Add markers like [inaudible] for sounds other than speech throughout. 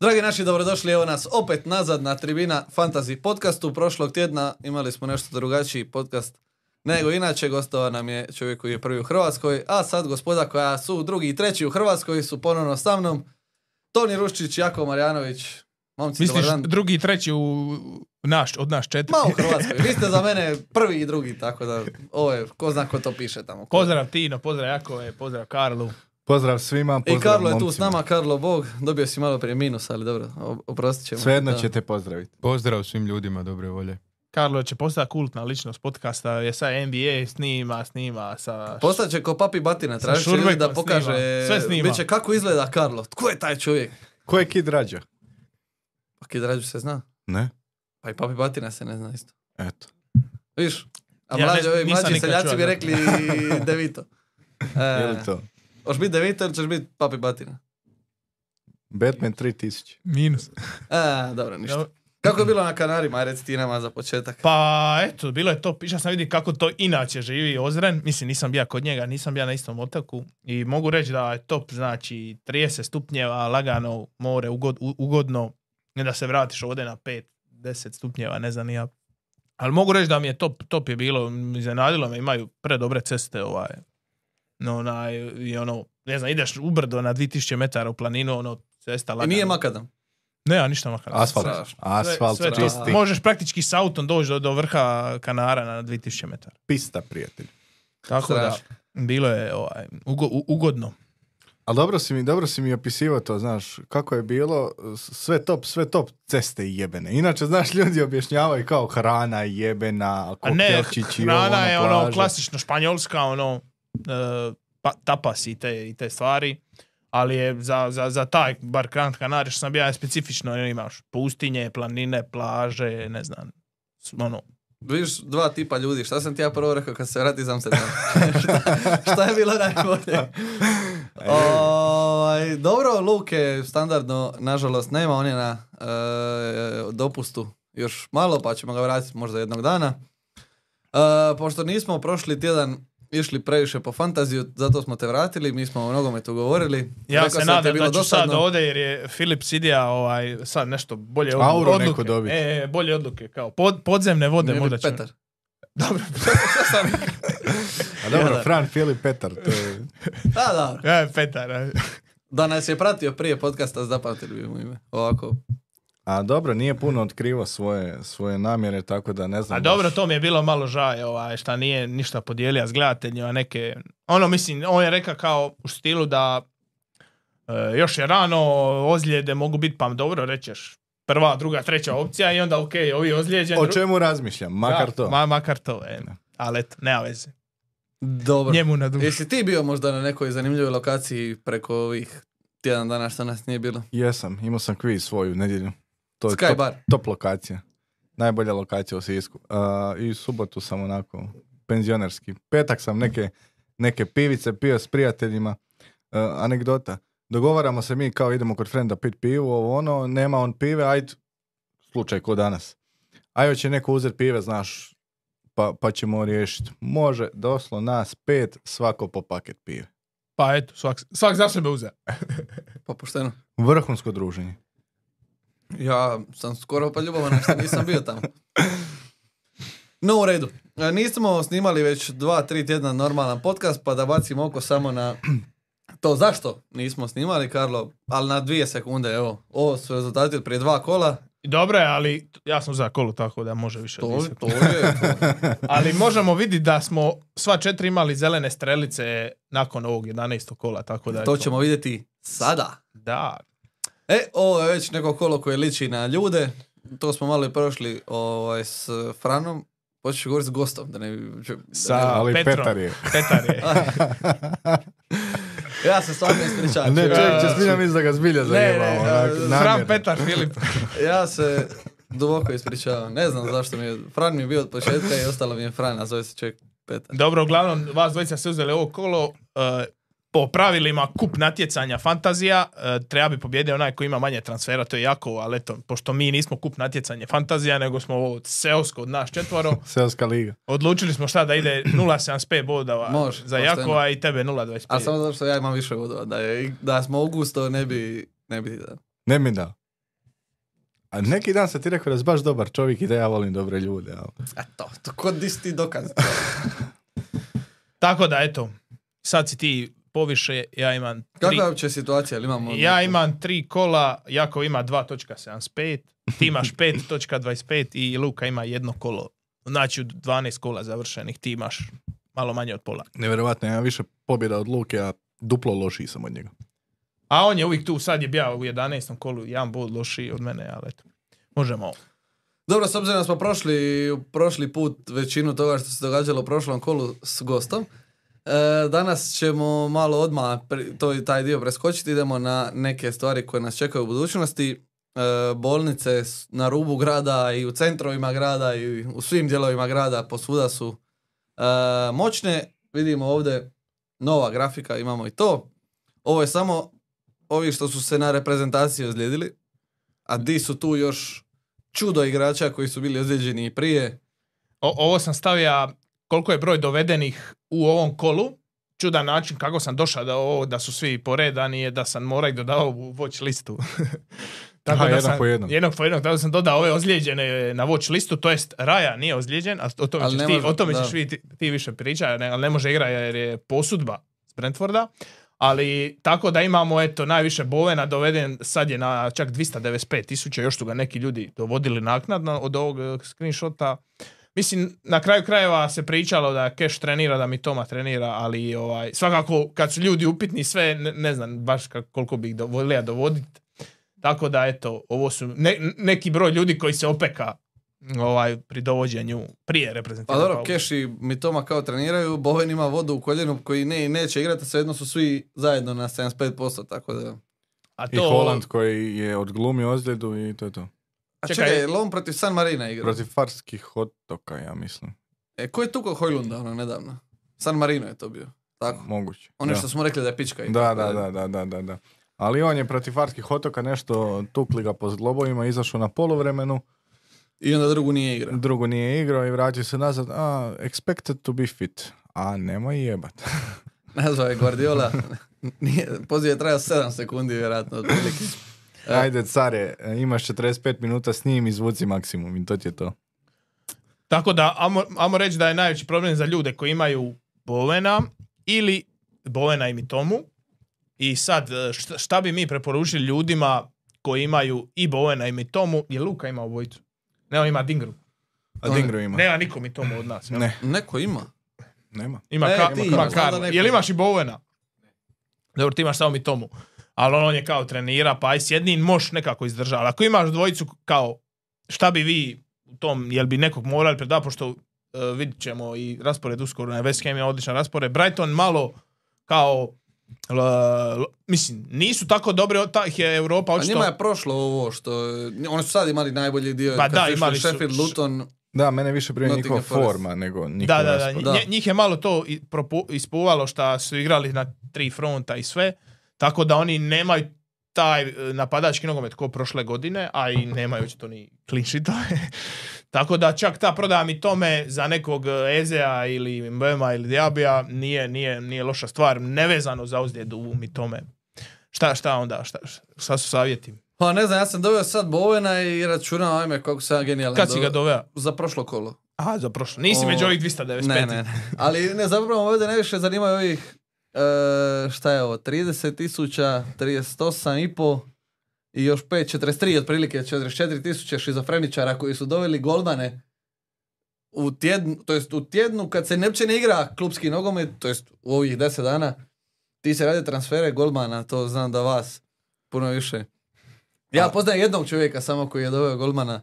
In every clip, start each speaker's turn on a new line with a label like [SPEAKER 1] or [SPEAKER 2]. [SPEAKER 1] Dragi naši, dobrodošli, evo nas opet nazad na Tribina Fantasy podcastu. Prošlog tjedna imali smo nešto drugačiji podcast nego inače. Gostova nam je čovjek koji je prvi u Hrvatskoj, a sad gospoda koja su drugi i treći u Hrvatskoj su ponovno sa mnom. Toni Ruščić, Jako Marjanović. Momci,
[SPEAKER 2] Misliš
[SPEAKER 1] dobar dan.
[SPEAKER 2] drugi i treći u naš, od nas četiri?
[SPEAKER 1] Ma
[SPEAKER 2] [laughs]
[SPEAKER 1] u Hrvatskoj. Vi ste za mene prvi i drugi, tako da ovo je, ko zna ko to piše tamo.
[SPEAKER 2] Pozdrav Tino, pozdrav Jakove, pozdrav Karlu.
[SPEAKER 3] Pozdrav svima, pozdrav
[SPEAKER 1] I Karlo je tu
[SPEAKER 3] momcima.
[SPEAKER 1] s nama, Karlo Bog. Dobio si malo prije minus, ali dobro, o- oprostit ćemo.
[SPEAKER 3] Svejedno
[SPEAKER 1] Da.
[SPEAKER 3] će te pozdraviti.
[SPEAKER 4] Pozdrav svim ljudima dobre volje.
[SPEAKER 2] Karlo će postati kultna ličnost podcasta, je sad NBA, snima, snima sa...
[SPEAKER 1] Postat će ko papi batina, tražit će
[SPEAKER 2] Šurbekom
[SPEAKER 1] ljudi da pokaže,
[SPEAKER 2] snima. Sve snima.
[SPEAKER 1] bit će kako izgleda Karlo, tko je taj čovjek?
[SPEAKER 3] Ko je Kid Rađa?
[SPEAKER 1] Pa Kid Rađu se zna,
[SPEAKER 3] Ne?
[SPEAKER 1] pa i papi batina se ne zna isto.
[SPEAKER 3] Eto.
[SPEAKER 1] Viš, a
[SPEAKER 2] Ja
[SPEAKER 1] mlađi,
[SPEAKER 2] ne-
[SPEAKER 1] ovi
[SPEAKER 2] nisam
[SPEAKER 1] mlađi
[SPEAKER 2] nikad
[SPEAKER 1] seljaci
[SPEAKER 2] čuo,
[SPEAKER 1] bi
[SPEAKER 2] da.
[SPEAKER 1] rekli
[SPEAKER 2] [laughs]
[SPEAKER 1] Devito.
[SPEAKER 3] Je
[SPEAKER 1] E,
[SPEAKER 3] li to?
[SPEAKER 1] hoćeš biti Devito ili ćeš biti papi batina?
[SPEAKER 3] Batman 3000.
[SPEAKER 2] Minus.
[SPEAKER 1] E, dobro, ništa. Kako je bilo na Kanarima, aj reci ti nama za početak?
[SPEAKER 2] Pa eto, bilo je to, piša sam vidi kako to inače živi Ozren, mislim nisam bio kod njega, nisam bio na istom otoku i mogu reći da je top, znači 30 stupnjeva, lagano, more, ugod- u- ugodno, ne da se vratiš ovdje na 5, 10 stupnjeva, ne znam ni ja. Ali mogu reći da mi je top, top je bilo, m, iznenadilo me, imaju predobre ceste ovaj, no, onaj, i ono, ne znam, ideš ubrdo na 2000 metara u planinu, ono, cesta
[SPEAKER 1] I
[SPEAKER 2] lagano.
[SPEAKER 1] nije makadam.
[SPEAKER 2] Ne, a ništa makar.
[SPEAKER 3] Asfalt.
[SPEAKER 1] strašno.
[SPEAKER 3] Asfalt
[SPEAKER 2] Sve- sve to.
[SPEAKER 3] čisti.
[SPEAKER 2] Možeš praktički s autom doći do, do vrha Kanara na 2000 metara.
[SPEAKER 3] Pista, prijatelj.
[SPEAKER 2] Tako
[SPEAKER 1] Strašno.
[SPEAKER 2] da, bilo je ovaj, ugo- u- ugodno.
[SPEAKER 3] Ali dobro si mi, dobro si mi opisivao to, znaš, kako je bilo, s- sve top, sve top ceste i jebene. Inače, znaš, ljudi objašnjavaju kao hrana je jebena,
[SPEAKER 2] A ne,
[SPEAKER 3] koktelčići, ovo,
[SPEAKER 2] hrana je ono
[SPEAKER 3] plaža.
[SPEAKER 2] klasično španjolska, ono e, pa, tapas i te, i te stvari. Ali je za, za, za taj, bar Gran Canaria, što sam bio je specifično, ono, imaš pustinje, planine, plaže, ne znam, s- ono,
[SPEAKER 1] Viš dva tipa ljudi, šta sam ti ja prvo rekao kad se vrati iz Amsterdama? šta, šta je bilo najbolje? Ovaj, dobro, Luke standardno, nažalost, nema. On je na e, dopustu još malo, pa ćemo ga vratiti možda jednog dana. E, pošto nismo prošli tjedan išli previše po fantaziju, zato smo te vratili, mi smo o nogometu govorili.
[SPEAKER 2] Ja
[SPEAKER 1] Rekao
[SPEAKER 2] se
[SPEAKER 1] sam ti je
[SPEAKER 2] nadam
[SPEAKER 1] bilo
[SPEAKER 2] da ću sad
[SPEAKER 1] dosadno.
[SPEAKER 2] ovdje jer je Filip Sidija ovaj, sad nešto bolje odlu-
[SPEAKER 3] Auru
[SPEAKER 2] odluke.
[SPEAKER 3] neko dobit.
[SPEAKER 2] E, e, bolje odluke, kao pod, podzemne vode
[SPEAKER 1] Nije
[SPEAKER 2] možda
[SPEAKER 1] biti
[SPEAKER 2] će.
[SPEAKER 1] Petar.
[SPEAKER 2] Dobro.
[SPEAKER 3] A dobro,
[SPEAKER 1] Jedan.
[SPEAKER 3] Fran, Filip, Petar, to je...
[SPEAKER 1] Da, da.
[SPEAKER 2] Ja, E, Petar. a.
[SPEAKER 1] Da nas je pratio prije podcasta, zapamtili bi mu ime. Ovako,
[SPEAKER 3] A dobro, nije puno otkrivao svoje, svoje namjere, tako da ne znam.
[SPEAKER 2] A Pa dobro,
[SPEAKER 3] baš.
[SPEAKER 2] to mi je bilo malo žaj, ovaj, šta nije ništa podijelio s gledateljima, neke... Ono, mislim, on je rekao kao u stilu da e, još je rano, ozljede mogu biti, pa dobro, rećeš prva, druga, treća opcija i onda ok, ovi ozlijeđeni...
[SPEAKER 3] O čemu razmišljam, makar
[SPEAKER 2] Da,
[SPEAKER 3] to.
[SPEAKER 2] Ma, makar to, e. Ali eto, nema veze.
[SPEAKER 1] dobro.
[SPEAKER 2] Njemu na dušu.
[SPEAKER 1] Jesi ti bio možda na nekoj zanimljivoj lokaciji preko ovih tjedan dana što nas nije bilo?
[SPEAKER 3] Jesam, imao sam kviz svoju nedjelju. To je
[SPEAKER 1] Sky
[SPEAKER 3] top,
[SPEAKER 1] bar.
[SPEAKER 3] top lokacija. Najbolja lokacija u Sisku. A, I subotu sam onako penzionerski. Petak sam neke, neke pivice pio s prijateljima. E, anegdota. Dogovaramo se mi kao idemo kod frenda pit pivu, ovo ono, nema on pive, ajd, slučaj ko danas. Aj, će neko uzeti pive, znaš, pa, pa ćemo riješiti. Može, doslo nas pet, svako po paket pive.
[SPEAKER 2] Pa eto, svak, svak za sebe uze.
[SPEAKER 1] Pa pošteno.
[SPEAKER 3] Vrhunsko druženje.
[SPEAKER 1] Ja sam skoro pa ljubovan što nisam bio tamo. No u redu. E, Nismo snimali već dva, tri tjedna normalan podcast pa da bacimo oko samo na to zašto nismo snimali, Karlo, ali na dvije sekunde, evo. Ovo su rezultati od prije dva kola.
[SPEAKER 2] Dobro je, ali ja sam za kolu, tako da može više. od
[SPEAKER 1] To,
[SPEAKER 2] deset.
[SPEAKER 1] to je to. [laughs]
[SPEAKER 2] Ali možemo vidjeti da smo sva četiri imali zelene strelice nakon ovog 11. kola, tako da... je
[SPEAKER 1] To ćemo vidjeti sada.
[SPEAKER 2] Da.
[SPEAKER 1] E, ovo je već neko kolo koje liči na ljude. To smo malo i prošli ovaj, s Franom. Hoćeš govoriti s gostom, da ne bi...
[SPEAKER 2] Sa
[SPEAKER 3] Ali
[SPEAKER 2] Petrom.
[SPEAKER 3] Petar je.
[SPEAKER 2] [laughs] Petar
[SPEAKER 3] [laughs]
[SPEAKER 2] je.
[SPEAKER 1] Ja se stvarno ispričavam.
[SPEAKER 3] [laughs] Ne, čovjek će
[SPEAKER 1] Ja-
[SPEAKER 3] zbilja misli da ga zbilja zajebao.
[SPEAKER 1] ne,
[SPEAKER 3] onak,
[SPEAKER 1] e,
[SPEAKER 3] namjerno.
[SPEAKER 2] Fran Petar Filip.
[SPEAKER 1] Ja se duboko ispričavam. Ne znam zašto mi je... Fran mi je bio od početka i ostalo mi je Fran, a zove se čovjek Petar.
[SPEAKER 2] Dobro, uglavnom, vas dvojica ste uzeli ovo kolo. e, po pravilima kup natjecanja fantazija, e, treba bi pobjedio onaj koji ima manje transfera, to je jako, ali eto, pošto mi nismo kup natjecanje fantazija, nego smo ovo seosko od nas četvoro,
[SPEAKER 3] Seoska liga.
[SPEAKER 2] odlučili smo šta da ide 0,75 bodova
[SPEAKER 1] Može,
[SPEAKER 2] za
[SPEAKER 1] pošteno.
[SPEAKER 2] Jakova i tebe 0,25.
[SPEAKER 1] A samo zato što ja imam više vodova. Da, je, da smo u gusto, ne bi... Ne bi ti dao.
[SPEAKER 3] Ne mi da. A neki dan sam ti rekao da si baš dobar čovjek i da ja volim dobre ljude. ali-
[SPEAKER 1] A to, to kod di si ti dokaz.
[SPEAKER 2] Tako da, eto, sad si ti poviše, ja imam tri,
[SPEAKER 1] Kakva je uopće situacija? Jel imamo
[SPEAKER 2] ja imam tri kola, Jakov ima 2.75, ti imaš 5.25 i Luka ima jedno kolo. Znači, u 12 kola završenih ti imaš malo manje od pola.
[SPEAKER 3] Nevjerovatno, ja imam više pobjeda od Luke, a duplo lošiji sam od njega.
[SPEAKER 2] A on je uvijek tu, sad je bio u 11. kolu, jedan bod lošiji od mene, ali eto. Možemo.
[SPEAKER 1] Dobro, s obzirom da smo prošli prošli put većinu toga što se događalo u prošlom kolu s gostom, e, danas ćemo malo odmah pri- to, i taj dio preskočiti, idemo na neke stvari koje nas čekaju u budućnosti. E, bolnice s- na rubu grada i u centrovima grada i u svim dijelovima grada posvuda su e, moćne. Vidimo ovdje nova grafika, imamo i to. Ovo je samo ovi što su se na reprezentaciji ozlijedili, a di su tu još čudo igrača koji su bili ozlijeđeni i prije.
[SPEAKER 2] O- ovo sam stavio koliko je broj dovedenih u ovom kolu. Čudan način kako sam došao do ovo, da su svi poredani je da sam moraj dodao u watch
[SPEAKER 3] [laughs]
[SPEAKER 2] listu.
[SPEAKER 3] Aha, jedan
[SPEAKER 2] sam,
[SPEAKER 3] po jednom.
[SPEAKER 2] Jednog po jednog, tako da sam dodao ove ozlijeđene na watch listu, to jest Raja nije ozlijeđen, a o tome
[SPEAKER 1] Ali
[SPEAKER 2] ćeš,
[SPEAKER 1] ne
[SPEAKER 2] ti,
[SPEAKER 1] može-
[SPEAKER 2] o tome
[SPEAKER 1] da.
[SPEAKER 2] ćeš vi- ti, ti više priča, ne, ali ne može igra jer je posudba s Brentforda. Ali tako da imamo eto najviše Bovena doveden, sad je na čak 295 tisuća, još su ga neki ljudi dovodili naknadno od ovog eh, screenshota. Mislim, na kraju krajeva se pričalo da Cash trenira, da mi Toma trenira, ali ovaj, svakako kad su ljudi upitni sve, ne, ne znam baš kak- koliko bi ih do- volio dovoditi. Tako da, eto, ovo su ne- neki broj ljudi koji se opeka ovaj, pri dovođenju prije
[SPEAKER 1] Pa
[SPEAKER 2] reprezentacije.
[SPEAKER 1] dobro, Keš i Mitoma kao treniraju, Boven ima vodu u koljenu koji ne, neće igrati, svejedno su svi zajedno na 75%, tako da...
[SPEAKER 2] A
[SPEAKER 3] I Holland koji je odglumio ozljedu i to je to.
[SPEAKER 1] A
[SPEAKER 2] Čekaj.
[SPEAKER 1] čekaj, jel on protiv San Marina igra?
[SPEAKER 3] Protiv farskih otoka, ja mislim.
[SPEAKER 1] E, ko je tuko Hojlunda ono nedavno? San Marino je to bio, tako?
[SPEAKER 3] Moguće.
[SPEAKER 1] Ono
[SPEAKER 3] da.
[SPEAKER 1] što smo rekli da je pička. i
[SPEAKER 3] Da,
[SPEAKER 1] tako
[SPEAKER 3] da, da, da, da, da, da. Ali on je protiv farskih otoka nešto tukli ga po zglobovima, izašao na polovremenu,
[SPEAKER 1] I onda drugu nije igra.
[SPEAKER 3] drugu nije igrao i vratio se nazad, a, expected to be fit. A, nemoj jebat.
[SPEAKER 1] Nazvao je Guardiola. [laughs] nije, poziv je trajao 7 sekundi, vjerojatno. otprilike. E.
[SPEAKER 3] Ajde, care, imaš 45 minuta s njim, izvuci maksimum i to ti je to.
[SPEAKER 2] Tako da, amo, amo reći da je najveći problem za ljude koji imaju Bovena ili Bovena i Mitomu. I sad, e, šta, šta bi mi preporučili ljudima koji imaju i Bovena i Mitomu, jer Luka ima obojicu. Ne, on ima Dingru.
[SPEAKER 3] A Dingro ima?
[SPEAKER 2] Nema niko Mitomu od nas. jel?
[SPEAKER 3] Ne,
[SPEAKER 1] Neko ima.
[SPEAKER 3] nema.
[SPEAKER 2] Ima,
[SPEAKER 1] E,
[SPEAKER 2] ka,
[SPEAKER 1] ti
[SPEAKER 2] ima
[SPEAKER 1] imaš,
[SPEAKER 2] Karla.
[SPEAKER 1] onda neko
[SPEAKER 2] Jel
[SPEAKER 1] ima.
[SPEAKER 2] imaš i Bovena? Dobro, ti imaš samo Mitomu. Ali on, on je kao trenira, pa aj s jednim moš nekako izdržava. Ako imaš dvojicu kao, šta bi vi u tom, jel bi nekog morali predati, pošto e, vidit ćemo i raspored uskoro na West Ham je odličan raspored. Brighton malo kao, l- l- mislim, nisu tako dobri, od ta ih je Europa
[SPEAKER 1] A
[SPEAKER 2] očito...
[SPEAKER 1] njima je prošlo ovo što... Oni su sad imali najbolji dio.
[SPEAKER 2] Pa
[SPEAKER 1] kad
[SPEAKER 2] da,
[SPEAKER 1] su išli
[SPEAKER 2] imali su-
[SPEAKER 1] Sheffield, Luton,
[SPEAKER 3] Da, mene više brine
[SPEAKER 1] Nottingham
[SPEAKER 3] njihova
[SPEAKER 1] Forest.
[SPEAKER 3] forma nego njihov
[SPEAKER 2] Da, da, da,
[SPEAKER 3] raspored.
[SPEAKER 1] Da.
[SPEAKER 2] Nje- Njih je malo to i- propu- ispuvalo što su igrali na tri fronta i sve, tako da oni nemaju taj e, napadački nogomet ko prošle godine, a i nemaju očito ni clean sheetove. [laughs] tako da čak ta prodaja mi tome za nekog e, Ezea ili Mbema ili Diabija nije, nije, nije loša stvar, nevezano za ozljedu mi tome. Šta, šta onda, šta, šta su savjeti?
[SPEAKER 1] Pa ne znam, ja sam doveo sad Bovena i računao, ajme, kako sam ja genijalan.
[SPEAKER 2] Kad si ga doveo?
[SPEAKER 1] Za prošlo kolo.
[SPEAKER 2] Aha, za prošlo. Nisi
[SPEAKER 1] O,
[SPEAKER 2] među ovih 295.
[SPEAKER 1] Ne, ne, ne. Ali ne, zapravo ovdje najviše zanimaju ovih, e, šta je ovo, 30 tisuća, 38 i po i još 5, 43, otprilike 44 tisuće šizofreničara koji su doveli golmane u tjednu, to jest u tjednu kad se uopće ne igra klubski nogomet, to jest u ovih 10 dana, ti se rade transfere golmana, to znam da vas puno više. Ja poznajem jednog čovjeka samo koji je doveo golmana,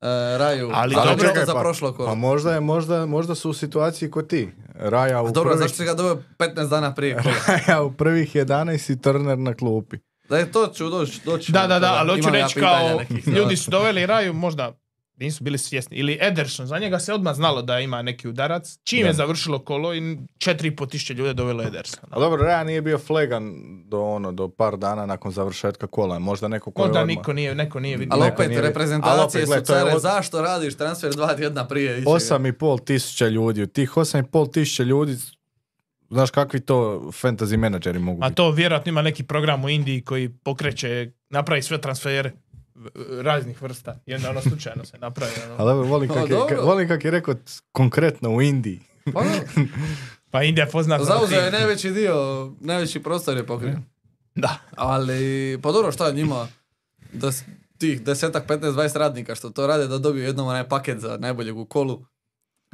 [SPEAKER 1] e, Raju,
[SPEAKER 2] Ali
[SPEAKER 1] to je
[SPEAKER 2] dobro-
[SPEAKER 1] za prošlo kolo.
[SPEAKER 3] pa možda, je, možda, možda su u situaciji ko ti. Raja
[SPEAKER 1] A
[SPEAKER 3] u,
[SPEAKER 1] dobro,
[SPEAKER 3] prvih,
[SPEAKER 1] zašto si ga doveo 15 dana
[SPEAKER 2] [laughs]
[SPEAKER 1] prije? kola?
[SPEAKER 3] [laughs] Raja u prvih 11 i Turner na klupi.
[SPEAKER 1] Da je to ću doći. doći
[SPEAKER 2] Da, da, da, ali hoću
[SPEAKER 1] Znači, Imam ja
[SPEAKER 2] reći
[SPEAKER 1] pitanja
[SPEAKER 2] kao,
[SPEAKER 1] nekih, da.
[SPEAKER 2] ljudi su doveli Raju, možda nisu bili svjesni. Ili Ederson, za njega se odmah znalo da ima neki udarac. Čim je završilo kolo i 4,5 tisuće ljudi je dovelo Edersona.
[SPEAKER 3] A dobro, Raja nije bio flegan do ono, do par dana nakon završetka kola. Možda neko ko je
[SPEAKER 2] Možda
[SPEAKER 3] odmah-
[SPEAKER 2] niko nije, neko nije vidio.
[SPEAKER 1] Ali
[SPEAKER 3] Neko
[SPEAKER 1] opet,
[SPEAKER 3] nije- ali opet,
[SPEAKER 1] reprezentacije
[SPEAKER 3] gle,
[SPEAKER 1] su
[SPEAKER 3] to je
[SPEAKER 1] care.
[SPEAKER 3] od-
[SPEAKER 1] Zašto radiš transfer dva tjedna prije? ičega?
[SPEAKER 3] Osam i pol tisuća ljudi. U tih osam i pol tisuća ljudi, znaš kakvi to fantasy menadžeri mogu
[SPEAKER 2] A
[SPEAKER 3] biti.
[SPEAKER 2] to vjerojatno ima neki program u Indiji koji pokreće, napravi sve transfere. v- raznih vrsta. I onda ono slučajno se napravi. Ono.
[SPEAKER 3] Ali evo, volim
[SPEAKER 1] Pa
[SPEAKER 3] kak je,
[SPEAKER 1] dobro.
[SPEAKER 3] ka- volim kak je rekao c- konkretno u Indiji.
[SPEAKER 2] [laughs]
[SPEAKER 1] Pa da.
[SPEAKER 2] Pa Indija je poznata.
[SPEAKER 1] Zauzeo
[SPEAKER 2] za
[SPEAKER 1] je
[SPEAKER 2] tim.
[SPEAKER 1] najveći dio, najveći prostor je pokrio.
[SPEAKER 2] [laughs] Da.
[SPEAKER 1] Ali, pa dobro, šta njima da s- tih desetak, 15, 20 radnika što to rade da dobiju jednom onaj paket za najboljeg u kolu.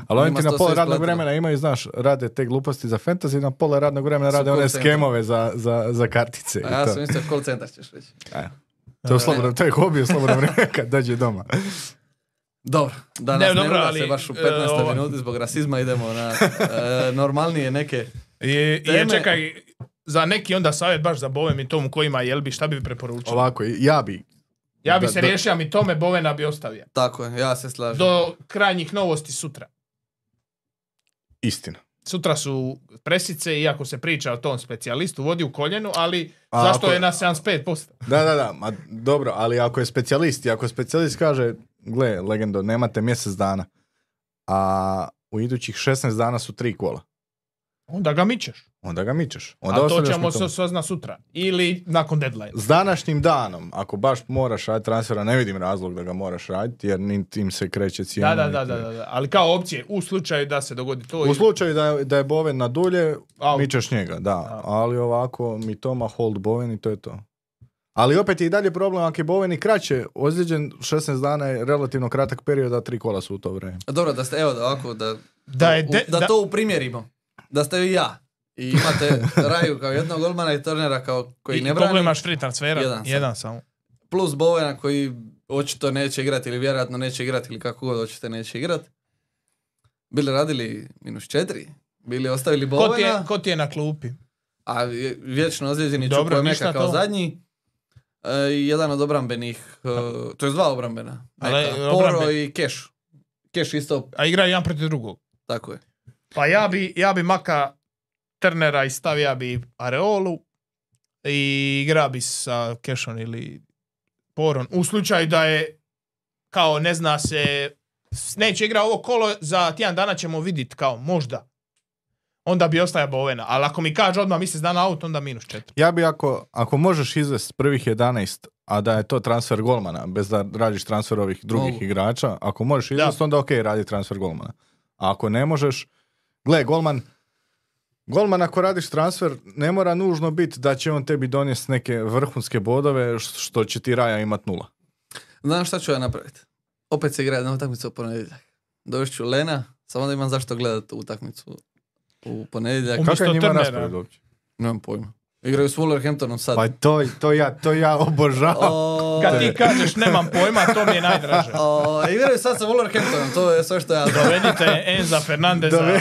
[SPEAKER 3] Ali oni
[SPEAKER 1] Njima
[SPEAKER 3] ti na
[SPEAKER 1] to
[SPEAKER 3] pola
[SPEAKER 1] sve
[SPEAKER 3] radnog
[SPEAKER 1] isplatilo.
[SPEAKER 3] vremena imaju, znaš, rade te gluposti za fantasy, na pola radnog vremena rade
[SPEAKER 1] Su
[SPEAKER 3] one
[SPEAKER 1] call centri.
[SPEAKER 3] skemove za, za, za kartice. i
[SPEAKER 1] A ja
[SPEAKER 3] to. E.
[SPEAKER 1] sam mislio call centar ćeš reći.
[SPEAKER 3] To je, u slobodno, to je hobi u slobodno vrijeme kad
[SPEAKER 1] [laughs]
[SPEAKER 3] dođe doma.
[SPEAKER 1] Dobro, da
[SPEAKER 2] Ne,
[SPEAKER 1] nas ne,
[SPEAKER 2] dobro,
[SPEAKER 1] uda
[SPEAKER 2] ali,
[SPEAKER 1] se baš u
[SPEAKER 2] e,
[SPEAKER 1] 15.
[SPEAKER 2] ovo-
[SPEAKER 1] minuti zbog rasizma idemo na e, normalnije neke.
[SPEAKER 2] I, i
[SPEAKER 1] Teme-
[SPEAKER 2] čekaj, za neki onda savjet baš za Bovem i tomu kojima jelbi, šta bi preporučio?
[SPEAKER 3] Ovako, ja bi,
[SPEAKER 2] ja bi
[SPEAKER 3] da-
[SPEAKER 2] se
[SPEAKER 3] da-
[SPEAKER 2] riješio, a mi tome Bovena bi ostavio.
[SPEAKER 1] Tako je, ja se slažem.
[SPEAKER 2] Do krajnjih novosti sutra.
[SPEAKER 3] istina.
[SPEAKER 2] Sutra su presice, iako se priča o tom specijalistu, vodi u koljenu, ali
[SPEAKER 3] A
[SPEAKER 2] zašto
[SPEAKER 3] ako-
[SPEAKER 2] je na 75%?
[SPEAKER 3] Da, da, da, ma dobro, ali ako je specijalist i ako specijalist kaže, gle, legendo, nemate mjesec dana, a u idućih 16 dana su tri kola,
[SPEAKER 2] Onda ga mičeš.
[SPEAKER 3] onda ga mičeš. Onda
[SPEAKER 2] A to
[SPEAKER 3] ostavljaš
[SPEAKER 2] ćemo
[SPEAKER 3] mu to.
[SPEAKER 2] se sazna sutra. Ili nakon deadline.
[SPEAKER 3] S današnjim danom, ako baš moraš raditi transfera, ne vidim razlog da ga moraš raditi, jer niti im se kreće cijena.
[SPEAKER 2] Da, da, da,
[SPEAKER 3] niti-
[SPEAKER 2] da, da, da. Ali kao opcije, u slučaju da se dogodi to. i-
[SPEAKER 3] U slučaju da, je- da je Boven na dulje,
[SPEAKER 2] Au.
[SPEAKER 3] mičeš njega, da.
[SPEAKER 2] Da.
[SPEAKER 3] Ali ovako, mi Toma, hold Boven i to je to. Ali opet je i dalje problem, ako je Boven i kraće ozlijeđen, 16 dana je relativno kratak period, a tri kola su u to vrijeme.
[SPEAKER 1] Dobro, da ste, evo da ovako, da,
[SPEAKER 2] Da je de-
[SPEAKER 1] u- da
[SPEAKER 2] da-
[SPEAKER 1] to uprimjerimo. Da ste vi ja. I
[SPEAKER 2] [laughs]
[SPEAKER 1] imate Raju kao jednog golmana i Turnera kao koji
[SPEAKER 2] i
[SPEAKER 1] ne
[SPEAKER 2] koliko
[SPEAKER 1] brani.
[SPEAKER 2] imaš free transfera?
[SPEAKER 1] Jedan
[SPEAKER 2] Jedan,
[SPEAKER 1] samo.
[SPEAKER 2] samo.
[SPEAKER 1] plus Bowena koji očito neće igrati ili vjerojatno neće igrati ili kako god očito neće igrati. Bili radili minus četiri, bili ostavili
[SPEAKER 2] Ko ti, je,
[SPEAKER 1] Bowena,
[SPEAKER 2] ko ti je na klupi?
[SPEAKER 1] a vje- vječno ozlijeđeni
[SPEAKER 2] Dobro,
[SPEAKER 1] Čukwemeka
[SPEAKER 2] ništa
[SPEAKER 1] kao
[SPEAKER 2] to.
[SPEAKER 1] zadnji. E, i jedan od obrambenih, e, to je dva obrambena.
[SPEAKER 2] Ali,
[SPEAKER 1] neka,
[SPEAKER 2] e,
[SPEAKER 1] Poro
[SPEAKER 2] obrambe-
[SPEAKER 1] i Keš. Keš isto,
[SPEAKER 2] A igra jedan protiv drugog.
[SPEAKER 1] tako je.
[SPEAKER 2] Pa ja bi, ja bi maka Turnera i stavio bi Areolu i igra bi sa Kešon ili Poron. U slučaju da je kao ne zna se s- neće igra ovo kolo, za tjedan dana ćemo vidjeti kao možda. Onda bi ostaja Bovena. Ali ako mi kaže odmah mjesec dana out, onda minus četiri.
[SPEAKER 3] Ja bi ako, ako možeš izvesti prvih 11, a da je to transfer golmana, bez da radiš transfer ovih drugih
[SPEAKER 1] Mogu.
[SPEAKER 3] igrača, ako možeš
[SPEAKER 2] Da.
[SPEAKER 3] izvesti, onda ok, radi transfer golmana. A ako ne možeš, gle, golman, golman ako radiš transfer, ne mora nužno biti da će on tebi donijeti neke vrhunske bodove, š- što će ti Raja imat nula.
[SPEAKER 1] Znam šta ću ja napraviti. Opet se igra jedna utakmica u ponedjeljak. Dovest ću Lena, samo da imam zašto gledati utakmicu u ponedjeljak.
[SPEAKER 2] U
[SPEAKER 3] Kako je
[SPEAKER 2] Umjesto
[SPEAKER 3] njima
[SPEAKER 2] Turnera.
[SPEAKER 3] raspored uopće?
[SPEAKER 1] Nemam pojma. Igraju s Wolverhamptonom sad.
[SPEAKER 3] Pa to, to, ja, to ja obožavam.
[SPEAKER 1] O,
[SPEAKER 2] Kad ti kažeš nemam pojma, to mi je najdraže.
[SPEAKER 1] o, igraju sad sa Wolverhamptonom, to je sve što ja
[SPEAKER 2] [laughs]
[SPEAKER 1] znam.
[SPEAKER 2] Dovedite Enza Fernandeza.
[SPEAKER 3] Dove-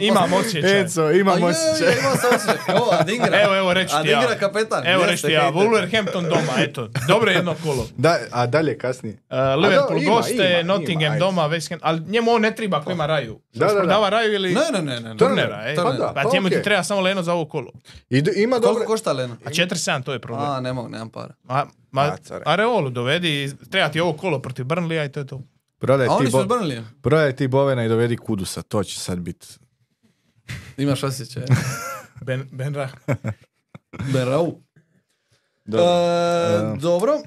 [SPEAKER 2] Imam osjećaj.
[SPEAKER 3] Enzo, imam
[SPEAKER 1] A je,
[SPEAKER 3] osjećaj.
[SPEAKER 1] je, imao sam osjećaj. Ovo, Adingra.
[SPEAKER 2] [laughs] Evo, evo, reći ti ja.
[SPEAKER 1] Adingra kapetan.
[SPEAKER 2] Evo
[SPEAKER 1] Jeste,
[SPEAKER 2] reći ti ja,
[SPEAKER 1] hejter.
[SPEAKER 2] Wolverhampton doma, eto. Dobro jedno
[SPEAKER 1] [laughs]
[SPEAKER 2] kolo.
[SPEAKER 3] Da, a dalje kasnije.
[SPEAKER 2] Uh, Liverpool
[SPEAKER 3] ima,
[SPEAKER 2] goste,
[SPEAKER 3] ima, ima,
[SPEAKER 2] Nottingham
[SPEAKER 3] ajde.
[SPEAKER 2] doma, West Ham, ali njemu on ne treba ako ima raju.
[SPEAKER 3] Da, da, da.
[SPEAKER 2] Prodava raju ili
[SPEAKER 1] Ne, ne, ne, ne. ne.
[SPEAKER 2] Turnera, ej.
[SPEAKER 1] Turnera.
[SPEAKER 3] Pa da.
[SPEAKER 2] Pa njemu ti
[SPEAKER 3] okej.
[SPEAKER 2] treba samo Leno za ovo kolo.
[SPEAKER 3] I d- ima
[SPEAKER 1] Koliko
[SPEAKER 3] dobre...
[SPEAKER 1] košta Lena?
[SPEAKER 2] A 4-7, to je problem.
[SPEAKER 1] A, ne mogu, nemam para.
[SPEAKER 2] Ma, ma,
[SPEAKER 3] A, care.
[SPEAKER 2] Areolu dovedi, treba ti ovo kolo protiv Burnleya i to je to.
[SPEAKER 3] Prodaj
[SPEAKER 1] A oni
[SPEAKER 3] E, ti,
[SPEAKER 1] su
[SPEAKER 3] bo...
[SPEAKER 1] zbrnili.
[SPEAKER 3] prodaj ti Bovena i dovedi Kudusa, to će sad biti.
[SPEAKER 1] Imaš osjećaj.
[SPEAKER 2] Ben, ben
[SPEAKER 3] [laughs]
[SPEAKER 2] Rahman.
[SPEAKER 1] Berau.
[SPEAKER 3] Dobro.
[SPEAKER 1] E, dobro.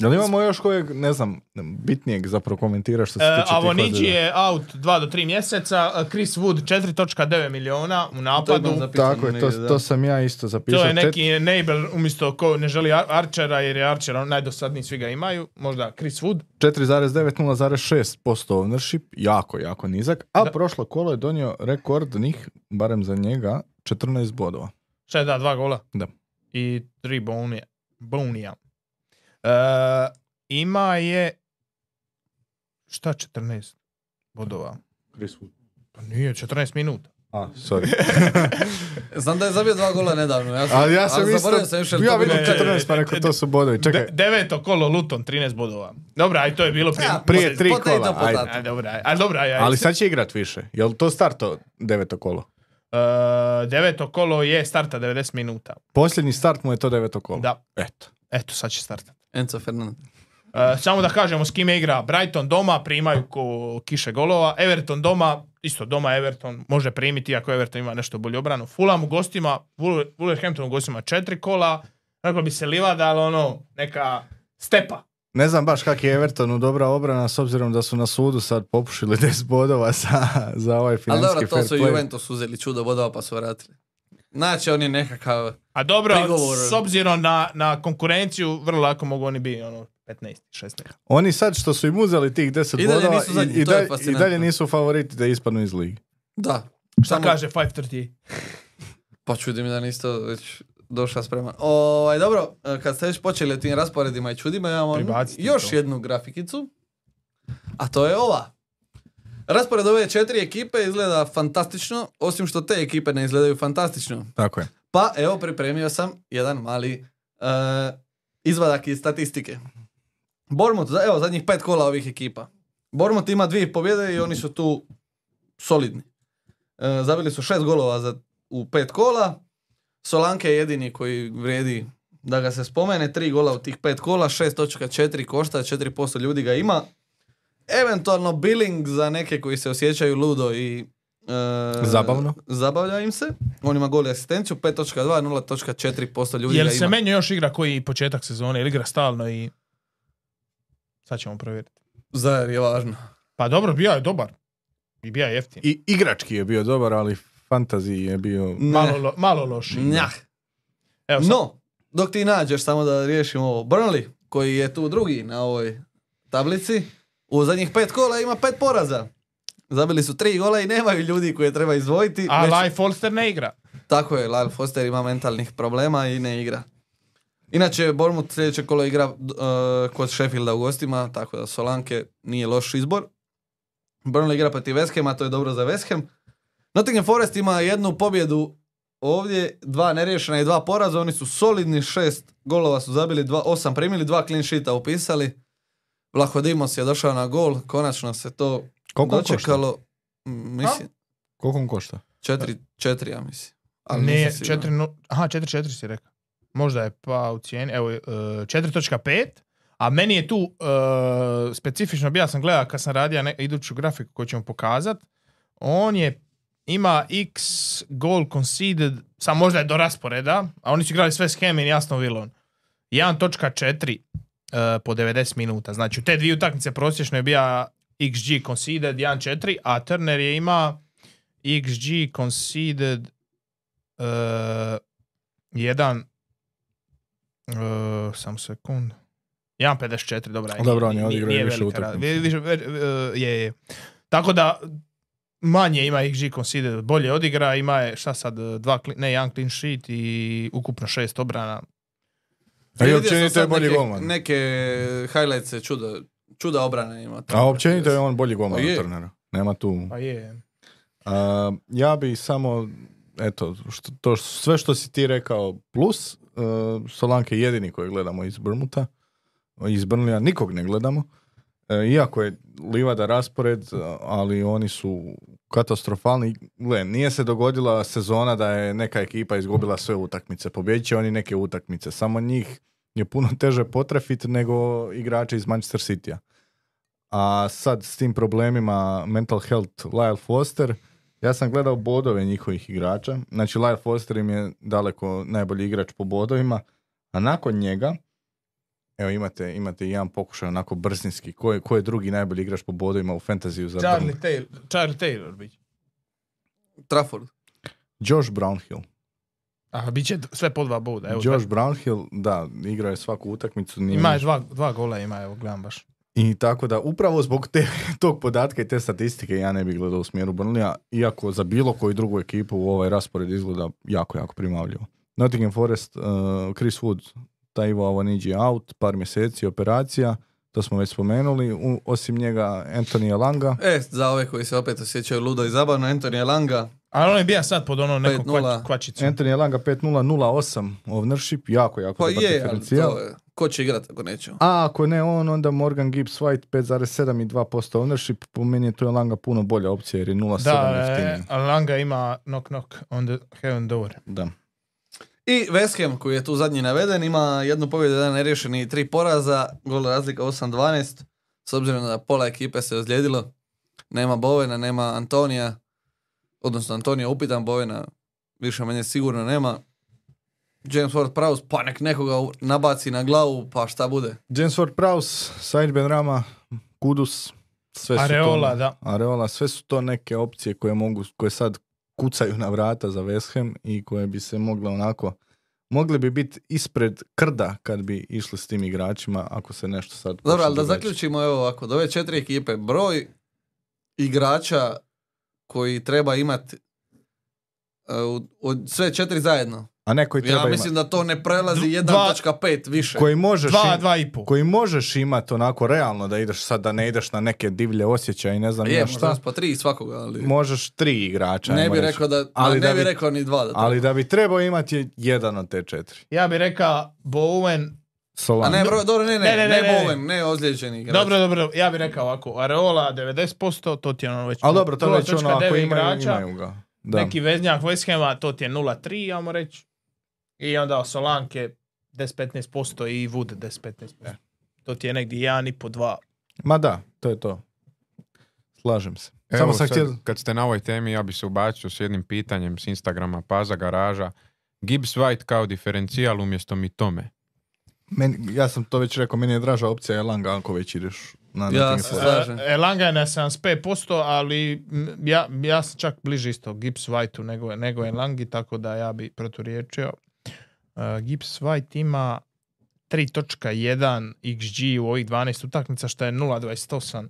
[SPEAKER 3] Jel imamo još kojeg, ne znam, bitnijeg zapravo komentira što se
[SPEAKER 2] E,
[SPEAKER 3] tiče tih
[SPEAKER 2] Avonici
[SPEAKER 3] ozljeda?
[SPEAKER 2] je out 2 do 3 mjeseca, e, Chris Wood 4.9 miliona u
[SPEAKER 1] To imam
[SPEAKER 2] napadu.
[SPEAKER 1] zapisano
[SPEAKER 3] Tako je, to,
[SPEAKER 1] negdje, da.
[SPEAKER 3] to sam ja isto zapisao.
[SPEAKER 2] To je
[SPEAKER 3] Čet-
[SPEAKER 2] neki enable umjesto ko ne želi Ar- Archera jer je Archer on najdosadniji svi ga imaju, možda Chris Wood.
[SPEAKER 3] 4,9-0,6% ownership, jako, jako nizak, a
[SPEAKER 2] Da.
[SPEAKER 3] prošlo kolo je donio rekordnih, barem za njega, 14 bodova.
[SPEAKER 2] Šta je da, dva gola?
[SPEAKER 3] Da.
[SPEAKER 2] I tri bonija. bonija. E, ima je šta 14 bodova? Pa nije, 14 minuta.
[SPEAKER 3] A, sorry.
[SPEAKER 1] Znam da je zabio dva gola nedavno. Ja sam, [laughs]
[SPEAKER 3] Ali ja sam
[SPEAKER 1] ali
[SPEAKER 3] isto,
[SPEAKER 1] zaboravio sam još, jer
[SPEAKER 3] ja
[SPEAKER 1] to bilo
[SPEAKER 3] vidim
[SPEAKER 2] Ne, ne, ne,
[SPEAKER 3] 14 pa
[SPEAKER 2] ne,
[SPEAKER 3] rekao
[SPEAKER 2] ne,
[SPEAKER 3] to su bodovi. Čekaj,
[SPEAKER 2] De- deveto kolo Luton, 13 bodova. Dobra, aj to je bilo prije.
[SPEAKER 1] Ja,
[SPEAKER 3] prije tri
[SPEAKER 1] potato,
[SPEAKER 3] kola,
[SPEAKER 1] potato.
[SPEAKER 3] ajde.
[SPEAKER 2] Aj, dobra, aj, aj, dobra, aj, aj.
[SPEAKER 3] ali sad će igrat više. Jel to starto deveto kolo?
[SPEAKER 2] E, deveto kolo je starta 90 minuta.
[SPEAKER 3] Posljednji start mu je to deveto kolo.
[SPEAKER 2] Da.
[SPEAKER 3] Eto.
[SPEAKER 2] Eto, sad će startat.
[SPEAKER 1] Enzo Fernandez.
[SPEAKER 2] E, samo da kažemo s kime igra Brighton doma, primaju ko kiše golova, Everton doma, isto doma Everton može primiti ako Everton ima nešto bolju obranu. Fulham u gostima, Wol- Wolverhampton u gostima četiri kola, rekao bi se Livada, ali ono, neka stepa.
[SPEAKER 3] Ne znam baš kak je Evertonu dobra obrana s obzirom da su na sudu sad popušili [laughs] 10 bodova sa, za ovaj
[SPEAKER 1] Ali
[SPEAKER 3] financijski
[SPEAKER 1] dobro, to
[SPEAKER 3] fair
[SPEAKER 1] su
[SPEAKER 3] play.
[SPEAKER 1] Juventus uzeli čudo bodova pa su vratili. Znači on je nekakav...
[SPEAKER 2] A dobro,
[SPEAKER 1] Prigovor.
[SPEAKER 2] s obzirom na, na konkurenciju, vrlo lako mogu oni biti ono, Pa 15, 16.
[SPEAKER 3] Oni sad što su im uzeli tih 10
[SPEAKER 1] I dalje
[SPEAKER 3] bodova
[SPEAKER 1] nisu zadnji,
[SPEAKER 3] i, i,
[SPEAKER 1] to je
[SPEAKER 3] dalje, i
[SPEAKER 1] fascinantno.
[SPEAKER 3] dalje nisu favoriti da ispadnu iz ligi.
[SPEAKER 1] Da.
[SPEAKER 2] Šta
[SPEAKER 1] Samo-
[SPEAKER 2] kaže 530?
[SPEAKER 1] Pa čudi mi da niste već došla sprema. Ovaj, dobro, e, kad ste već počeli o tim rasporedima i čudima, imamo
[SPEAKER 2] Pribacite
[SPEAKER 1] još
[SPEAKER 2] to.
[SPEAKER 1] jednu grafikicu. A to je ova. Raspored ove četiri ekipe izgleda fantastično, osim što te ekipe ne izgledaju fantastično.
[SPEAKER 3] Tako je.
[SPEAKER 1] Pa evo, pripremio sam jedan mali e, izvadak iz statistike. Bormut, evo, zadnjih pet kola ovih ekipa. Bormut ima dvije pobjede i oni su tu solidni. E, zabili su šest golova za, u pet kola. Solanke je jedini koji vrijedi da ga se spomene. Tri gola u tih pet kola, 6.4 košta, 4% ljudi ga ima. Eventualno billing za neke koji se osjećaju ludo i... e,
[SPEAKER 3] Zabavno.
[SPEAKER 1] Zabavlja im se. On ima gol i asistenciju, 5.2, 0.4% ljudi
[SPEAKER 2] Jel
[SPEAKER 1] ga
[SPEAKER 2] se
[SPEAKER 1] ima.
[SPEAKER 2] menja još igra koji početak sezone, ili igra stalno i... Sad ćemo provjeriti.
[SPEAKER 1] Zar je važno.
[SPEAKER 2] Pa dobro, bio je dobar. I bio je jeftin.
[SPEAKER 3] I igrački je bio dobar, ali fantaziji je bio...
[SPEAKER 2] Malo, lo, malo loši.
[SPEAKER 1] Njah.
[SPEAKER 2] Evo sad,
[SPEAKER 1] No, dok ti nađeš, samo da riješimo ovo. Burnley, koji je tu drugi na ovoj tablici, u zadnjih pet kola ima pet poraza. Zabili su tri gola i nemaju ljudi koje treba izvojiti.
[SPEAKER 2] a
[SPEAKER 1] Već-
[SPEAKER 2] Lyle Folster ne igra.
[SPEAKER 1] Tako je, Lyle Foster ima mentalnih problema i ne igra. Inače, Bournemouth sljedeće kolo igra d- e, kod Sheffielda u gostima, tako da Solanke nije loš izbor. Burnley igra protiv West Hama, to je dobro za West Ham. Nottingham Forest ima jednu pobjedu ovdje, dva neriješena i dva poraza, oni su solidni, šest golova su zabili, dva, osam primili, dva clean sheeta upisali. Vlahodimos je došao na gol, konačno se to
[SPEAKER 3] Koliko on košta?
[SPEAKER 1] dočekalo. M, Mislim,
[SPEAKER 3] Koliko on košta?
[SPEAKER 1] četiri, četiri, ja mislim. Ali
[SPEAKER 2] Ne,
[SPEAKER 1] nisam siguran.
[SPEAKER 2] 4, no, aha, 4-4 si rekao. Možda je pa u cijeni, evo, e, 4.5, a meni je tu e, specifično, bio sam gledao kad sam radio ne, iduću grafiku koju ćemo pokazat, on je, ima x goal conceded, sam možda je do rasporeda, a oni su igrali sve s Hemin i Aston Villon. 1.4 e, po 90 minuta, znači u te dvije utakmice prosječno je bio xg conceded 1.4, a Turner je ima xg conceded Uh, jedan uh, samo sekund 1.54, dobra je.
[SPEAKER 3] Dobro, on je
[SPEAKER 2] Nije-
[SPEAKER 3] odigrao
[SPEAKER 2] nije
[SPEAKER 3] i više
[SPEAKER 2] velika
[SPEAKER 3] utakmica.
[SPEAKER 2] razlika. Više- ve- ve- e, je, je. Tako da manje ima XG considered, bolje odigra, ima je šta sad, dva, clean- ne, jedan clean sheet i ukupno šest obrana.
[SPEAKER 3] A i
[SPEAKER 1] Vidio sam
[SPEAKER 3] općenito
[SPEAKER 1] sad
[SPEAKER 3] je bolji
[SPEAKER 1] neke,
[SPEAKER 3] golman.
[SPEAKER 1] Neke highlights je čuda, čuda obrana ima.
[SPEAKER 3] A općenito je on bolji golman
[SPEAKER 1] Pa je.
[SPEAKER 3] od Turnera. Nema tu.
[SPEAKER 2] Pa je.
[SPEAKER 3] A, ja bi samo, eto, što, to, š- sve što si ti rekao plus, e, Solanke je jedini koji gledamo iz Brmuta, iz Brnlija nikog ne gledamo, E, iako je livada raspored, ali oni su katastrofalni. Gle, nije se dogodila sezona da je neka ekipa izgubila sve utakmice, pobjedit će oni neke utakmice, samo njih je puno teže potrefiti nego igrače iz Manchester Citya. A sad s tim problemima mental health Lyle Foster, ja sam gledao bodove njihovih igrača. Znači, Lyle Foster im je daleko najbolji igrač po bodovima, a nakon njega, evo imate, imate jedan pokušaj onako brzinski, ko je, ko je drugi najbolji igrač po bodovima u fantaziju za
[SPEAKER 2] Charlie
[SPEAKER 3] Burnley?
[SPEAKER 2] Taylor, Charlie Taylor bit će.
[SPEAKER 1] Trafford.
[SPEAKER 3] Josh Brownhill.
[SPEAKER 2] Aha, bit će d- sve po dva boda. Evo,
[SPEAKER 3] Josh Brownhill, da, igrao je svaku utakmicu.
[SPEAKER 2] da-
[SPEAKER 3] nije
[SPEAKER 2] ima
[SPEAKER 3] ništa.
[SPEAKER 2] je dva, dva gola, ima, evo, gledam baš.
[SPEAKER 3] I tako da, upravo zbog te, [laughs] tog podatka i te statistike ja ne bih gledao u smjeru Brnlija, iako za bilo koju drugu ekipu ovaj raspored izgleda jako, jako primavljivo. Nottingham Forest, uh, Chris Wood, taj Ivo Avaniđi je out, par mjeseci operacija, to smo već spomenuli, U- osim njega Antonija Langa,
[SPEAKER 1] E, za ove koji se opet osjećaju ludo i zabavno, Antonija Langa.
[SPEAKER 2] Ali on je bio sad pod ono nekom
[SPEAKER 1] 5:0.
[SPEAKER 2] kvač, kvačicu.
[SPEAKER 3] Antonija Langa 5008 ownership, jako, jako
[SPEAKER 1] Pa
[SPEAKER 3] dobar
[SPEAKER 1] je, ali
[SPEAKER 3] diferencijal.
[SPEAKER 1] to je. Ko će igrat ako neće?
[SPEAKER 3] A ako ne on, onda Morgan Gibbs White 5,7 i 2% ownership, po meni je to Langa puno bolja opcija jer je 0,7
[SPEAKER 2] Da,
[SPEAKER 3] jeftiniji.
[SPEAKER 2] e, Langa ima knock knock on the heaven door.
[SPEAKER 3] Da.
[SPEAKER 1] I West Ham, koji je tu zadnji naveden, ima jednu pobjedu, jedan neriješen i tri poraza, gol razlika 8-12, s obzirom da pola ekipe se ozlijedilo. Nema Bovena, nema Antonija, odnosno Antonija upitan Bovena, više manje sigurno nema. James Ward Prowse, pa nek nekoga u- nabaci na glavu, pa šta bude.
[SPEAKER 3] James Ward-Prowse, Said Benrama, Kudus, sve su
[SPEAKER 2] Areola,
[SPEAKER 3] to,
[SPEAKER 2] da.
[SPEAKER 3] Areola, sve su to neke opcije koje mogu, koje sad kucaju na vrata za West Ham i koje bi se mogle onako, mogle bi biti ispred krda kad bi išli s tim igračima ako se nešto sad...
[SPEAKER 1] Dobro,
[SPEAKER 3] počne
[SPEAKER 1] ali da
[SPEAKER 3] događati.
[SPEAKER 1] zaključimo evo ovako, do ove četiri ekipe, broj igrača koji treba imati od sve četiri zajedno.
[SPEAKER 3] A ne koji treba
[SPEAKER 1] Ja
[SPEAKER 3] imat.
[SPEAKER 1] mislim da to ne prelazi
[SPEAKER 2] Dva-
[SPEAKER 1] 1.5 više.
[SPEAKER 3] Koji možeš,
[SPEAKER 2] Dva,
[SPEAKER 3] im-
[SPEAKER 2] dva i pol.
[SPEAKER 3] koji možeš imat onako realno da ideš sad, da ne ideš na neke divlje osjećaje i ne znam
[SPEAKER 1] Je,
[SPEAKER 3] ja
[SPEAKER 1] možda
[SPEAKER 3] šta.
[SPEAKER 1] nas po tri svakoga, ali
[SPEAKER 3] Možeš tri igrača.
[SPEAKER 1] ne
[SPEAKER 3] ajmo
[SPEAKER 1] bi
[SPEAKER 3] reći.
[SPEAKER 1] rekao da,
[SPEAKER 3] Ali
[SPEAKER 1] ali ne
[SPEAKER 3] da
[SPEAKER 1] bi
[SPEAKER 3] bi-
[SPEAKER 1] rekao ni dva. Da to-
[SPEAKER 3] Ali da bi trebao imati jedan od te četiri.
[SPEAKER 2] Ja bih rekao Bowen,
[SPEAKER 1] A
[SPEAKER 3] Solana.
[SPEAKER 1] ne, bro, dobro, ne, ne, ne,
[SPEAKER 2] Ne, ne,
[SPEAKER 1] ne,
[SPEAKER 2] ne, ne.
[SPEAKER 1] Bowen, ne ozlijeđeni igrač.
[SPEAKER 2] Dobro, dobro, ja bih rekao ovako, Areola 90%, to ti je ono već...
[SPEAKER 3] Ali dobro, to je već ono, ako
[SPEAKER 2] 0.9
[SPEAKER 3] imaju,
[SPEAKER 2] igrača,
[SPEAKER 3] imaju ga. Da.
[SPEAKER 2] neki veznjak West Hama, to ti je 0.3, ajmo reći. I onda Solanke 10-15% i Wood
[SPEAKER 3] E.
[SPEAKER 2] 10-15%. To ti je negdje 1,5, 2.
[SPEAKER 3] Ma da, to je to. Slažem se.
[SPEAKER 4] Evo,
[SPEAKER 3] Samo sam
[SPEAKER 4] sad,
[SPEAKER 3] htio...
[SPEAKER 4] Kad ste na ovoj temi, ja bi se ubacio s jednim pitanjem s Instagrama, paza garaža. Gibbs White kao diferencijal umjesto mi tome.
[SPEAKER 3] Meni- ja sam to već rekao, meni je draža opcija Elanga ako već ideš na Nottingham
[SPEAKER 1] se
[SPEAKER 3] Forest.
[SPEAKER 1] Slažem.
[SPEAKER 2] E, Elanga je na 75%, ali mm, ja, ja sam čak bliži isto Gibbs Whiteu nego, nego Elangi, tako da ja bi proturječio. E, Gibbs White ima 3.1 XG u ovih 12 utakmica, što je 0.28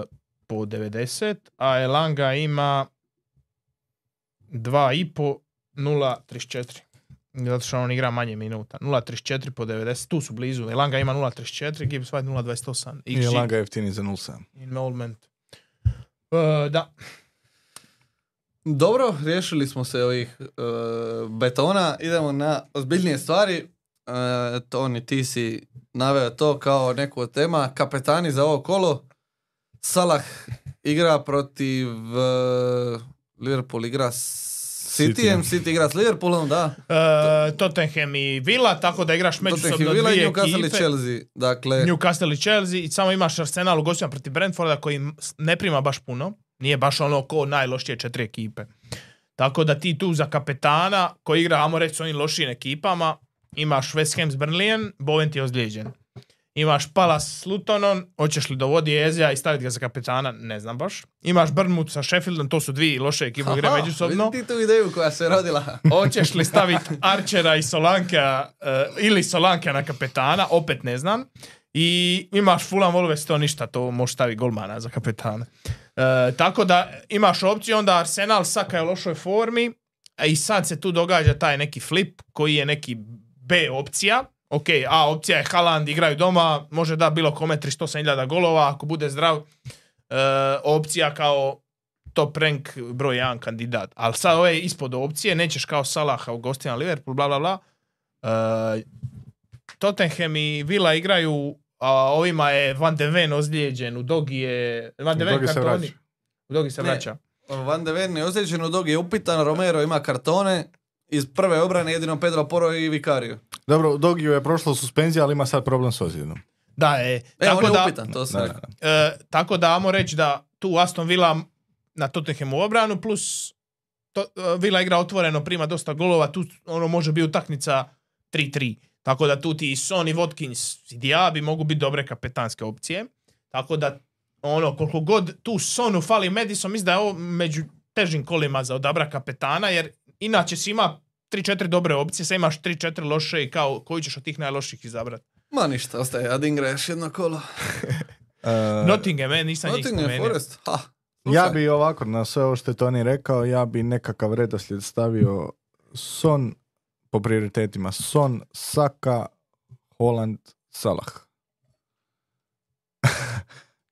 [SPEAKER 2] e, po 90, a Elanga ima 2.5 0.34. Zato što on igra manje minuta. 0.34 po 90, tu su blizu. Elanga ima 0.34, Gibbs White 0.28.
[SPEAKER 3] I
[SPEAKER 2] XG
[SPEAKER 3] Elanga je jeftini za 0,7.
[SPEAKER 2] involvement. E, da,
[SPEAKER 1] Dobro, riješili smo se ovih e, betona, idemo na ozbiljnije stvari. E, Toni, ti si naveo to kao neku od tema. Kapetani za ovo kolo. Salah igra protiv e, Liverpool igra s Cityjem,
[SPEAKER 3] Cityjem.
[SPEAKER 1] City igra s Liverpoolom, da.
[SPEAKER 2] E, Tottenham i Villa, tako da igraš međusobno
[SPEAKER 1] Tottenham Villa i
[SPEAKER 2] dvije
[SPEAKER 1] Newcastle i
[SPEAKER 2] ekipe.
[SPEAKER 1] Chelsea. Dakle,
[SPEAKER 2] Newcastle i Chelsea i samo imaš Arsenal u gostima protiv Brentforda koji m- s- ne prima baš puno. Nije baš ono ko najlošije četiri ekipe. Tako da ti tu za kapetana koji igra, ajmo reći, s onim lošijim ekipama, imaš West Ham s Burnleyem, Bowen ti je ozlijeđen. Imaš Palace s Lutonom, hoćeš li dovodi Ezija i staviti ga za kapetana, ne znam baš. Imaš Bournemouth sa Sheffieldom, to su dvije loše ekipe koje igraju
[SPEAKER 1] aha,
[SPEAKER 2] međusobno.
[SPEAKER 1] vidi ti tu ideju koja se rodila.
[SPEAKER 2] Hoćeš li staviti Archera i Solanka eh, ili Solanka na kapetana, opet ne znam. I imaš Fulham Wolves, to ništa, to možeš staviti golmana za kapetana. Eh, tako da imaš opciju, onda Arsenal saka je u lošoj formi a i sad se tu događa taj neki flip koji je neki B opcija. Ok, A opcija je Haaland, igraju doma, može da bilo kome 308.000 golova, ako bude zdrav, eh, opcija kao top rank broj 1 kandidat. Ali sad ove ispod opcije, nećeš kao Salaha u gostima Liverpool, bla bla bla. E, Tottenham i Villa igraju, a ovima je Van de Ven ozlijeđen, u Dogi je... Van de Ven
[SPEAKER 3] Dogi se
[SPEAKER 2] kartoni.
[SPEAKER 3] vraća.
[SPEAKER 2] U Dogi se
[SPEAKER 1] Ne.
[SPEAKER 2] vraća.
[SPEAKER 1] [laughs] Van de Ven je ozlijeđen, u dog je upitan, Romero ima kartone. Iz prve obrane jedino Pedro Poro i Vicario.
[SPEAKER 3] Dobro, Dogiju je prošla suspenzija, ali ima sad problem s ozljedom.
[SPEAKER 2] Da, e,
[SPEAKER 1] E,
[SPEAKER 2] tako
[SPEAKER 1] on je
[SPEAKER 2] da,
[SPEAKER 1] upitan, to sam
[SPEAKER 3] Da, da,
[SPEAKER 1] rekao.
[SPEAKER 3] da.
[SPEAKER 2] E, tako da, ajmo reći da tu Aston Villa na Tottenhamu obranu, plus to, e, Villa igra otvoreno, prima dosta golova, tu ono može biti utakmica 3-3. Tako da tu ti i Son i Watkins i Diaby mogu biti dobre kapetanske opcije. Tako da, ono, koliko god tu Sonu fali Madison, mislim da je ovo među težim kolima za odabra kapetana, jer inače si ima 3-4 dobre opcije, sad imaš 3-4 loše i kao koji ćeš od tih najloših izabrati.
[SPEAKER 1] Ma ništa, ostaje Adingra još jedno kolo.
[SPEAKER 3] E,
[SPEAKER 2] Nottingham, e, nisam njih
[SPEAKER 1] Nottingham
[SPEAKER 2] spomenuo.
[SPEAKER 1] Forest, ha.
[SPEAKER 3] Ja
[SPEAKER 1] slušaj.
[SPEAKER 3] bi ovako, na sve ovo što je Toni rekao, ja bi nekakav redoslijed stavio Son po prioritetima. Son, Saka, Holland, Salah. [laughs]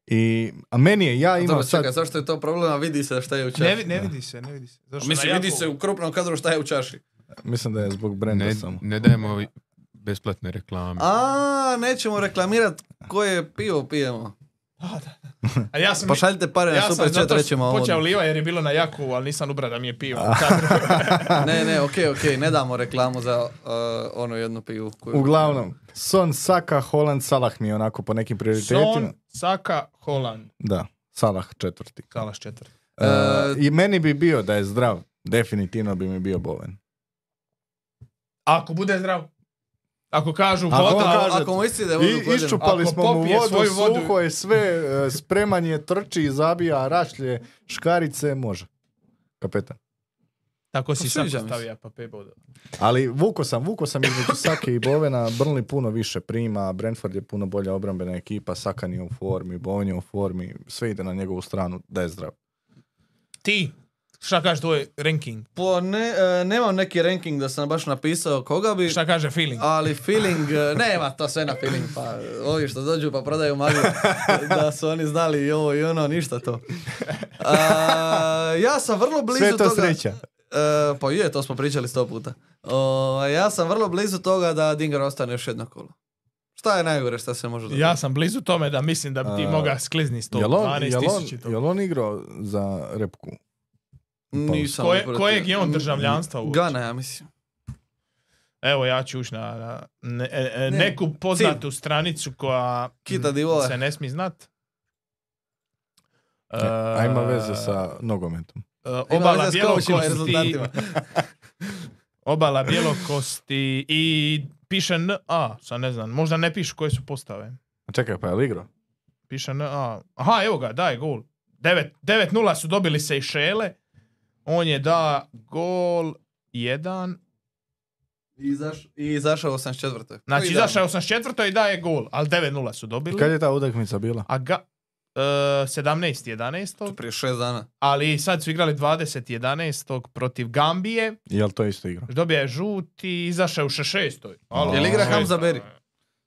[SPEAKER 3] I, a meni je, ja imam
[SPEAKER 1] Dobro,
[SPEAKER 3] sad...
[SPEAKER 1] čekaj, zašto je to problem, a vidi se šta je u čaši.
[SPEAKER 2] Ne, vi- ne vidi se, ne vidi se. Zato što
[SPEAKER 1] Mislim,
[SPEAKER 2] na
[SPEAKER 1] vidi
[SPEAKER 2] jako- [laughs]
[SPEAKER 1] se u krupnom kadru šta je u čaši.
[SPEAKER 3] Mislim da je zbog brenda
[SPEAKER 4] Ne,
[SPEAKER 3] samo.
[SPEAKER 4] ne dajemo i- besplatne reklame.
[SPEAKER 1] A, nećemo reklamirat koje pivo pijemo.
[SPEAKER 2] Da, da, da. A ja sam,
[SPEAKER 3] Pa
[SPEAKER 1] Pošaljite pare na
[SPEAKER 2] ja sam
[SPEAKER 1] super chat,
[SPEAKER 2] zato
[SPEAKER 1] rećemo ovo.
[SPEAKER 2] počeo liva jer je bilo na jaku, ali nisam ubra da mi je pivo.
[SPEAKER 3] [laughs]
[SPEAKER 1] Ne, ne, okej, okej, ne damo reklamu za uh, ono jedno pivo. Koju...
[SPEAKER 3] Uglavnom, Son, Saka, Holland, Salah mi je onako po nekim prioritetima.
[SPEAKER 2] Son, Saka, Holland.
[SPEAKER 3] Da, Salah četvrti.
[SPEAKER 2] Kalaš četvrti.
[SPEAKER 3] E, I meni bi bio da je zdrav, definitivno bi mi bio Boven.
[SPEAKER 2] Ako bude zdrav. Ako kažu
[SPEAKER 3] Ako
[SPEAKER 2] voda,
[SPEAKER 3] on kaže-
[SPEAKER 1] Ako mu isti da je vodu
[SPEAKER 3] I,
[SPEAKER 1] godinu.
[SPEAKER 3] iščupali
[SPEAKER 2] Ako
[SPEAKER 3] smo mu
[SPEAKER 2] popije
[SPEAKER 3] vodu,
[SPEAKER 2] svoju vodu-
[SPEAKER 3] suho je sve, e, spreman je, trči, zabija, rašlje, škarice, može. Kapetan.
[SPEAKER 2] tako si
[SPEAKER 1] Pa
[SPEAKER 2] sam
[SPEAKER 1] sviđa mi se.
[SPEAKER 2] postavio pa pet bodova.
[SPEAKER 3] Ali vuko sam, vuko sam između Sake i Bovena, Brnli puno više prima, Brentford je puno bolja obrambena ekipa, Sakan je u formi, Boven je u formi, sve ide na njegovu stranu, da je zdrav.
[SPEAKER 2] Ti, šta kaže tvoj ranking?
[SPEAKER 1] Po ne, e, nemam neki ranking da sam baš napisao koga bi,
[SPEAKER 2] Šta kaže feeling?
[SPEAKER 1] ali feeling, e, nema to sve na feeling, pa e, ovi što dođu pa prodaju
[SPEAKER 2] [laughs]
[SPEAKER 1] magiju, da su oni znali i ovo i ono, ništa to. A, ja sam vrlo blizu
[SPEAKER 3] Sve je to
[SPEAKER 1] toga.
[SPEAKER 3] sreća.
[SPEAKER 1] E, pa je, to smo pričali sto puta. O, ja sam vrlo blizu toga da Dinger ostane još jedno kolo. Šta je najgore šta se može
[SPEAKER 2] Ja sam blizu tome da mislim da bi ti
[SPEAKER 3] A,
[SPEAKER 2] moga sklizni s tog
[SPEAKER 3] Jel on,
[SPEAKER 2] 12
[SPEAKER 3] jel on,
[SPEAKER 2] tisući tog.
[SPEAKER 3] jel on igrao za repku?
[SPEAKER 1] Nisam
[SPEAKER 2] Koje-
[SPEAKER 1] uprotio.
[SPEAKER 2] kojeg
[SPEAKER 3] Mm,
[SPEAKER 2] je on državljanstva uopće?
[SPEAKER 1] Gana, ja mislim.
[SPEAKER 2] Evo ja ću ući na, na ne- e, e,
[SPEAKER 1] Ne,
[SPEAKER 2] neku poznatu stranicu koja
[SPEAKER 1] Kita
[SPEAKER 2] m,
[SPEAKER 1] Divola.
[SPEAKER 2] se ne smije znat. E,
[SPEAKER 3] A ima veze sa nogometom.
[SPEAKER 2] e,
[SPEAKER 1] Ima
[SPEAKER 2] obala
[SPEAKER 1] veze s coachima i
[SPEAKER 2] bjelokosti,
[SPEAKER 1] rezultatima.
[SPEAKER 2] obala bjelokosti i piše NA, sad ne znam, možda ne pišu koje su postave.
[SPEAKER 3] A čekaj, pa je li igrao?
[SPEAKER 2] Piše NA. Aha, evo ga, daje gol. 9 9-0 su dobili se i Šele. On je da gol 1.
[SPEAKER 1] I, izaš, I izašao u 84.
[SPEAKER 2] Znači,
[SPEAKER 1] Koji
[SPEAKER 2] izašao je
[SPEAKER 1] dan?
[SPEAKER 2] 84. i daje gol, ali 9-0 su dobili.
[SPEAKER 3] Kad je ta utakmica bila?
[SPEAKER 2] A ga, e, 17.11.
[SPEAKER 1] To prije šest dana.
[SPEAKER 2] Ali sad su igrali 20.11. protiv Gambije.
[SPEAKER 3] Jel to isto igrao?
[SPEAKER 2] Dobija je žut i izašao je u 6. Alo,
[SPEAKER 1] Jel igra Hamza Beri?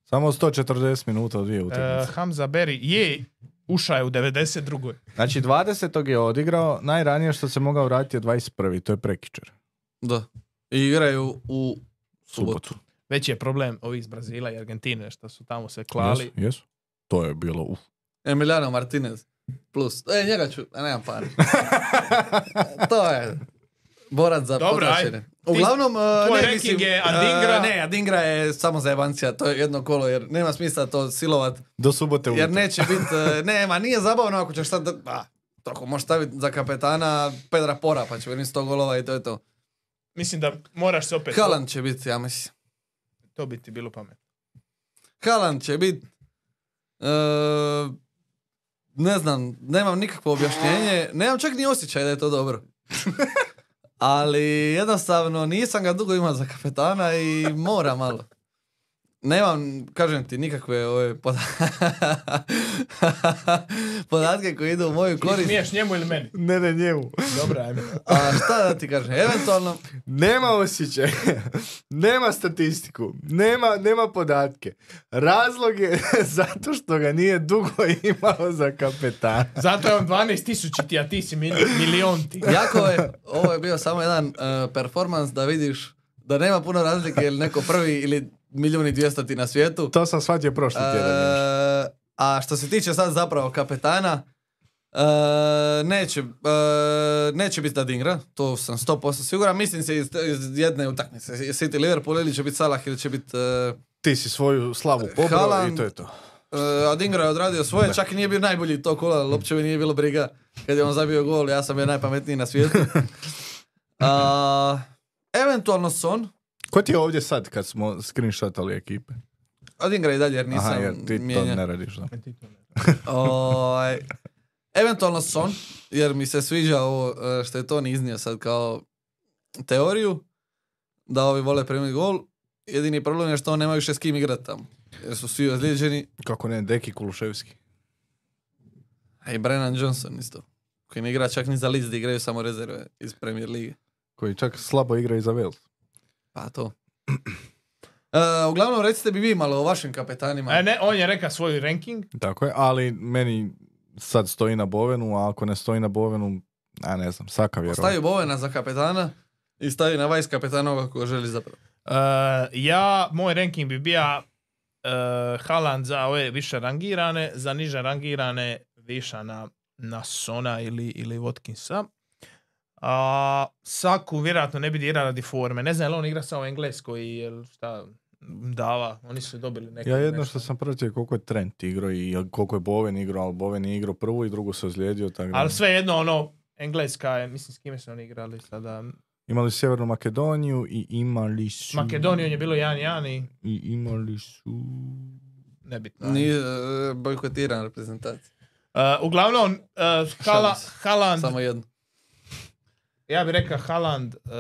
[SPEAKER 3] Samo 140 minuta od dvije
[SPEAKER 2] E,
[SPEAKER 3] utakmice.
[SPEAKER 2] Hamza Beri je ušao je u 92.
[SPEAKER 3] Znači 20. je odigrao, najranije što se mogao vratiti je 21. To je prekičer.
[SPEAKER 1] Da. I igraju u subotu.
[SPEAKER 2] Već je problem ovi iz Brazila i Argentine što su tamo se klali.
[SPEAKER 3] Jesu, jesu. To je bilo uf.
[SPEAKER 1] Emiliano Martinez. Plus. E, njega ću. A nemam
[SPEAKER 2] [laughs]
[SPEAKER 1] para. to je. Borac za
[SPEAKER 2] Dobro, aj.
[SPEAKER 1] podlačenje. Uglavnom, uh,
[SPEAKER 2] tvoj
[SPEAKER 1] ne,
[SPEAKER 2] ranking
[SPEAKER 1] mislim,
[SPEAKER 2] je Adingra.
[SPEAKER 1] uh, ne, Adingra je samo za jebancija, to je jedno kolo, jer nema smisla to silovat,
[SPEAKER 3] Do subote
[SPEAKER 1] jer neće biti, nema, nije zabavno ako ćeš sad, ba, tako možeš staviti za kapetana Pedra Pora, pa će biti 100 golova i to je to.
[SPEAKER 2] Mislim da moraš se opet...
[SPEAKER 1] Haaland će biti, ja mislim.
[SPEAKER 2] To bi ti bilo pametno.
[SPEAKER 1] Haaland će e, biti... ne znam, nemam nikakvo objašnjenje. Nemam čak ni osjećaj da je to dobro. Ali jednostavno nisam ga dugo imao za kapetana i mora malo. Nemam, kažem ti, nikakve ove poda- [laughs] podatke koji idu u moju
[SPEAKER 2] Ti
[SPEAKER 1] korist.
[SPEAKER 2] smiješ njemu ili meni?
[SPEAKER 3] Ne, ne, njemu.
[SPEAKER 2] Dobro, ajme.
[SPEAKER 1] A šta da ti kažem, eventualno...
[SPEAKER 3] [laughs] Nema osjećaj. [laughs] nema statistiku. Nema, nema podatke. Razlog je [laughs] zato što ga nije dugo [laughs] imao za kapetana.
[SPEAKER 2] Zato je on 12 tisućiti, a ti si mil-
[SPEAKER 1] [laughs]
[SPEAKER 2] milionti.
[SPEAKER 1] Jako je, ovo je bio samo jedan eh, performans da vidiš da nema puno razlike ili neko prvi ili milijun i dvjestoti na svijetu.
[SPEAKER 3] To sam shvatio prošli tjedan. još.
[SPEAKER 1] Eh, a što se tiče sad zapravo kapetana, eh, neće, eh, neće biti Dadingra, to sam 100% siguran. Mislim se iz, iz jedne utakmice, City Liverpool ili će biti Salah ili će biti... eh,
[SPEAKER 3] Ti si svoju slavu pobrao
[SPEAKER 1] Haaland-
[SPEAKER 3] i to je to.
[SPEAKER 1] E, Adingra je odradio svoje, čak i nije bio najbolji to kola, ali uopće me nije bilo briga. Kad je on zabio gol, ja sam bio najpametniji na
[SPEAKER 3] [laughs]
[SPEAKER 1] svijetu. A, eventualno Son,
[SPEAKER 3] Ko ti je ovdje sad kad smo screenshotali ekipe?
[SPEAKER 1] Adingra i dalje jer nisam
[SPEAKER 3] Aha, jer ti to
[SPEAKER 1] mijenjao.
[SPEAKER 3] ne radiš. da.
[SPEAKER 1] Ovaj, eventualno Son, jer mi se sviđa ovo e, što je to iznio sad kao teoriju, da ovi vole primiti gol. Jedini problem je što on nema više s kim igrati tamo. Jer su svi ozlijeđeni,
[SPEAKER 3] Kako ne, Deki Kuluševski.
[SPEAKER 1] a i Brennan Johnson isto. Koji ne igra čak ni za Leeds, da igraju samo rezerve iz Premier lige.
[SPEAKER 3] Koji čak slabo igra i za Wales.
[SPEAKER 1] Pa to. [clears throat] E, uglavnom, recite bi vi malo o vašim kapetanima.
[SPEAKER 2] E, ne, on je rekao svoj ranking.
[SPEAKER 3] Tako je, ali meni sad stoji na Bovenu, a ako ne stoji na Bovenu, a ne znam, Saka
[SPEAKER 1] Stavi
[SPEAKER 3] vjerovatno.
[SPEAKER 1] Bovena za kapetana i stavi na vajs kapetanova ko želi zapravo.
[SPEAKER 2] Uh, ja, moj ranking bi bio uh, Haaland za ove više rangirane, za niže rangirane viša na, na Sona ili, ili Watkinsa. A Saku vjerojatno ne bi dirao radi forme. Ne znam je li on igra samo u Engleskoj ili šta dava. Oni su dobili neke.
[SPEAKER 3] Ja jedno
[SPEAKER 2] nešto.
[SPEAKER 3] što sam pratio je koliko je Trent igrao i koliko je Boven igrao, ali Boven je igrao prvu i drugu se ozlijedio. Tako da-
[SPEAKER 2] Ali sve jedno ono, Engleska je, mislim s kime su oni igrali sada.
[SPEAKER 3] Imali su Sjevernu Makedoniju i imali su...
[SPEAKER 2] Makedonijom je bilo 1-1 i
[SPEAKER 3] I imali su...
[SPEAKER 2] nebitno.
[SPEAKER 1] Nije e, bojkotirana reprezentacija.
[SPEAKER 2] Uh, uglavnom, uh, Hala,
[SPEAKER 1] Šalim se.
[SPEAKER 2] Haaland,
[SPEAKER 1] Samo jedno.
[SPEAKER 2] ja bih rekao Haaland, uh,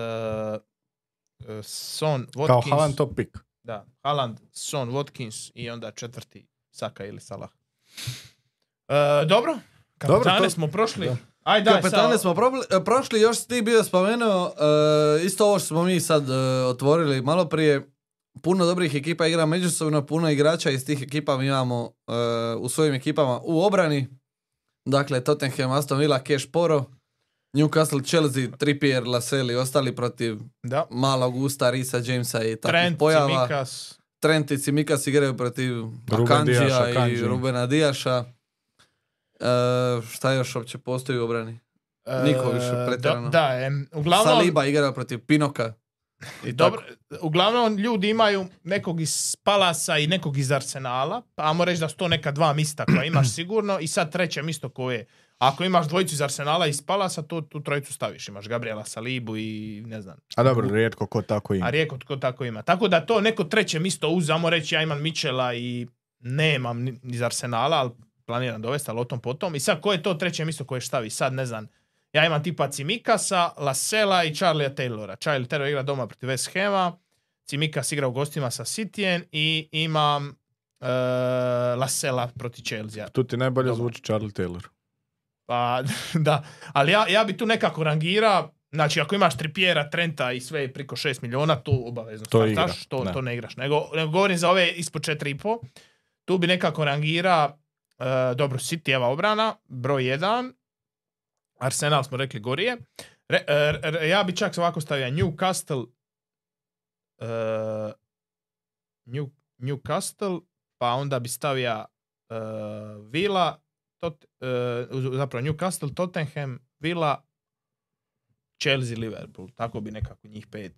[SPEAKER 2] uh, Son, Watkins.
[SPEAKER 3] Kao Haaland top pick.
[SPEAKER 2] Da, Haaland, Son, Watkins i onda četvrti Saka ili Salah. E, dobro, kapitane
[SPEAKER 3] Dobro, to-
[SPEAKER 2] smo prošli. Aj daj,
[SPEAKER 1] Kapetane
[SPEAKER 2] sad-
[SPEAKER 1] smo probli- e, prošli, još si ti bio spomenuo, e, isto ovo što smo mi sad e, otvorili malo prije, puno dobrih ekipa igra međusobno, puno igrača iz tih ekipa mi imamo e, u svojim ekipama u obrani, dakle Tottenham, Aston Villa, Cash Poro, Newcastle, Chelsea, Trippier, Laseli, ostali protiv
[SPEAKER 2] Da.
[SPEAKER 1] malog usta, Risa, Jamesa i takvih
[SPEAKER 2] Trent,
[SPEAKER 1] pojava.
[SPEAKER 2] Cimikas.
[SPEAKER 1] Trent i Cimikas igraju protiv
[SPEAKER 3] Dijaša,
[SPEAKER 1] Akanđija i
[SPEAKER 3] Akanji.
[SPEAKER 1] Rubena Dijaša. E, šta još uopće postoji u obrani?
[SPEAKER 2] E,
[SPEAKER 1] Niko više pretjerano.
[SPEAKER 2] Da, da, em, uglavnom,
[SPEAKER 1] Saliba igra protiv Pinoka. I
[SPEAKER 2] dobro,
[SPEAKER 1] tako.
[SPEAKER 2] uglavnom ljudi imaju nekog iz Palasa i nekog iz Arsenala, pa ajmo reći da su to neka dva mista koja
[SPEAKER 1] [clears throat]
[SPEAKER 2] imaš sigurno i sad treće misto koje je. Ako imaš dvojicu iz Arsenala i iz Palasa, to tu trojicu staviš. Imaš Gabriela Salibu i ne znam,
[SPEAKER 3] A dobro, rijetko ko tako ima.
[SPEAKER 2] A Rijeko tko tako ima. Tako da to neko treće misto uzamo reći ja imam Mičela i nemam ni- iz Arsenala, ali planiram dovesti, ali o tom potom. I sad ko je to treće misto koje štavi? Sad ne znam. Ja imam tipa Cimikasa, Lasela i Charlie'a Taylora. Charlie Taylor igra doma protiv West Hama, Cimikas igra u gostima sa Cityen i imam e, Lasela proti Chelsea.
[SPEAKER 3] Tu ti najbolje
[SPEAKER 2] Dobro.
[SPEAKER 3] zvuči Charlie Taylor.
[SPEAKER 2] Pa, [laughs] da. Ali ja, ja bi tu nekako rangira, znači ako imaš Trippiera, Trenta i sve priko 6 miliona, tu obavezno
[SPEAKER 3] To
[SPEAKER 2] startaš,
[SPEAKER 3] igra,
[SPEAKER 2] to,
[SPEAKER 3] da.
[SPEAKER 2] to ne igraš. Nego, nego govorim za ove ispod 4,5, tu bi nekako rangira e, dobro Cityjeva obrana, broj 1, Arsenal smo rekli gorije. Re- e, re- ja bi čak ovako stavio Newcastle, e, New, Newcastle, pa onda bi stavio e, Villa, Tot, e, uz- zapravo Newcastle, Tottenham, Villa, Chelsea, Liverpool. Tako bi nekako njih pet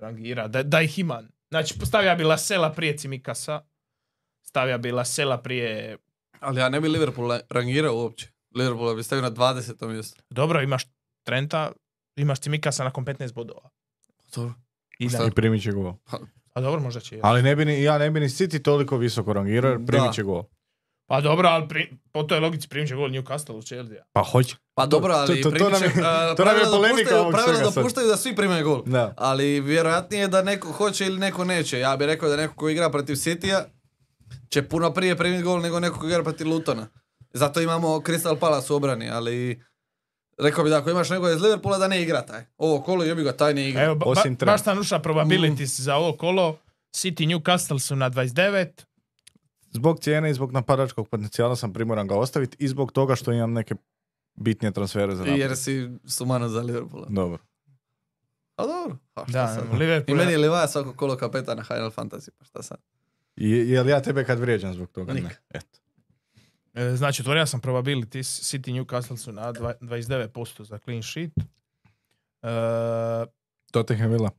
[SPEAKER 2] rangira. Da, da ih ima. Znači, stavio bi Lasela prije Cimikasa, stavio bi Lasela prije...
[SPEAKER 1] Ali ja ne bi Liverpool la- rangirao uopće. Liverpool bi stavio na 20. mjesto.
[SPEAKER 2] Dobro, imaš Trenta, imaš Cimikasa nakon 15 bodova.
[SPEAKER 1] Dobro.
[SPEAKER 2] I da-
[SPEAKER 1] Šta?
[SPEAKER 3] I primit će gol.
[SPEAKER 2] A dobro, možda će... i-
[SPEAKER 3] Ali ne bi ni, ja ne bi ni City toliko visoko rangirao jer primit
[SPEAKER 1] Da.
[SPEAKER 3] će gol.
[SPEAKER 2] Pa dobro, ali pri- po toj logici primit će gol Newcastle u Chelsea.
[SPEAKER 3] Pa hoće.
[SPEAKER 1] Pa dobro,
[SPEAKER 3] To-
[SPEAKER 1] ali
[SPEAKER 3] to- to
[SPEAKER 1] primit će-
[SPEAKER 3] nam je-
[SPEAKER 1] a,
[SPEAKER 3] to nam je
[SPEAKER 1] pravila
[SPEAKER 3] polemika
[SPEAKER 1] dopuštaju-
[SPEAKER 3] ovog
[SPEAKER 1] pravila
[SPEAKER 3] svega sad.
[SPEAKER 1] dopuštaju da svi primaju gol.
[SPEAKER 3] Da.
[SPEAKER 1] Ali vjerojatnije da neko hoće ili neko neće. Ja bih rekao da neko ko igra protiv Citya će puno prije primiti gol nego neko ko igra protiv Lutona. Zato imamo Crystal Palace u obrani, ali rekao bi da ako imaš nekoga iz Liverpoola da ne igra taj. Ovo kolo jebi ga taj ne igra.
[SPEAKER 2] Evo, ba,
[SPEAKER 3] Osim
[SPEAKER 2] ba,
[SPEAKER 3] Trenta.
[SPEAKER 2] baš sam ušao probabilities
[SPEAKER 1] Mm.
[SPEAKER 2] za ovo kolo. City Newcastle su na 29,
[SPEAKER 3] Zbog cijene i zbog napadačkog potencijala sam primoran ga ostaviti i zbog toga što imam neke bitnije transfere za napad.
[SPEAKER 1] jer si sumano za Liverpoola.
[SPEAKER 3] Dobro.
[SPEAKER 1] A dobro. A šta
[SPEAKER 2] da,
[SPEAKER 1] sad? I
[SPEAKER 2] Liverpool.
[SPEAKER 1] meni je Livaja svako kolo kapeta na Final Fantasy, pa šta sad?
[SPEAKER 3] I, jel ja tebe kad vrijeđam zbog toga? Ne.
[SPEAKER 1] Nikad.
[SPEAKER 3] Eto.
[SPEAKER 2] E, Znači, otvorio sam probabilities, City Newcastle su na dva- 29% za clean sheet. E,
[SPEAKER 3] Tottenham Villa.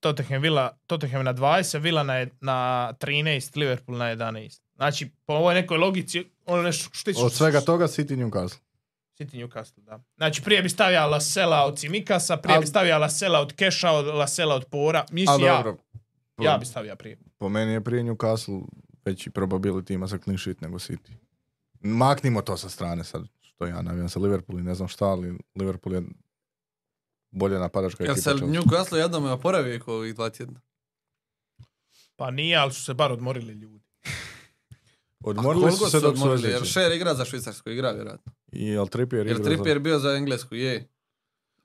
[SPEAKER 2] Tottenham, Villa, Tottenham je na 20, Villa na, je- na 13, Liverpool na 11. Znači, po ovoj nekoj logici, ono nešto što ti-
[SPEAKER 3] Od svega toga City Newcastle.
[SPEAKER 2] City Newcastle, da. Znači, prije bi stavio Lasela od Cimikasa, prije
[SPEAKER 3] Al-
[SPEAKER 2] bi stavio Lasela od Keša, od Lasela od Pora.
[SPEAKER 3] A
[SPEAKER 2] Mislim, ja,
[SPEAKER 3] dobro. Po,
[SPEAKER 2] ja bi stavio prije.
[SPEAKER 3] po meni je prije Newcastle veći probability ima za clean sheet nego City. Maknimo to sa strane sad. Što ja navijam sa Liverpool i ne znam šta, ali Liverpool je bolje napadačka
[SPEAKER 1] Jel
[SPEAKER 3] ekipa.
[SPEAKER 1] se
[SPEAKER 3] Chelsea.
[SPEAKER 1] Newcastle jednom je oporavio ko ovih dva tjedna?
[SPEAKER 2] Pa nije, ali su se bar odmorili ljudi.
[SPEAKER 1] A
[SPEAKER 3] Odmorili
[SPEAKER 1] koliko
[SPEAKER 3] su se dok su
[SPEAKER 1] odmorili? Jer
[SPEAKER 3] ozlijeđeni.
[SPEAKER 1] Sher igra za Švicarsku, igra vjerojatno.
[SPEAKER 3] I Jel Trippier
[SPEAKER 1] Jer
[SPEAKER 3] igra za-
[SPEAKER 1] Trippier bio za Englesku, je.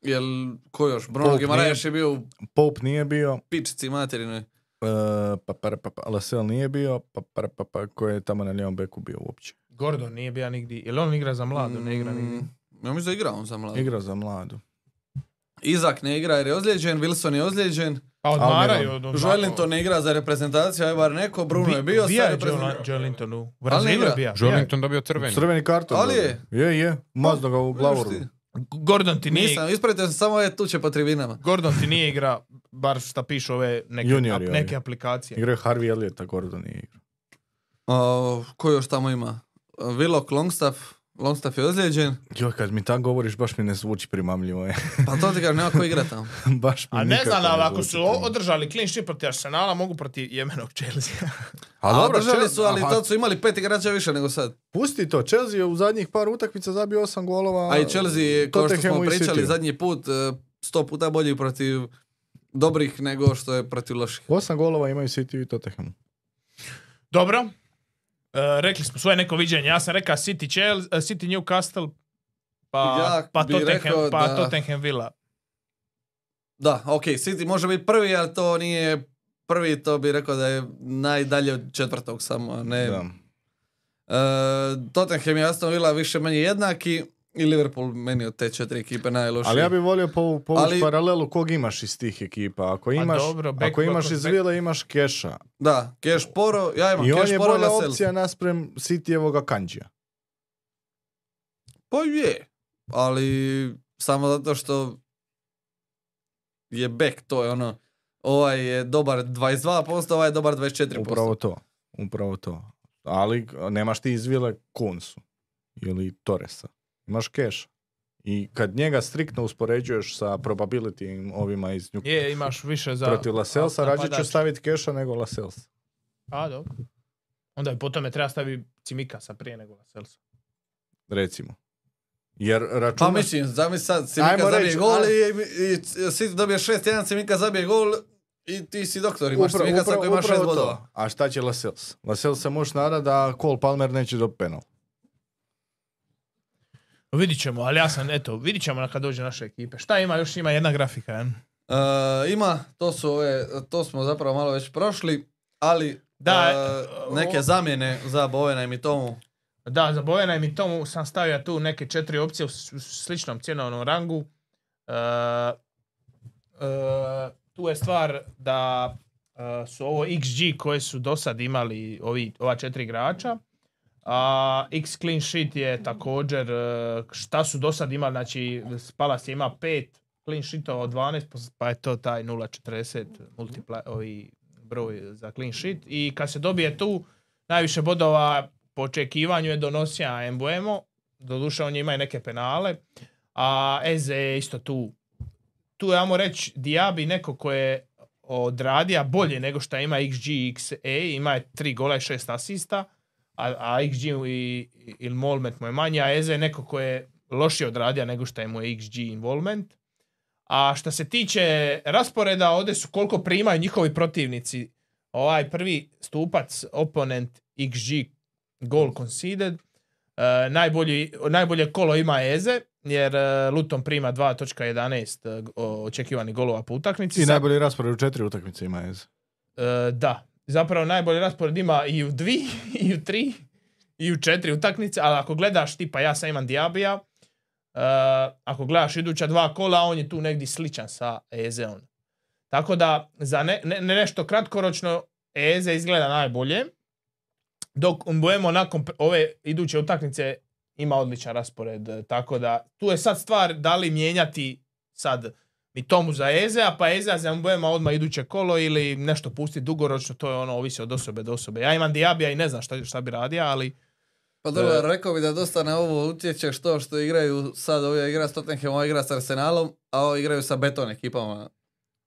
[SPEAKER 1] Jel, ko još? Bruno
[SPEAKER 3] Pope
[SPEAKER 1] Gimaraeš je bio u
[SPEAKER 3] Pope nije bio,
[SPEAKER 1] pičici materinoj.
[SPEAKER 3] Uh, pa, pa, pa, pa, Lasel nije bio, pa, pa, pa, pa, ko je tamo na lijevom beku bio uopće?
[SPEAKER 2] Gordon nije bio nigdje. Jel on igra za mlado? Ne igra nigdje.
[SPEAKER 1] Mm, Ja mislim da igra on za mladu.
[SPEAKER 3] Igrao za mladu.
[SPEAKER 1] Izak ne igra jer je ozlijeđen, Wilson je ozlijeđen,
[SPEAKER 2] Pa odmaraju. Od, od-
[SPEAKER 1] Joelinton ne igra za reprezentaciju, aj bar neko, Bruno je bio,
[SPEAKER 2] bija
[SPEAKER 1] sad
[SPEAKER 2] je
[SPEAKER 1] reprezentaciju.
[SPEAKER 2] Joelinton u Brazilu je
[SPEAKER 1] igra.
[SPEAKER 2] bija.
[SPEAKER 4] Joelinton dobio crveni.
[SPEAKER 3] Crveni karton.
[SPEAKER 1] Ali
[SPEAKER 3] dobio.
[SPEAKER 1] je.
[SPEAKER 3] Je, je. Mazno ga u glavu.
[SPEAKER 2] Gordon ti nije
[SPEAKER 1] Nisam, ispravite sam samo ove tuče po tribinama.
[SPEAKER 2] Gordon ti nije igra, bar šta pišu ove neke,
[SPEAKER 3] Juniori
[SPEAKER 2] ap-
[SPEAKER 3] ovi.
[SPEAKER 2] neke aplikacije.
[SPEAKER 3] Igrao je Harvey Elliot, a Gordon nije igrao.
[SPEAKER 1] O, ko još tamo ima? Willock Longstaff, Longstaff je ozlijeđen.
[SPEAKER 3] Joj, kad mi tako govoriš, baš mi ne zvuči primamljivo. Je. [laughs]
[SPEAKER 1] Pa to ti kažem, nema ko igra tamo.
[SPEAKER 3] baš mi
[SPEAKER 2] A ne
[SPEAKER 3] nikako
[SPEAKER 2] znam, ali ako
[SPEAKER 3] zvuči
[SPEAKER 2] su o-
[SPEAKER 3] primamljivo.
[SPEAKER 2] održali clean sheet protiv Arsenala, mogu protiv jemenog Chelsea. [laughs]
[SPEAKER 1] A,
[SPEAKER 3] dobro,
[SPEAKER 1] držali
[SPEAKER 3] Chelsea-
[SPEAKER 1] su, ali
[SPEAKER 3] aha,
[SPEAKER 1] tad su imali pet igrača više nego sad.
[SPEAKER 3] Pusti to, Chelsea je u zadnjih par utakmica zabio osam golova.
[SPEAKER 1] A i Chelsea je, kao što smo
[SPEAKER 3] Tottenhamu i
[SPEAKER 1] pričali
[SPEAKER 3] Cityju.
[SPEAKER 1] zadnji put, e, sto puta bolji protiv dobrih nego što je protiv loših.
[SPEAKER 3] Osam golova imaju City i Tottenham.
[SPEAKER 2] Dobro. E, rekli smo svoje neko viđenje. Ja sam rekao City, Chelsea, e, City Newcastle, pa,
[SPEAKER 1] Ja
[SPEAKER 2] pa,
[SPEAKER 1] bi
[SPEAKER 2] Tottenham,
[SPEAKER 1] rekao
[SPEAKER 2] pa
[SPEAKER 1] da-
[SPEAKER 2] Tottenham Villa.
[SPEAKER 1] Da, ok, City može biti prvi, ali to nije prvi, to bi rekao da je najdalje od četvrtog samo, a ne...
[SPEAKER 3] Da.
[SPEAKER 1] E, Tottenham i Aston Villa više manje jednaki i Liverpool meni od te četiri ekipe najlošiji.
[SPEAKER 3] Ali ja bih volio povu- povući
[SPEAKER 1] Ali-
[SPEAKER 3] paralelu kog imaš iz tih ekipa. Ako
[SPEAKER 2] Pa
[SPEAKER 3] imaš,
[SPEAKER 2] dobro, back-
[SPEAKER 3] ako imaš
[SPEAKER 2] back-
[SPEAKER 3] iz
[SPEAKER 2] back-
[SPEAKER 3] Vila, imaš Keša.
[SPEAKER 1] Da, Keš Poro, ja imam
[SPEAKER 3] I on
[SPEAKER 1] Keš
[SPEAKER 3] je
[SPEAKER 1] Poro
[SPEAKER 3] bolja
[SPEAKER 1] na Selsa.
[SPEAKER 3] opcija nasprem Cityjevoga Kanđija.
[SPEAKER 1] Pa je, ali samo zato što je back, to je ono, ovaj je dobar 22%, ovaj je dobar 24%.
[SPEAKER 3] Upravo to. Upravo to. Ali a, nemaš ti iz Vile Kunsu ili Torresa. Imaš Keša. I kad njega striktno uspoređuješ sa probability ovima iz Newcastle.
[SPEAKER 2] Je, imaš više za...
[SPEAKER 3] protiv Laselsa, rađe ću
[SPEAKER 2] napadač.
[SPEAKER 3] staviti Keša nego Lasels.
[SPEAKER 2] A, dobro. Onda je po tome treba staviti Cimikasa prije nego Laselsa.
[SPEAKER 3] Recimo. Jer
[SPEAKER 1] Pa
[SPEAKER 3] računaš...
[SPEAKER 1] mislim, zamisli sad, Simika
[SPEAKER 3] Ajmo
[SPEAKER 1] zabije
[SPEAKER 3] reći,
[SPEAKER 1] gol
[SPEAKER 3] a-
[SPEAKER 1] i, i, i City dobije 6-1, Simika zabije gol i ti si doktor, imaš
[SPEAKER 3] Upravo-
[SPEAKER 1] Simika
[SPEAKER 3] upravo-
[SPEAKER 1] koji ima 6
[SPEAKER 3] upravo to.
[SPEAKER 1] bodova.
[SPEAKER 3] A šta će Lasels? Lasels se može nada da Cole Palmer neće do penal.
[SPEAKER 2] Vidit ćemo, ali ja sam, eto, vidit ćemo na kad dođe naše ekipe. Šta ima? Još ima jedna grafika, jel?
[SPEAKER 1] E, ima, to su ove, to smo zapravo malo već prošli, ali
[SPEAKER 2] Da,
[SPEAKER 1] e,
[SPEAKER 2] e,
[SPEAKER 1] neke
[SPEAKER 2] o-
[SPEAKER 1] zamjene za Bovena i Mitomu.
[SPEAKER 2] Da, za Bojana i mi tomu sam stavio tu neke četiri opcije u s- u sličnom cjenovnom rangu. E, e, tu je stvar da e, su ovo XG koje su do sad imali ovi, ova četiri igrača. A X clean sheet je također e, šta su do sad imali, znači Spalas je ima pet clean sheetova od 12, pa je to taj 0.40 multipla, ovi broj za clean sheet. I kad se dobije tu, najviše bodova po očekivanju je donosio Mbuemo, doduše on je ima i neke penale, a Eze je isto tu. Tu je, ajmo reći, Diaby neko koje je odradija bolje nego što ima XG i XE, ima je tri gola i šest asista, a, a XG i, il Molmet mu je manje, a Eze je neko koje je lošije odradija nego što je mu je XG involvement. A što se tiče rasporeda, ovdje su koliko primaju njihovi protivnici. Ovaj prvi stupac, oponent XG goal conceded. E, najbolji, najbolje kolo ima Eze, jer e, Luton prima 2.11 e, g- o- očekivanih golova po utakmici.
[SPEAKER 3] I
[SPEAKER 2] Sad-
[SPEAKER 3] najbolji raspored u četiri utakmice ima Eze.
[SPEAKER 2] E, da, zapravo najbolji raspored ima i u dvi, [laughs] i u tri, i u četiri utakmice, ali ako gledaš tipa ja sam imam Diabija, e, ako gledaš iduća dva kola, on je tu negdje sličan sa Ezeon. Tako da, za ne, ne- ne- nešto kratkoročno, Eze izgleda najbolje, dok Mbuemo nakon pr- ove iduće utakmice ima odličan raspored, e, tako da tu je sad stvar da li mijenjati sad mi tomu za Ezea, pa Ezea za Mbema odmah iduće kolo ili nešto pusti dugoročno, to je ono, ovisi od osobe do osobe. Ja imam Diabija i ne znam šta, šta bi radio, ali
[SPEAKER 1] Pa dobro,
[SPEAKER 2] E.
[SPEAKER 1] rekao bi da dosta na ovo utječe što što igraju sad ovdje igra s Tottenhamom, ova igra s Arsenalom, a ovo igraju sa beton ekipama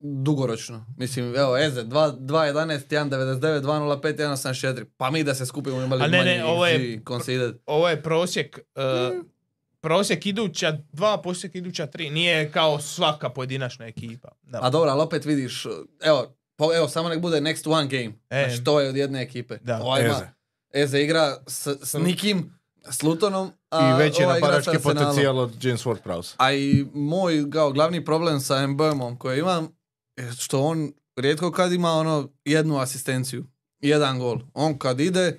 [SPEAKER 1] dugoročno. Mislim, evo, Eze, 2 2.11, 1.99, 2.05, 1.84. Pa mi da se skupimo imali
[SPEAKER 2] A ne,
[SPEAKER 1] manji
[SPEAKER 2] ne, ovo je-
[SPEAKER 1] XG conceded.
[SPEAKER 2] ovo je prosjek, e, prosjek iduća dva, prosjek iduća tri, nije kao svaka pojedinačna ekipa. Da.
[SPEAKER 1] A dobro, ali opet vidiš, evo, po- evo, samo nek bude next one game.
[SPEAKER 2] E.
[SPEAKER 1] Znači, to je od jedne ekipe.
[SPEAKER 2] Da,
[SPEAKER 1] Ovaj ima-
[SPEAKER 3] Eze.
[SPEAKER 1] Eze igra s, s nikim, s Lutonom, a
[SPEAKER 3] I veći
[SPEAKER 1] ovaj igra s
[SPEAKER 3] napadački
[SPEAKER 1] Arsenalom.
[SPEAKER 3] potencijal od James Ward-Prowse.
[SPEAKER 1] A i moj kao glavni problem sa MBM-om koji imam je što on rijetko kad ima ono jednu asistenciju, jedan gol. On kad ide,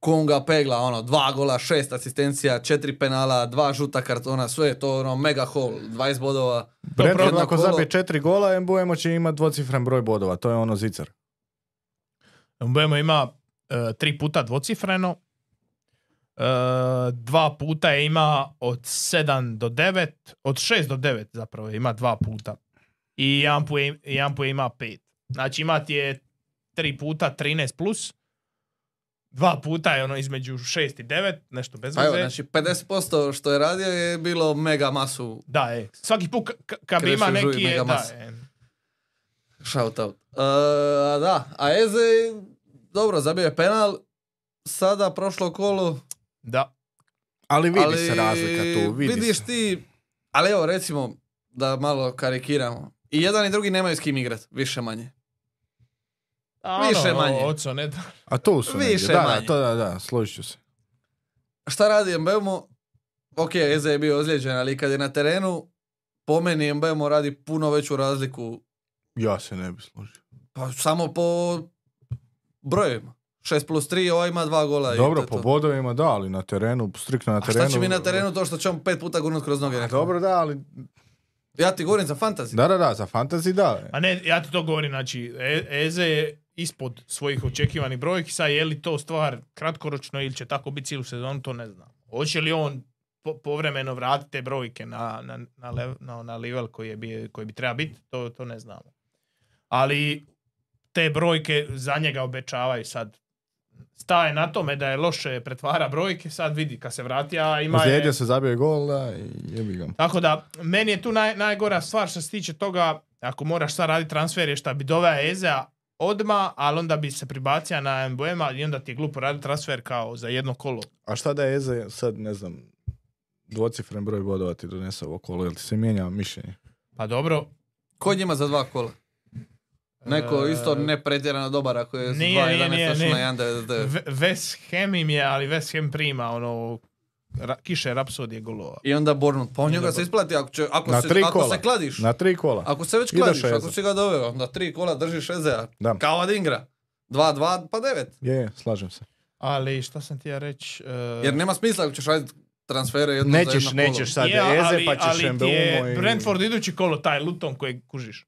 [SPEAKER 1] ko ga pegla, ono, dva gola, šest asistencija, četiri penala, dva žuta kartona, sve je to ono mega hol, 20 bodova.
[SPEAKER 3] Brentford
[SPEAKER 1] jedno
[SPEAKER 3] ako
[SPEAKER 1] kolo-
[SPEAKER 3] zabije četiri gola, Mbuemo će imati dvocifren broj bodova. To je ono zicar.
[SPEAKER 2] Mbemo ima e, tri puta dvocifreno, e, dva puta je ima od 7 do 9, od 6 do 9 zapravo je ima dva puta. I jedan put, je- jedan put je ima pet. Znači imati je tri puta 13 plus, dva puta je ono između šest i devet, nešto bez
[SPEAKER 1] A
[SPEAKER 2] veze.
[SPEAKER 1] evo, znači 50% što je radio je bilo mega masu
[SPEAKER 2] Da, je. Svaki put ka- ka- kad bi
[SPEAKER 1] Krešo
[SPEAKER 2] ima
[SPEAKER 1] Žuj,
[SPEAKER 2] neki... Je, da, e,
[SPEAKER 1] Megamas.
[SPEAKER 2] je.
[SPEAKER 1] shout out. E, a da, a Eze, dobro, zabio je penal, sada prošlo kolo,
[SPEAKER 2] da.
[SPEAKER 3] Ali vidi
[SPEAKER 1] ali
[SPEAKER 3] se razlika tu, vidi
[SPEAKER 1] vidiš
[SPEAKER 3] se.
[SPEAKER 1] ti, ali evo recimo da malo karikiramo. I jedan i drugi nemaju s kim igrat, više manje.
[SPEAKER 2] A
[SPEAKER 1] Više
[SPEAKER 2] ono,
[SPEAKER 1] manje.
[SPEAKER 2] Oco, ne da.
[SPEAKER 3] A to su negdje,
[SPEAKER 1] Više
[SPEAKER 3] da, da,
[SPEAKER 1] manje.
[SPEAKER 3] to da, da, složit ću se.
[SPEAKER 1] Šta radi Mbeumo? Ok, Eze je bio ozlijeđen, ali kad je na terenu, po meni Mbeumo radi puno veću razliku
[SPEAKER 3] Ja se ne bi složio.
[SPEAKER 1] Pa samo po brojevima. 6 plus 3, ovaj ima dva gola. i to
[SPEAKER 3] Dobro,
[SPEAKER 1] je
[SPEAKER 3] po
[SPEAKER 1] to.
[SPEAKER 3] bodovima da, ali na terenu, striktno na
[SPEAKER 1] A
[SPEAKER 3] terenu.
[SPEAKER 1] šta će mi na terenu to što će on pet puta gurnut kroz noge? nekome?
[SPEAKER 3] Dobro, da, ali...
[SPEAKER 1] Ja ti govorim za fantasy.
[SPEAKER 3] Da, da, da, za fantasy da.
[SPEAKER 2] A ne, ja ti to govorim, znači, E- Eze je ispod svojih očekivanih brojki, sad je li to stvar kratkoročno ili će tako biti cijelu sezonu, to ne znam. Hoće li on po- povremeno vratiti te brojke na, na, na, lev- na, na level koji, je, bi- koji bi treba biti, to, to ne znamo. Ali te brojke za njega obećavaju sad. Staje na tome da je loše pretvara brojke, sad vidi kad se vrati, a ima je-
[SPEAKER 3] Ozlijedio se, zabio je gol, da, i jebi ga.
[SPEAKER 2] tako da, meni je tu naj, najgora stvar što se tiče toga, ako moraš sad raditi transfer, je šta bi doveo Ezea odma, ali onda bi se pribacio na Mbuema i onda ti je glupo raditi transfer kao za jedno kolo.
[SPEAKER 3] A šta da je Eze, sad ne znam, dvocifren broj bodova ti donese ovo kolo, jel ti se mijenja mišljenje?
[SPEAKER 2] Pa dobro,
[SPEAKER 1] Ko njima za dva kola? Neko
[SPEAKER 2] E,
[SPEAKER 1] isto ne pretjerano dobar ako je
[SPEAKER 2] nije, nije,
[SPEAKER 1] 2.11
[SPEAKER 2] nije,
[SPEAKER 1] točno
[SPEAKER 2] nije.
[SPEAKER 1] na 1.99.
[SPEAKER 2] Ve- West Ham im je, ali West Ham prima ono, ra- kiše rapsodije golova.
[SPEAKER 1] I onda Bornut. Pa on njega se isplati ako, će, ako,
[SPEAKER 3] Na
[SPEAKER 1] se,
[SPEAKER 3] tri
[SPEAKER 1] ako
[SPEAKER 3] kola.
[SPEAKER 1] se kladiš.
[SPEAKER 3] Na tri kola.
[SPEAKER 1] Ako se već
[SPEAKER 3] Ideš
[SPEAKER 1] kladiš,
[SPEAKER 3] Eze.
[SPEAKER 1] ako si ga doveo, onda tri kola držiš Ezea.
[SPEAKER 3] Da.
[SPEAKER 1] Kao da igra. 2-2 pa 9.
[SPEAKER 3] Je, je, slažem se.
[SPEAKER 2] Ali šta sam ti ja reći? e,
[SPEAKER 1] Jer nema smisla ako ćeš raditi transfere jedno za jedno
[SPEAKER 3] Nećeš,
[SPEAKER 1] kolo.
[SPEAKER 3] nećeš sad
[SPEAKER 2] Je,
[SPEAKER 3] Eze,
[SPEAKER 2] ali-
[SPEAKER 3] pa ćeš
[SPEAKER 2] ali ti je
[SPEAKER 3] Mbeumo i...
[SPEAKER 2] Brentford idući kolo, taj Luton kojeg kužiš.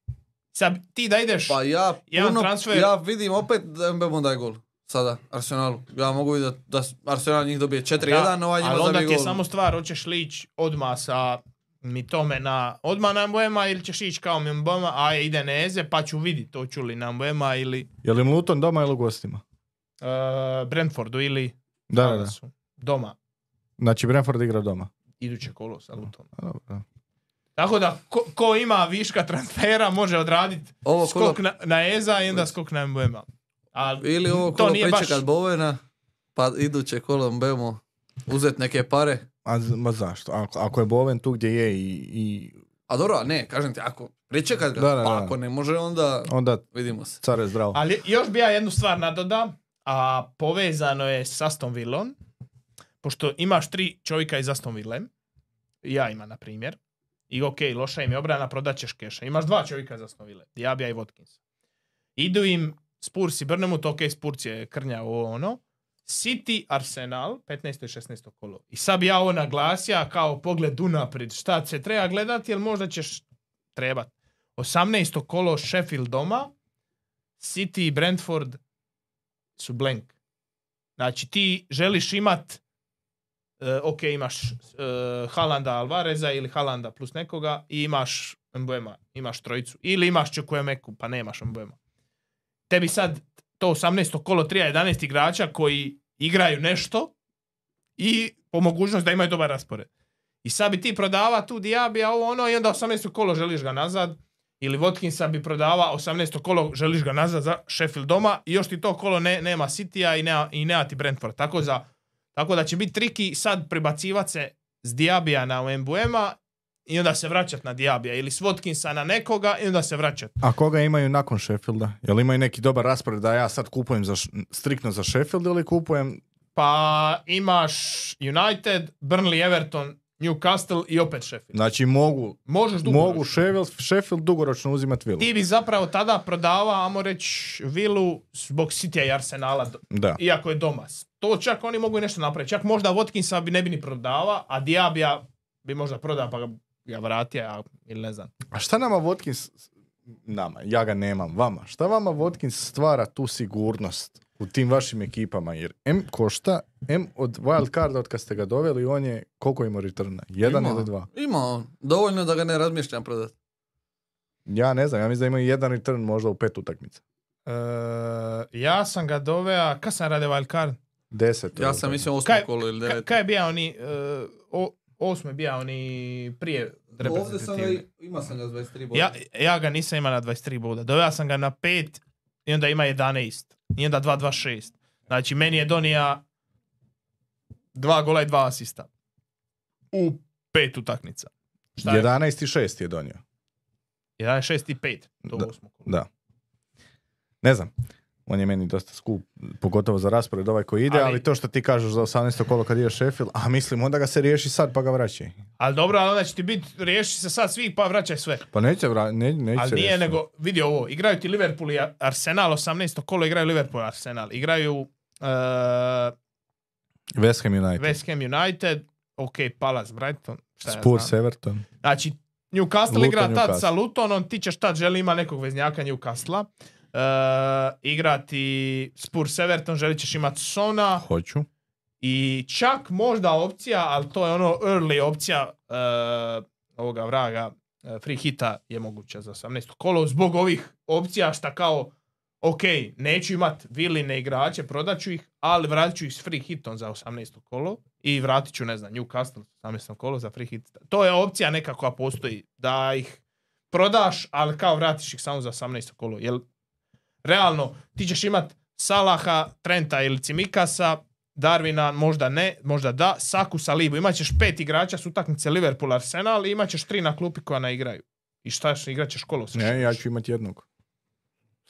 [SPEAKER 2] Sad ti da ideš...
[SPEAKER 1] Pa ja
[SPEAKER 2] Jedan
[SPEAKER 1] puno,
[SPEAKER 2] transfer-
[SPEAKER 1] ja vidim opet da Mbemo daje gol. Sada, Arsenalu. Ja mogu vidjeti da s- Arsenal njih dobije 4-1,
[SPEAKER 2] Da,
[SPEAKER 1] ovaj njima
[SPEAKER 2] ali onda
[SPEAKER 1] zabije
[SPEAKER 2] ti je
[SPEAKER 1] gol.
[SPEAKER 2] samo stvar, hoćeš li ići odmah sa mi tome na odmah na Mbuema ili ćeš ići kao mi Mbuema, a ide Neze pa ću vidjeti to ću li na Mbuema ili
[SPEAKER 3] Je li im Luton doma ili u gostima?
[SPEAKER 2] e, Brentfordu ili
[SPEAKER 3] Da, da, da.
[SPEAKER 2] Dallasu. doma
[SPEAKER 3] Znači Brentford igra doma.
[SPEAKER 2] iduće kolo sa Lutonom.
[SPEAKER 3] A, dobro, da.
[SPEAKER 2] Tako da, ko, ko ima viška transfera može odraditi
[SPEAKER 1] Ovo kolo-
[SPEAKER 2] skok na, na Eza i onda skok na Mbuema. A,
[SPEAKER 1] Ili ovo
[SPEAKER 2] to
[SPEAKER 1] kolo
[SPEAKER 2] nije baš-
[SPEAKER 1] pričekat Bovena, pa iduće kolo Mbemo uzet neke pare.
[SPEAKER 3] A z- ma zašto? Ako, ako je Boven tu gdje je i, i
[SPEAKER 1] A dobro, a ne, kažem ti, ako pričekat ga,
[SPEAKER 3] Da, da,
[SPEAKER 1] pa
[SPEAKER 3] da.
[SPEAKER 1] ako ne može, onda
[SPEAKER 3] onda
[SPEAKER 1] vidimo se.
[SPEAKER 3] care zdravo.
[SPEAKER 2] Ali još bi ja jednu stvar nadodam, a povezano je s Aston Villom, pošto imaš tri čovjeka iz Aston Ville, ja imam na primjer, i ok, loša im je obrana, prodat ćeš keša. Imaš dva čovjeka iz Aston Ville, Diabija i Watkins. Idu im Spurs i Brnemut, ok, Spurs je krnja ovo ono, City, Arsenal, 15. i 16. kolo. I sad bi ja ovo naglasio kao pogled unaprijed, šta se treba gledati, jer možda ćeš trebat. 18. kolo Sheffield doma, City i Brentford su blank. Znači ti želiš imat e, ok, imaš e, Halanda Alvareza ili Halanda plus nekoga i imaš Mbuema, imaš trojicu. Ili imaš Čekuemeku, pa nemaš Mbuema. Tebi sad to 18. kolo 3 11 igrača koji igraju nešto i po mogućnost da imaju dobar raspored. I sad bi ti prodava tu Diabija, ovo ono, i onda 18. kolo želiš ga nazad. Ili Watkinsa bi prodava 18. kolo, želiš ga nazad za Sheffield doma i još ti to kolo ne, nema City-a i nema, i nema ti Brentford. Tako, za, tako da će biti triki sad pribacivat se s Diabija na Mbuema i onda se vraćat na Diabija ili s Watkinsa na nekoga i onda se vraćat.
[SPEAKER 3] A koga imaju nakon Sheffielda? Jel imaju neki dobar raspored da ja sad kupujem za, š- striktno za Sheffield ili kupujem...
[SPEAKER 2] Pa imaš United, Burnley, Everton, Newcastle i opet Sheffield.
[SPEAKER 3] Znači mogu,
[SPEAKER 2] Možeš dugoročno.
[SPEAKER 3] mogu Sheffield, Sheffield dugoročno uzimati vilu.
[SPEAKER 2] Ti bi zapravo tada prodava, ajmo reći, Vilu zbog City i Arsenala, do-
[SPEAKER 3] Da.
[SPEAKER 2] iako je domas. To čak oni mogu i nešto napraviti. Čak možda Watkinsa bi ne bi ni prodava, a Diabija bi možda prodao pa ga, ga vratio, a- ili ne znam.
[SPEAKER 3] A šta nama Watkins... Nama, ja ga nemam, vama. Šta vama Watkins stvara tu sigurnost u tim vašim ekipama? Jer M košta, M od wildcarda od kad ste ga doveli, on je koliko ima returna? Jedan
[SPEAKER 1] Ima-
[SPEAKER 3] ili dva?
[SPEAKER 1] Ima on. Dovoljno da ga ne razmišljam prodat.
[SPEAKER 3] Ja ne znam, ja mislim da imaju jedan return možda u pet utakmica.
[SPEAKER 2] E, ja sam ga doveo, kad sam radio wildcard?
[SPEAKER 3] Deset. ovaj,
[SPEAKER 1] Ja sam mislio osmu
[SPEAKER 2] Kaj-
[SPEAKER 1] kolo ili
[SPEAKER 2] Ka-
[SPEAKER 1] devet.
[SPEAKER 2] Kaj je bija oni, e, o, osmo je bija oni prije
[SPEAKER 1] Ovdje sam ga,
[SPEAKER 2] reprezentativni.
[SPEAKER 1] i- ima sam ga s 23 boda.
[SPEAKER 2] Ja, ja ga nisam imao na 23 boda. Doveo sam ga na 5 i onda ima 11. I onda 2-2-6. Znači, meni je donija dva gola i dva asista. U pet utakmica. Šta je?
[SPEAKER 3] 11.6 je donio.
[SPEAKER 2] 11-6 i 5. Do
[SPEAKER 3] Da.
[SPEAKER 2] osmog.
[SPEAKER 3] Da. Ne znam. On je meni dosta skup, pogotovo za raspored ovaj koji ide, ali,
[SPEAKER 2] Ali-
[SPEAKER 3] to što ti kažeš za 18. kolo kad ide Sheffield, a mislim onda ga se riješi sad pa ga vraćaj.
[SPEAKER 2] Ali dobro, ali onda će ti biti, riješi se sad svih pa vraćaj sve.
[SPEAKER 3] Pa neće, vra- ne, neće
[SPEAKER 2] Ali
[SPEAKER 3] se
[SPEAKER 2] nije
[SPEAKER 3] riješiti.
[SPEAKER 2] nego, vidi ovo, igraju ti Liverpool i Ar- Arsenal, 18. kolo igraju Liverpool i Arsenal. Igraju uh,
[SPEAKER 3] West Ham United,
[SPEAKER 2] West Ham United, ok, Palace, Brighton, šta ja
[SPEAKER 3] Spurs,
[SPEAKER 2] znam.
[SPEAKER 3] Everton.
[SPEAKER 2] Znači, Newcastle
[SPEAKER 3] Luton,
[SPEAKER 2] igra tad
[SPEAKER 3] Newcastle.
[SPEAKER 2] sa Lutonom, ti ćeš tad, želi ima nekog veznjaka Newcastle-a. Uh, igrati Spurs Everton, želit ćeš imati Sona
[SPEAKER 3] Hoću.
[SPEAKER 2] i čak možda opcija, ali to je ono early opcija uh, ovoga vraga, uh, free hita je moguća za 18. kolo zbog ovih opcija šta kao ok, neću imat viline igrače, prodat ću ih, ali vratit ću ih s free hitom za 18. kolo i vratit ću, ne znam, Newcastle sa 18. kolo za free hit. To je opcija neka koja postoji, da ih prodaš, ali kao vratiš ih samo za 18. kolo. Jer, realno, ti ćeš imat Salaha, Trenta ili Cimikasa, Darvina možda ne, možda da, Saku sa Libu. Imaćeš pet igrača s utakmice Liverpool Arsenal i imaćeš tri na klupi koja ne igraju. I šta ćeš igraće školu?
[SPEAKER 3] Ne, ja ću imati jednog.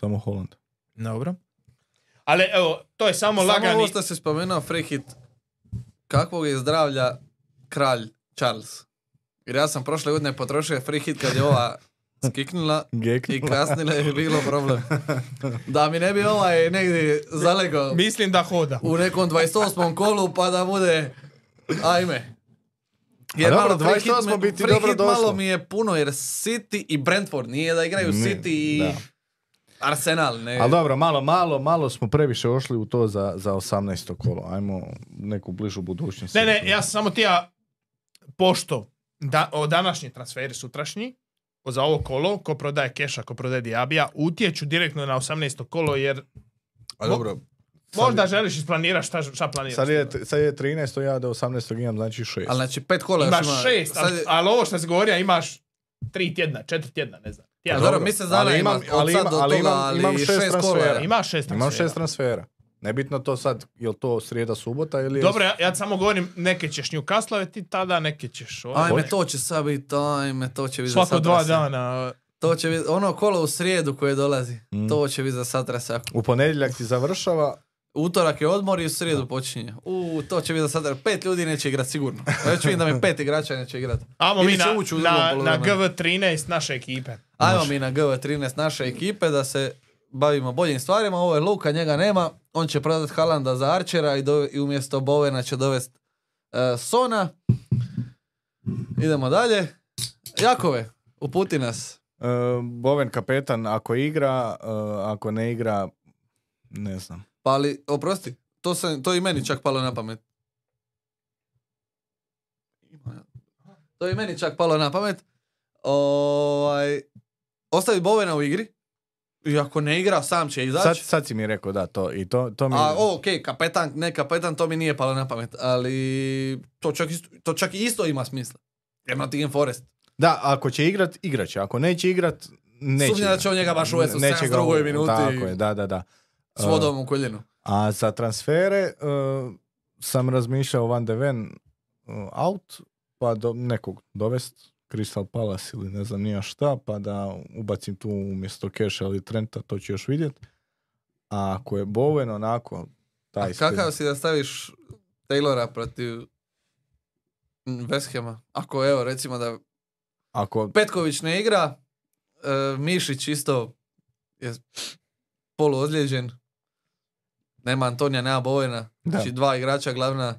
[SPEAKER 3] Samo Holland.
[SPEAKER 2] Dobro. Ali evo, to je samo,
[SPEAKER 1] Samo
[SPEAKER 2] lagani...
[SPEAKER 1] ovo što si spomenuo, free hit. Kakvog je zdravlja kralj Charles? Jer ja sam prošle godine potrošio free hit kad je
[SPEAKER 3] [laughs]
[SPEAKER 1] ova skiknula i kasnila je bilo problem. Da mi ne bi ovaj negdje zalegao
[SPEAKER 2] Mislim da hoda.
[SPEAKER 1] u nekom 28. kolu pa da bude ajme.
[SPEAKER 3] A dobro,
[SPEAKER 1] free hit
[SPEAKER 3] 28
[SPEAKER 1] me-
[SPEAKER 3] bi ti
[SPEAKER 1] free
[SPEAKER 3] dobro
[SPEAKER 1] hit
[SPEAKER 3] došlo.
[SPEAKER 1] malo mi je puno jer City i Brentford nije da igraju
[SPEAKER 3] Ne,
[SPEAKER 1] City i
[SPEAKER 3] da.
[SPEAKER 1] Arsenal.
[SPEAKER 2] E.
[SPEAKER 1] Ne.
[SPEAKER 3] Ali dobro, malo, malo, malo smo previše ošli u to za, za 18. kolo. Ajmo neku bližu budućnost.
[SPEAKER 2] Ne, ne, ja sam samo tija pošto da, o današnji transferi sutrašnji, o- za ovo kolo, ko prodaje Keša, ko prodaje Diabija, utječu direktno na 18. kolo jer
[SPEAKER 3] A dobro, Sad
[SPEAKER 2] možda želiš isplanirati šta, šta planiraš.
[SPEAKER 3] sad je, sad je 13. ja do 18. imam znači 6.
[SPEAKER 1] Ali znači pet kola
[SPEAKER 2] Imaš
[SPEAKER 1] još ima.
[SPEAKER 2] šest,
[SPEAKER 1] Sad
[SPEAKER 2] ali,
[SPEAKER 1] je-
[SPEAKER 2] ali ovo što se govorio imaš tri tjedna, četiri tjedna, ne znam.
[SPEAKER 1] Pa
[SPEAKER 2] Tjedan.
[SPEAKER 1] dobro,
[SPEAKER 3] dobro.
[SPEAKER 1] mjesec dana
[SPEAKER 3] Ali
[SPEAKER 1] ima,
[SPEAKER 3] imam- ali
[SPEAKER 1] od sad
[SPEAKER 3] imam-
[SPEAKER 1] do
[SPEAKER 3] ali
[SPEAKER 1] toga,
[SPEAKER 3] imam-
[SPEAKER 1] ali
[SPEAKER 3] imam
[SPEAKER 1] šest,
[SPEAKER 3] šest
[SPEAKER 1] kola.
[SPEAKER 3] transfera.
[SPEAKER 1] je.
[SPEAKER 2] Imaš šest
[SPEAKER 3] Imam
[SPEAKER 2] transfera.
[SPEAKER 3] šest transfera. Nebitno to sad, je li to srijeda, subota ili... je-
[SPEAKER 2] Dobro, ja, ja ti samo govorim, neke ćeš Newcastle ti tada, neke ćeš ono, ovo.
[SPEAKER 1] Ajme, to će sad biti, ajme, to će biti za
[SPEAKER 2] Svako dva
[SPEAKER 1] satrasa.
[SPEAKER 2] dana.
[SPEAKER 1] To će biti, ono kolo u srijedu koje dolazi,
[SPEAKER 3] Mm.
[SPEAKER 1] to će biti za satrasa.
[SPEAKER 3] U ponedjeljak ti završava,
[SPEAKER 1] Utorak je odmor i u srijedu počinje. U, to će biti za satrasa. Pet ljudi neće igrat sigurno. Već vidim da mi pet igrača neće igrat.
[SPEAKER 2] Ajmo
[SPEAKER 1] Ili
[SPEAKER 2] mi
[SPEAKER 1] će
[SPEAKER 2] na,
[SPEAKER 1] ući u drugom
[SPEAKER 2] na, na
[SPEAKER 1] poluvremenu.
[SPEAKER 2] GV13 naše ekipe.
[SPEAKER 1] Ajmo mi na GV13 naše ekipe da se bavimo boljim stvarima. Ovo je Luka, njega nema. On će prodat Halanda za Archera i, do, i umjesto Bovena će dovest e, Sona. Idemo dalje. Jakove, uputi nas.
[SPEAKER 3] e, Boven kapetan ako igra, e, ako ne igra, ne znam.
[SPEAKER 1] Pa ali, oprosti, to, sam, to je i meni čak palo na pamet. To je i meni čak palo na pamet. Ovaj, ostavi Bovena u igri. I ako ne igra, sam će izaći.
[SPEAKER 3] Sad, sad si mi rekao da, to i to, to mi...
[SPEAKER 1] Znači- A, o, okej, kapetan, ne kapetan, to mi nije palo na pamet, ali to čak, isto, to čak i isto ima smisla. Jer Nottingham Forest.
[SPEAKER 3] Da, ako će igrat, igrat će. Ako neće igrat, neće.
[SPEAKER 1] Sumnjam da će
[SPEAKER 3] igrat.
[SPEAKER 1] on njega baš uvesti u
[SPEAKER 3] Neće
[SPEAKER 1] 72.
[SPEAKER 3] ga-
[SPEAKER 1] minuti.
[SPEAKER 3] Tako je, da, da, da.
[SPEAKER 1] S vodom u koljenu.
[SPEAKER 3] A za transfere e, sam razmišljao Van de Ven e, out, pa do, nekog dovest Crystal Palace ili ne znam nija šta, pa da ubacim tu umjesto Keša ili Trenta, to ću još vidjet. A ako je Bowen onako,
[SPEAKER 1] A
[SPEAKER 3] taj
[SPEAKER 1] kakav
[SPEAKER 3] spin-
[SPEAKER 1] si da staviš Taylora protiv mm, West Hama? Ako, evo, recimo da
[SPEAKER 3] ako
[SPEAKER 1] Petković ne igra, e, Mišić isto je poluozlijeđen. Nema Antonija, nema Bovena.
[SPEAKER 3] Da.
[SPEAKER 1] Znači dva igrača glavna.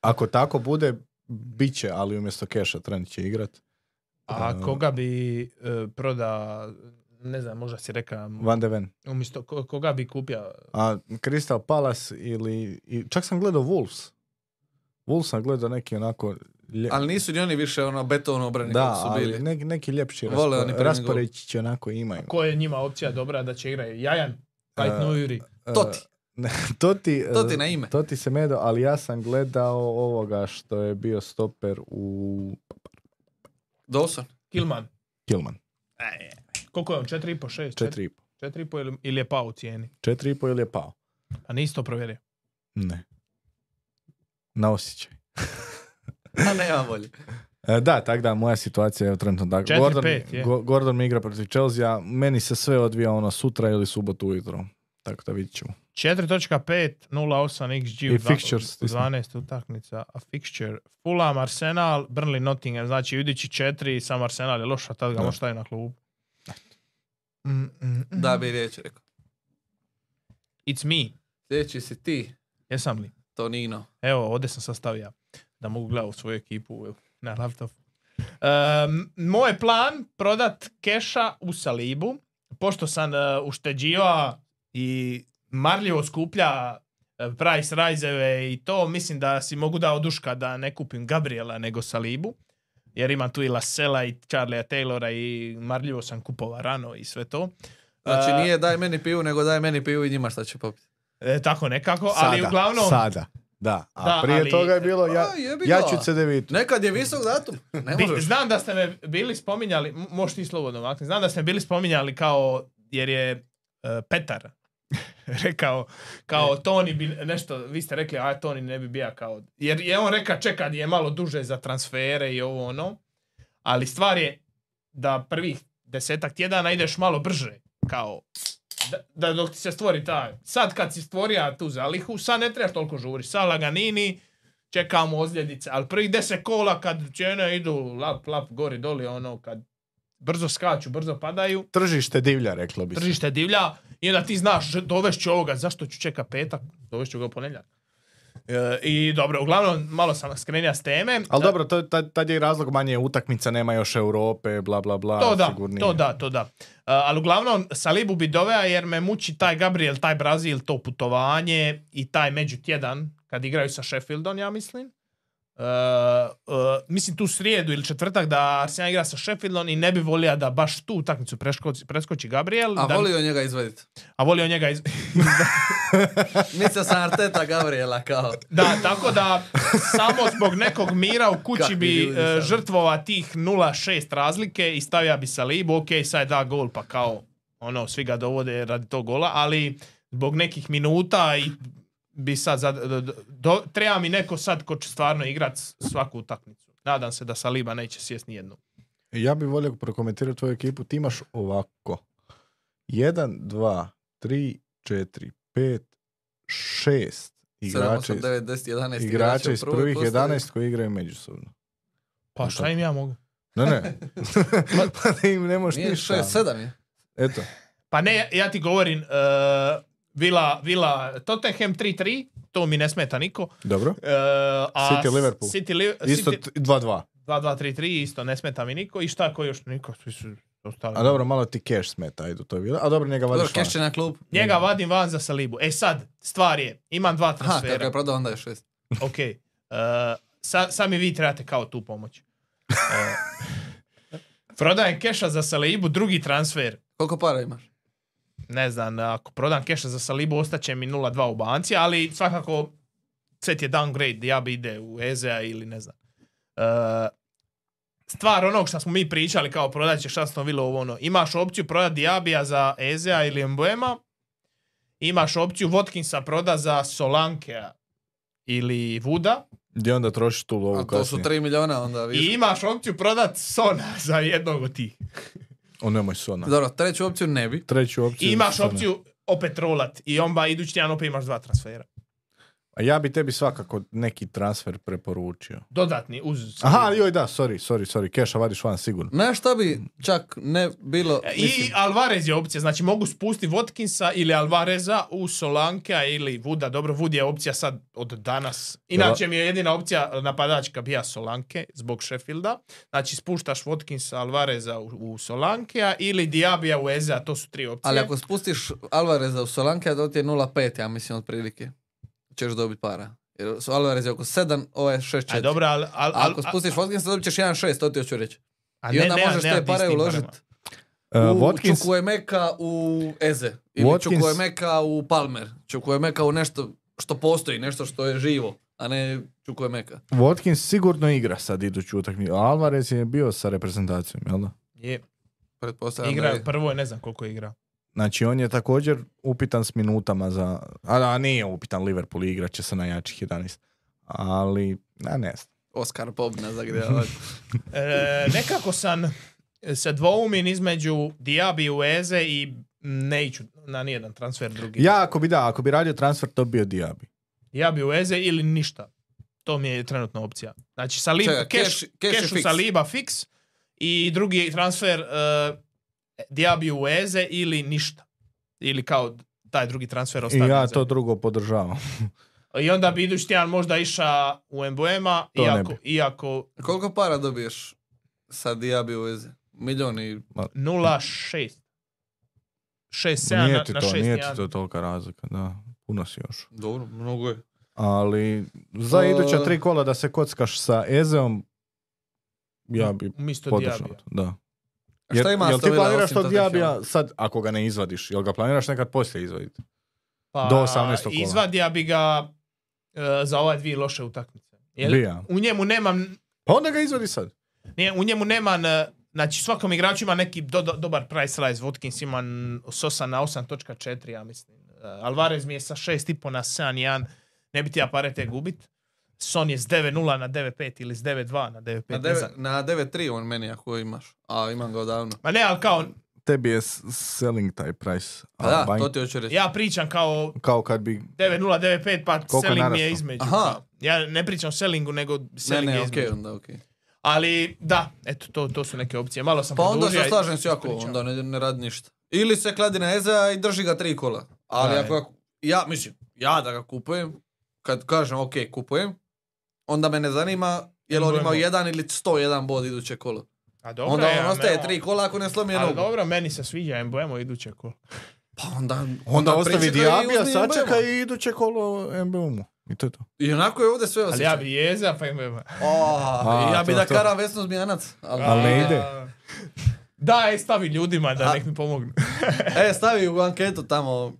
[SPEAKER 3] Ako tako bude, bit će, ali umjesto keša Trent će igrat.
[SPEAKER 2] A
[SPEAKER 3] Da.
[SPEAKER 2] koga bi e, proda, ne znam, možda si reka,
[SPEAKER 3] Van de Ven.
[SPEAKER 2] umjesto ko- koga bi kupio?
[SPEAKER 3] A Crystal Palace ili... I, čak sam gledao Wolves. Wolves sam gledao neki onako... lje-
[SPEAKER 1] Ali nisu ni oni više ono betovno obrani
[SPEAKER 3] da,
[SPEAKER 1] kako su
[SPEAKER 3] ali
[SPEAKER 1] bili.
[SPEAKER 3] nek- neki ljepši
[SPEAKER 1] Vole oni
[SPEAKER 3] raspo-
[SPEAKER 1] prvi
[SPEAKER 3] rasporeći će onako imaju.
[SPEAKER 2] Ko je njima opcija dobra da će igraju? Jajan?
[SPEAKER 3] E,
[SPEAKER 2] Kajt Nujuri?
[SPEAKER 3] E,
[SPEAKER 1] Totti.
[SPEAKER 3] [laughs] To ti,
[SPEAKER 1] To
[SPEAKER 3] eh,
[SPEAKER 1] ti na ime.
[SPEAKER 3] To ti se medo, ali ja sam gledao ovoga što je bio stoper u
[SPEAKER 1] Dawson. [laughs]
[SPEAKER 2] Kilman.
[SPEAKER 3] Kilman.
[SPEAKER 2] E, koliko je on? 4,5, 6? 4.
[SPEAKER 3] 4,5.
[SPEAKER 2] 4,5 ili, ili je pao u cijeni?
[SPEAKER 3] 4,5 ili je pao?
[SPEAKER 2] A nisi to provjerio.
[SPEAKER 3] Ne. Na osjećaj.
[SPEAKER 1] A nema volje.
[SPEAKER 3] E, Da, tako da, moja situacija je trenutno tako.
[SPEAKER 2] Četiri,
[SPEAKER 3] Gordon,
[SPEAKER 2] pet, je.
[SPEAKER 3] Go- Gordon mi igra protiv Chelsea, meni se sve odvija ono sutra ili subotu ujutro. Tako da vidit ćemo.
[SPEAKER 2] 4.5, 08 XG
[SPEAKER 3] I
[SPEAKER 2] u dva-
[SPEAKER 3] fixtures,
[SPEAKER 2] u 12 utakmica. A fixture, Fulham, Arsenal, Burnley, Nottingham. Znači, idući 4, sam Arsenal je loša, tad ga
[SPEAKER 3] Da.
[SPEAKER 2] možeš staviti na klubu. Mm, mm, mm.
[SPEAKER 1] Da bi riječ rekao.
[SPEAKER 2] It's me.
[SPEAKER 1] Sljedeći si ti,
[SPEAKER 2] Jesam li?
[SPEAKER 1] Tonino.
[SPEAKER 2] Evo, ovdje sam sad stavio ja, da mogu gledati u svoju ekipu na laptop. Ehm, moj plan prodat keša u Salibu, pošto sam e, ušteđivao i marljivo skuplja e, price rajzeve i to, mislim da si mogu da oduška da ne kupim Gabriela nego Salibu, jer imam tu i Lasela i Charlie'a Taylora i marljivo sam kupova rano i sve to.
[SPEAKER 1] Znači
[SPEAKER 2] E,
[SPEAKER 1] nije daj meni pivu, nego daj meni pivu i njima šta će popiti.
[SPEAKER 2] e, tako nekako, ali
[SPEAKER 3] Sada,
[SPEAKER 2] uglavnom...
[SPEAKER 3] Sada, da. A
[SPEAKER 2] Da,
[SPEAKER 3] prije
[SPEAKER 2] ali-
[SPEAKER 3] toga je bilo, ja,
[SPEAKER 1] A, jebi
[SPEAKER 3] ja
[SPEAKER 1] ga.
[SPEAKER 3] ću CDV-tu.
[SPEAKER 1] Nekad je visok datum. Ne
[SPEAKER 2] Bi-
[SPEAKER 1] možeš.
[SPEAKER 2] znam da ste me bili spominjali, m- možeš ti slobodno makni, znam da ste me bili spominjali kao, jer je e, Petar [laughs] rekao,
[SPEAKER 1] E.
[SPEAKER 2] kao Toni bi nešto, vi ste rekli, a Toni ne bi bija kao, jer je on reka čeka je malo duže za transfere i ovo ono, ali stvar je da prvih desetak tjedana ideš malo brže, kao, da, da dok ti se stvori ta, sad kad si stvorio tu zalihu, sad ne trebaš toliko žuriš, sad laganini, čekamo ozljedice, ali prvih deset kola kad cijene idu lap, lap, gori, doli, ono, kad brzo skaču, brzo padaju,
[SPEAKER 3] Tržište divlja, reklo bi se.
[SPEAKER 2] tržište divlja i onda ti znaš dovešću ovoga, zašto ću čekat petak, dovešću ga u ponedjeljak. E, I dobro, uglavnom malo sam skrenija s teme.
[SPEAKER 3] Ali dobro, to, tad, tad je i razlog manje utakmica, nema još Europe, bla bla bla.
[SPEAKER 1] Pa
[SPEAKER 2] to da,
[SPEAKER 3] sigurnije.
[SPEAKER 2] to da, to da. E, ali uglavnom Salibu bi doveo jer me muči taj Gabriel, taj Brazil, to putovanje i taj međutjedan kad igraju sa Sheffieldom, ja mislim. E, e, mislim tu srijedu ili četvrtak da Arsenal igra sa Sheffieldom i ne bi volio da baš tu utakmicu preskoči, preskoči Gabriel.
[SPEAKER 1] A
[SPEAKER 2] da,
[SPEAKER 1] volio njega izvaditi.
[SPEAKER 2] a volio njega iz,
[SPEAKER 1] Mislio sam Arteta Gabriela kao.
[SPEAKER 2] Da, tako da samo zbog nekog mira u kući
[SPEAKER 1] Kakvi
[SPEAKER 2] bi
[SPEAKER 1] ljudi
[SPEAKER 2] e,
[SPEAKER 1] sad.
[SPEAKER 2] žrtvova tih 0-6 razlike i stavio bi Salibu, ok, sad da gol, pa kao, ono, svi ga dovode radi tog gola, ali zbog nekih minuta i bi sad, zad- do- do- do- treba mi neko sad ko će stvarno igrat s- svaku utakmicu. Nadam se da Saliba neće sjest nijednu.
[SPEAKER 3] Ja bih volio prokomentirati tvoju ekipu. Ti imaš ovako. 1, 2, 3, 4, 5, 6
[SPEAKER 1] 7,
[SPEAKER 3] igrača,
[SPEAKER 1] 8, 9, 10, 11
[SPEAKER 3] igrača iz
[SPEAKER 1] prvoj
[SPEAKER 3] prvih
[SPEAKER 1] postavi.
[SPEAKER 3] 11 koji igraju međusobno.
[SPEAKER 2] Pa šta im ja mogu?
[SPEAKER 3] Ne,
[SPEAKER 1] [laughs]
[SPEAKER 3] ne. [laughs] pa da im ne možeš
[SPEAKER 1] Nije
[SPEAKER 3] ništa.
[SPEAKER 1] 6, 7 je.
[SPEAKER 3] Eto.
[SPEAKER 2] Pa ne, ja ti govorim, e, Vila, Vila Tottenham 3-3, to mi ne smeta niko.
[SPEAKER 3] Dobro.
[SPEAKER 2] E, a
[SPEAKER 3] City, Liverpool.
[SPEAKER 2] City, Liv-
[SPEAKER 3] Isto
[SPEAKER 2] City-
[SPEAKER 3] t- 2-2.
[SPEAKER 2] 2-2-3-3, isto, ne smeta mi niko. I šta, ko još niko? Svi su ostali.
[SPEAKER 3] A dobro, malo ti cash smeta, ajde, to je bilo. A dobro, njega
[SPEAKER 1] Dobro,
[SPEAKER 3] vadiš van.
[SPEAKER 1] keš će na klub.
[SPEAKER 2] Njega vadim van za Salibu. E sad, stvar je, imam dva
[SPEAKER 1] Aha, kako
[SPEAKER 2] transfera.
[SPEAKER 1] je prodao onda je 6.
[SPEAKER 2] ok, e, sa, sami vi trebate kao tu pomoć. E, prodajem keša za Salibu, drugi transfer.
[SPEAKER 1] Koliko para imaš?
[SPEAKER 2] Ne znam, ako prodam keša za Salibu, ostaće mi 0-2 u banci, ali svakako set je downgrade, ja bi ide u Ezea ili ne znam. E, stvar onog što smo mi pričali kao prodat ćeš Aston Villa ovo ono. Imaš opciju prodat Diabija za Ezea ili Mbuema. Imaš opciju Watkinsa proda za Solankea ili Vuda.
[SPEAKER 3] Gdje onda trošiš tu
[SPEAKER 1] A
[SPEAKER 3] lovu
[SPEAKER 1] to su 3
[SPEAKER 3] kasnije?
[SPEAKER 1] miliona onda.
[SPEAKER 2] I
[SPEAKER 1] više.
[SPEAKER 2] imaš opciju prodat Sona za jednog od tih.
[SPEAKER 3] O, nemoj sona.
[SPEAKER 1] Dobro, treću opciju ne bi.
[SPEAKER 3] Treću
[SPEAKER 2] I
[SPEAKER 3] opciju.
[SPEAKER 2] imaš
[SPEAKER 3] Sona.
[SPEAKER 2] opciju opet rolat. I onda idući tjedan opet imaš dva transfera.
[SPEAKER 3] A ja bi tebi svakako neki transfer preporučio.
[SPEAKER 2] Dodatni uz...
[SPEAKER 3] Aha, joj da, sorry, sorry, sorry, keša vadiš van sigurno.
[SPEAKER 1] Znaš šta bi čak ne bilo...
[SPEAKER 2] E, I
[SPEAKER 1] mislim,
[SPEAKER 2] Alvarez je opcija, znači mogu spustiti Watkinsa ili Alvareza u Solankea ili Vuda, dobro, Vud je opcija sad od danas. Inače mi je jedina opcija napadačka bija Solanke zbog Sheffielda, znači spuštaš Watkinsa, Alvareza u, u Solankea ili Diabija u Ezea, to su tri opcije.
[SPEAKER 1] Ali ako spustiš Alvareza u Solanke, to ti je 0,5, ja mislim, otprilike. Ćeš dobiti para. Jer su Alvarez je oko 7, ovo je 6, 4.
[SPEAKER 2] A dobro, al, al,
[SPEAKER 1] A ako spustiš Watkinsa, dobit ćeš 1,6, to ti hoću reći.
[SPEAKER 2] a
[SPEAKER 1] I
[SPEAKER 2] ne,
[SPEAKER 1] onda
[SPEAKER 2] nema-
[SPEAKER 1] možeš
[SPEAKER 2] nema
[SPEAKER 1] te
[SPEAKER 2] ti s
[SPEAKER 1] pare
[SPEAKER 2] tim parama.
[SPEAKER 1] uložiti.
[SPEAKER 3] Uh,
[SPEAKER 1] u
[SPEAKER 3] Watkins,
[SPEAKER 1] Chukwuemeka u Eze. Ili
[SPEAKER 3] Watkins-
[SPEAKER 1] Chukwuemeka u Palmer. Chukwuemeka u nešto što postoji, nešto što je živo, a ne Chukwuemeka.
[SPEAKER 3] Watkins sigurno igra sad iduću utakmicu. a Alvarez je bio sa reprezentacijom, jel da?
[SPEAKER 2] Je,
[SPEAKER 1] Pretpostavljam da
[SPEAKER 2] igra
[SPEAKER 1] je.
[SPEAKER 2] prvo, ne znam koliko je igra.
[SPEAKER 3] Znači on je također upitan s minutama za... A, a nije upitan Liverpool, igrat će se na jačih 11. Ali, ne, ne znam.
[SPEAKER 1] Oskar Pobna
[SPEAKER 3] [laughs]
[SPEAKER 1] zagrijavač.
[SPEAKER 2] E, nekako sam e, se dvoumin između Diaby Ueze i neću na nijedan transfer drugi.
[SPEAKER 3] Ja, ako bi da, ako bi radio transfer, to bi bio Diaby.
[SPEAKER 2] Diaby Ueze ili ništa. To mi je trenutno opcija. Znači sa Lib,
[SPEAKER 1] Čekaj,
[SPEAKER 2] cash,
[SPEAKER 1] cash- cash je
[SPEAKER 2] cashu
[SPEAKER 1] fiks.
[SPEAKER 2] sa Liba fix i drugi transfer e, Diaby Ueze ili ništa. Ili kao taj drugi transfer
[SPEAKER 3] I
[SPEAKER 2] ostatnje
[SPEAKER 3] ja
[SPEAKER 2] zemlje.
[SPEAKER 3] to drugo podržavam.
[SPEAKER 2] I onda bi idući tjedan možda iša u Embuema,
[SPEAKER 3] To ne
[SPEAKER 2] iako,
[SPEAKER 3] bi.
[SPEAKER 2] iako
[SPEAKER 1] Koliko para dobiješ sa Diaby u Eze? Milion i...
[SPEAKER 2] 0,6. 6-7 na,
[SPEAKER 3] nije ti
[SPEAKER 2] na
[SPEAKER 3] to, nije ti
[SPEAKER 2] 6-1.
[SPEAKER 3] to tolika razlika, da. Puno si još.
[SPEAKER 1] Dobro, mnogo je.
[SPEAKER 3] Ali, za
[SPEAKER 1] E,
[SPEAKER 3] iduća tri kola da se kockaš sa Ezeom, ja bi
[SPEAKER 2] Umjesto
[SPEAKER 3] podržao.
[SPEAKER 2] Diabija.
[SPEAKER 3] to, Da.
[SPEAKER 1] A šta ima
[SPEAKER 3] jel ti
[SPEAKER 1] Aston Villa
[SPEAKER 3] planiraš
[SPEAKER 1] osim
[SPEAKER 3] tog
[SPEAKER 1] Tottenhama?
[SPEAKER 3] Diabija sad, ako ga ne izvadiš? Jel ga planiraš nekad poslije izvaditi?
[SPEAKER 2] Pa,
[SPEAKER 3] Do 18. kola.
[SPEAKER 2] Izvadija bi ga e, za ove dvije loše utakmice. Jel?
[SPEAKER 3] Bija.
[SPEAKER 2] U njemu nemam,
[SPEAKER 3] Pa onda ga izvadi sad.
[SPEAKER 2] nije, u njemu nemam, e, znači svakom igraču ima neki do- do- dobar price rise. Watkins ima n- s 8 na 8.4, ja mislim. E, Alvarez mi je sa 6.5 na 7.1, ne bi ti ja pare te gubit. Son je s 9.0 na 9.5 ili s 9.2 na 9.5,
[SPEAKER 1] Na,
[SPEAKER 2] ne znam.
[SPEAKER 1] deve- na 9.3 on meni ako imaš. A imam ga odavno.
[SPEAKER 2] Ma ne, ali kao,
[SPEAKER 3] Tebi je s- selling taj price.
[SPEAKER 1] Pa
[SPEAKER 3] a
[SPEAKER 1] da,
[SPEAKER 3] buying-
[SPEAKER 1] to ti hoću reći.
[SPEAKER 2] ja pričam kao
[SPEAKER 3] Kao kad bi...
[SPEAKER 2] 9.095, pa
[SPEAKER 3] Koliko je
[SPEAKER 2] selling mi je
[SPEAKER 3] naraslo?
[SPEAKER 2] između.
[SPEAKER 1] Aha.
[SPEAKER 2] Ja ne pričam o sellingu, nego
[SPEAKER 1] ne,
[SPEAKER 2] selling
[SPEAKER 1] ne,
[SPEAKER 2] je
[SPEAKER 1] okej,
[SPEAKER 2] između.
[SPEAKER 1] onda okej.
[SPEAKER 2] Ali da, eto, to, to su neke opcije. Malo sam
[SPEAKER 1] Pa onda se
[SPEAKER 2] produžio i-
[SPEAKER 1] slažem s jako,
[SPEAKER 2] ispričavam.
[SPEAKER 1] onda ne, ne radi ništa. Ili se kladi na Ezea i drži ga tri kola. Ali
[SPEAKER 2] Da,
[SPEAKER 1] ako ga- ja, mislim, ja da ga kupujem, kad kažem ok, kupujem, onda me ne zanima je li on
[SPEAKER 2] Budemo.
[SPEAKER 1] imao jedan ili 101 bod iduće kolo.
[SPEAKER 2] A dobro,
[SPEAKER 1] onda
[SPEAKER 2] ja,
[SPEAKER 1] on ostaje
[SPEAKER 2] nema-
[SPEAKER 1] tri kola ako ne slomi
[SPEAKER 2] Ali
[SPEAKER 1] nogu.
[SPEAKER 2] dobro, meni se sviđa Embuemo iduće kolo.
[SPEAKER 1] Pa onda,
[SPEAKER 3] Onda ostavi
[SPEAKER 1] pričekaj i
[SPEAKER 3] Diabija,
[SPEAKER 1] uzmi
[SPEAKER 3] sačeka
[SPEAKER 1] Mbeumu.
[SPEAKER 3] i iduće kolo MBU-mu. I to je to.
[SPEAKER 1] I onako je ovdje sve
[SPEAKER 2] Ali
[SPEAKER 1] osjećaj.
[SPEAKER 2] ja bi jeza, pa Embuemo.
[SPEAKER 1] O,
[SPEAKER 3] A,
[SPEAKER 1] Oh, ja bi
[SPEAKER 3] to,
[SPEAKER 1] da
[SPEAKER 3] to.
[SPEAKER 1] karam Vesnu Zmijanac. Ali,
[SPEAKER 3] Ali ne ide.
[SPEAKER 2] Da, e, stavi ljudima da
[SPEAKER 1] A-
[SPEAKER 2] nek mi pomognu.
[SPEAKER 1] E, stavi u anketu tamo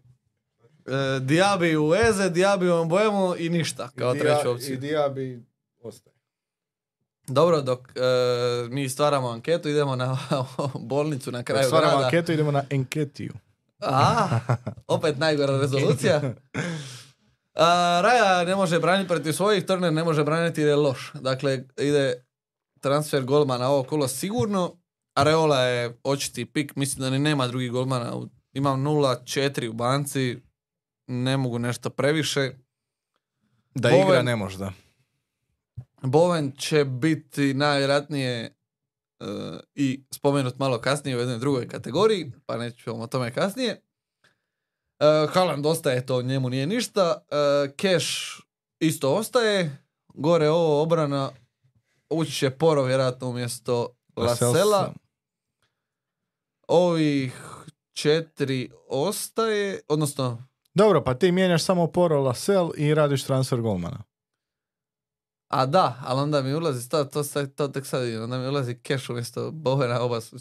[SPEAKER 1] e, Diabi u Eze, Diabi u Mbojemu i ništa kao treću opciju.
[SPEAKER 3] Diaby ostaje.
[SPEAKER 1] Dobro, dok e, mi stvaramo anketu, idemo na [laughs] bolnicu na kraju
[SPEAKER 3] Stvaramo
[SPEAKER 1] grada.
[SPEAKER 3] anketu, idemo na enketiju.
[SPEAKER 1] A,
[SPEAKER 3] [laughs]
[SPEAKER 1] opet najgora rezolucija. A, Raja ne može braniti protiv svojih, Turner ne može braniti jer je loš. Dakle, ide transfer golmana ovo kolo sigurno. Areola je očiti pik, mislim da ni nema drugih golmana. U- Imam 0-4 u banci, ne mogu nešto previše.
[SPEAKER 3] Da
[SPEAKER 1] Bowen-
[SPEAKER 3] igra ne možda.
[SPEAKER 1] Bowen će biti najvjerojatnije e, i spomenut malo kasnije u jednoj drugoj kategoriji, pa nećemo o tome kasnije. E, Haaland ostaje, to njemu nije ništa. E, Cash isto ostaje. Gore ovo obrana ući će Poro vjerojatno umjesto Lasela. Ovih četiri ostaje, odnosno
[SPEAKER 3] Dobro, pa ti mijenjaš samo Poro Lasel i radiš transfer golmana.
[SPEAKER 1] A da, ali onda mi ulazi, to, to, sad- to tek sad vidim, onda mi ulazi Cash umjesto Bowena, oba su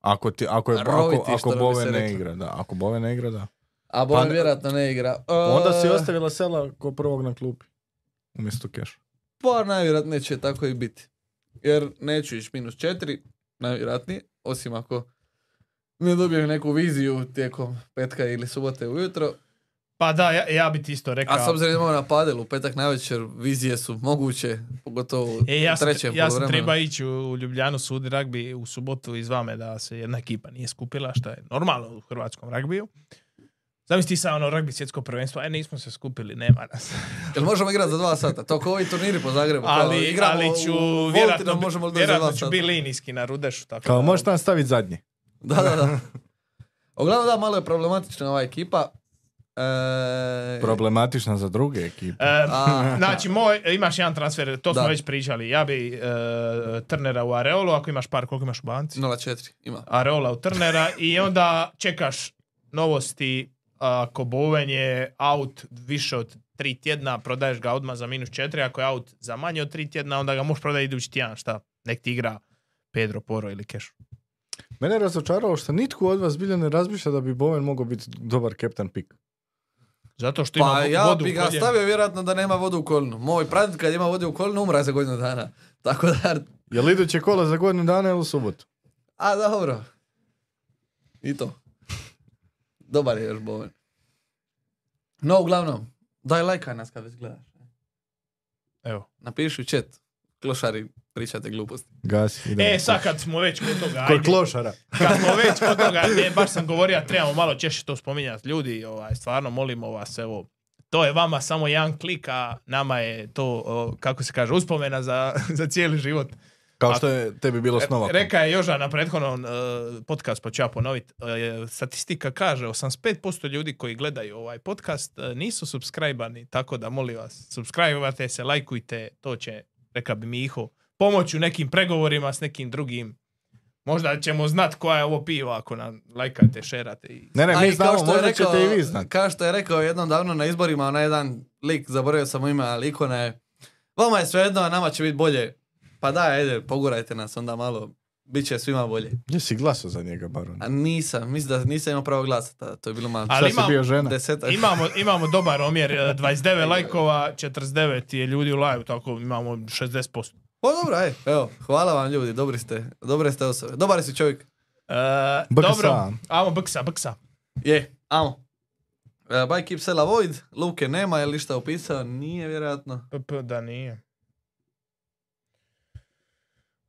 [SPEAKER 3] Ako, ti, ako, je,
[SPEAKER 1] Roviti,
[SPEAKER 3] ako,
[SPEAKER 1] što
[SPEAKER 3] ako
[SPEAKER 1] bi se
[SPEAKER 3] Bowen ne
[SPEAKER 1] reklo.
[SPEAKER 3] igra, da. Ako Bowen ne igra, da.
[SPEAKER 1] A
[SPEAKER 2] Pa
[SPEAKER 1] Bowen
[SPEAKER 3] ne-
[SPEAKER 1] vjerojatno ne igra. E,
[SPEAKER 3] Onda si ostavila sela ko prvog na klupi. Umjesto Keša.
[SPEAKER 1] Pa najvjerojatnije će tako i biti. Jer neću ići minus četiri, najvjerojatnije, osim ako ne dobijem neku viziju tijekom petka ili subote ujutro.
[SPEAKER 2] Pa da, ja, ja bi ti isto rekao.
[SPEAKER 1] A s obzirom da imamo na padelu, petak navečer vizije su moguće, pogotovo
[SPEAKER 2] E, ja
[SPEAKER 1] u
[SPEAKER 2] sam,
[SPEAKER 1] trećem
[SPEAKER 2] ja sam
[SPEAKER 1] poluvremenu.
[SPEAKER 2] treba ići u Ljubljanu sudi ragbi u subotu iz vame da se jedna ekipa nije skupila, što je normalno u hrvatskom ragbiju. Zamisli sa ono ragbi svjetsko prvenstvo, e nismo se skupili, nema nas.
[SPEAKER 1] Jel možemo igrati za dva sata? To kao ovi turniri po Zagrebu. kao
[SPEAKER 2] ali,
[SPEAKER 1] igramo
[SPEAKER 2] ali ću,
[SPEAKER 1] u Voltinom,
[SPEAKER 2] vjerojatno,
[SPEAKER 1] možemo li doći za dva
[SPEAKER 2] vjerojatno ću
[SPEAKER 1] sata?
[SPEAKER 2] biti linijski na Rudešu. Tako
[SPEAKER 3] Kao
[SPEAKER 1] Pa-
[SPEAKER 2] da-
[SPEAKER 3] možeš tam staviti zadnji.
[SPEAKER 1] Da, da, da. Uglavnom da, malo je problematična ova ekipa. E,
[SPEAKER 3] Problematična za druge
[SPEAKER 2] E,
[SPEAKER 3] ekipe.
[SPEAKER 2] [laughs]
[SPEAKER 1] A.
[SPEAKER 2] znači, moj, imaš jedan transfer, to smo
[SPEAKER 1] Da.
[SPEAKER 2] već pričali. Ja bi e, Turnera u Areolu, ako imaš par, koliko imaš u banci?
[SPEAKER 1] 0-4, ima.
[SPEAKER 2] Areola u Turnera i onda čekaš novosti ako Bowen je out više od tri tjedna, prodaješ ga odmah za minus četiri, ako je out za manje od tri tjedna, onda ga možeš prodati idući tjedan, šta? Nek ti igra Pedro Poro ili Keš.
[SPEAKER 3] Mene je razočaralo što nitko od vas bilje ne razmišlja da bi Bowen mogao biti dobar captain pick.
[SPEAKER 2] Zato što ima
[SPEAKER 1] Pa
[SPEAKER 2] vo-
[SPEAKER 1] ja
[SPEAKER 2] vodu u
[SPEAKER 1] bi ga
[SPEAKER 2] koljenu.
[SPEAKER 1] stavio vjerojatno da nema vodu u kolinu. Moj pradit kad ima vodu u kolinu umra za godinu dana. [laughs] Tako da,
[SPEAKER 3] Jel iduće kola za godinu dana ili u subotu?
[SPEAKER 1] a dobro. I to. Dobar je još Bowen. No, uglavnom, daj lajkaj nas kad već gledaš.
[SPEAKER 2] Evo.
[SPEAKER 1] Napiši u chat. Klošari, pričate gluposti.
[SPEAKER 3] Gasi, idemo.
[SPEAKER 2] E, sad kad smo već kod toga,
[SPEAKER 3] Kod
[SPEAKER 2] ajde.
[SPEAKER 3] klošara.
[SPEAKER 2] Kad smo već kod toga, ne, baš sam govorio, da trebamo malo češće to spominjati. Ljudi, ovaj, stvarno molimo vas, evo, to je vama samo jedan klik, a nama je to, o, kako se kaže, uspomena za, [laughs] za cijeli život.
[SPEAKER 3] Kao što je tebi bilo s Novakom.
[SPEAKER 2] E, Reka je Joža na prethodnom e, podcast, pa ću ja ponovit. e, statistika kaže, 85% ljudi koji gledaju ovaj podcast e, nisu subscribani, tako da molim vas, subscribeate se, lajkujte, to će, reka bi mi iho, pomoć u nekim pregovorima s nekim drugim. Možda ćemo znat koja je ovo piva ako nam lajkate, šerate i...
[SPEAKER 3] Ne, ne,
[SPEAKER 1] A
[SPEAKER 3] mi
[SPEAKER 1] i kao
[SPEAKER 3] znamo,
[SPEAKER 1] što je
[SPEAKER 3] možda
[SPEAKER 1] rekao-
[SPEAKER 3] ćete i vi znati.
[SPEAKER 1] Kao što je rekao jednom davno na izborima, onaj jedan lik, zaboravio sam mu ime, ali ikona je, vama je svejedno, a nama će biti bolje. Pa da, ajde, pogurajte nas onda malo, bit će svima bolje.
[SPEAKER 3] Jesi glasao za njega, Baron?
[SPEAKER 1] A nisam, mislim da nisam imao pravo glasa tada, to je bilo malo.
[SPEAKER 2] Ali
[SPEAKER 3] Šta si
[SPEAKER 2] imam-
[SPEAKER 3] bio žena?
[SPEAKER 1] Deseta.
[SPEAKER 2] Imamo, imamo dobar omjer, e, 29 lajkova, 49 je ljudi u live, tako imamo 60%.
[SPEAKER 1] O, dobro, aj, evo, hvala vam ljudi, dobri ste, dobre ste osobe, dobar si čovjek.
[SPEAKER 2] E,
[SPEAKER 3] BKSA.
[SPEAKER 2] dobro, ajmo bksa, bksa.
[SPEAKER 1] Je, amo. Uh, by keep sell avoid, Luke nema, je li šta upisao? Nije vjerojatno.
[SPEAKER 2] PP da nije.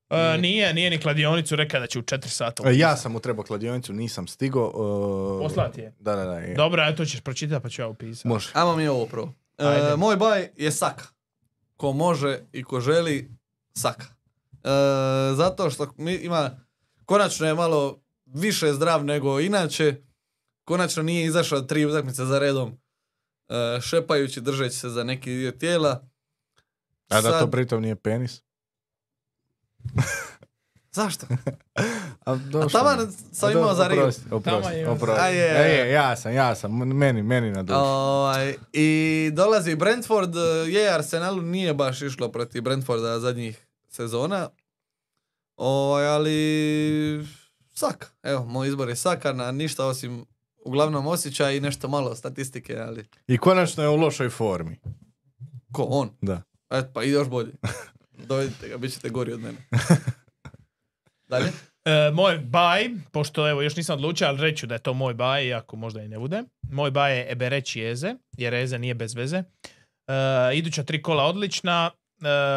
[SPEAKER 2] E, nije, nije ni kladionicu rekao da će u 4 sata.
[SPEAKER 3] E, Ja sam mu trebao kladionicu, nisam stigo. e,
[SPEAKER 2] Poslat je.
[SPEAKER 3] Da, da, da. je.
[SPEAKER 2] Dobro, eto ćeš pročitati pa ću ja upisati.
[SPEAKER 3] Može.
[SPEAKER 1] Amo mi ovo prvo. E,
[SPEAKER 2] Ajde.
[SPEAKER 1] moj baj je Saka. Ko može i ko želi, Saka. E, zato što mi ima, konačno je malo više zdrav nego inače. Konačno nije izašao tri utakmice za redom. e, šepajući, držeći se za neki dio tijela.
[SPEAKER 3] A da to
[SPEAKER 1] Sad-
[SPEAKER 3] pritom nije penis? [laughs]
[SPEAKER 1] Zašto?
[SPEAKER 3] A,
[SPEAKER 1] A
[SPEAKER 3] došlo mi je.
[SPEAKER 1] taman sam
[SPEAKER 3] A do-
[SPEAKER 1] imao za ribu.
[SPEAKER 3] Oprosti,
[SPEAKER 2] Taman
[SPEAKER 3] oprosti,
[SPEAKER 2] je-
[SPEAKER 3] oprosti.
[SPEAKER 1] A je.
[SPEAKER 3] E, je, ja sam, ja sam. Meni, meni na dušu.
[SPEAKER 1] Ovaj, I dolazi Brentford, eh, je Arsenalu nije baš išlo protiv Brentforda zadnjih sezona, ovaj, ali sak, evo, moj izbor je saka na ništa osim uglavnom osjećaj i nešto malo statistike, ali
[SPEAKER 3] I konačno je u lošoj formi.
[SPEAKER 1] ko on?
[SPEAKER 3] Da.
[SPEAKER 1] Et, pa i još
[SPEAKER 2] [laughs]
[SPEAKER 1] bolje. Dovedite ga, bit ćete gori od mene. Dalje?
[SPEAKER 2] E, moj baj, pošto evo još nisam odlučio, ali reću da je to moj baj, iako možda i ne bude. Moj baj je Ebereć i Eze, jer Eze nije bez veze. E, iduća tri kola odlična,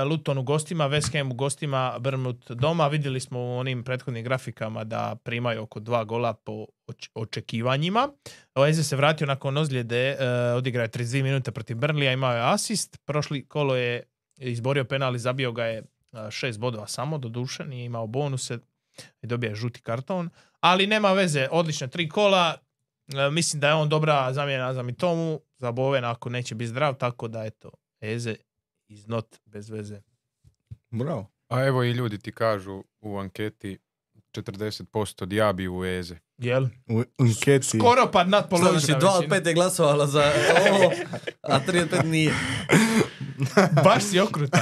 [SPEAKER 2] e, Luton u gostima, West Ham u gostima, Brnut doma. Vidjeli smo u onim prethodnim grafikama da primaju oko dva gola po oč- očekivanjima. Evo, Eze se vratio nakon ozljede, e, odigrao je 32 minute protiv Brnlija, imao je asist. Prošli kolo je izborio penal i zabio ga je e, šest bodova samo, doduše, nije imao bonuse, i dobija žuti karton. Ali nema veze, odlična tri kola. E, mislim da je on dobra zamjena za Mitomu, za Boven ako neće biti zdrav, tako da eto, Eze iz not bez veze.
[SPEAKER 3] Bravo.
[SPEAKER 4] A evo i ljudi ti kažu u anketi 40% dijabi u Eze.
[SPEAKER 2] Jel?
[SPEAKER 3] U anketi.
[SPEAKER 2] Skoro pa nad
[SPEAKER 1] Šta
[SPEAKER 2] polovična
[SPEAKER 1] znači, dva od
[SPEAKER 2] većina.
[SPEAKER 1] pet je glasovalo za ovo, a tri od pet nije.
[SPEAKER 2] Baš si okrutan.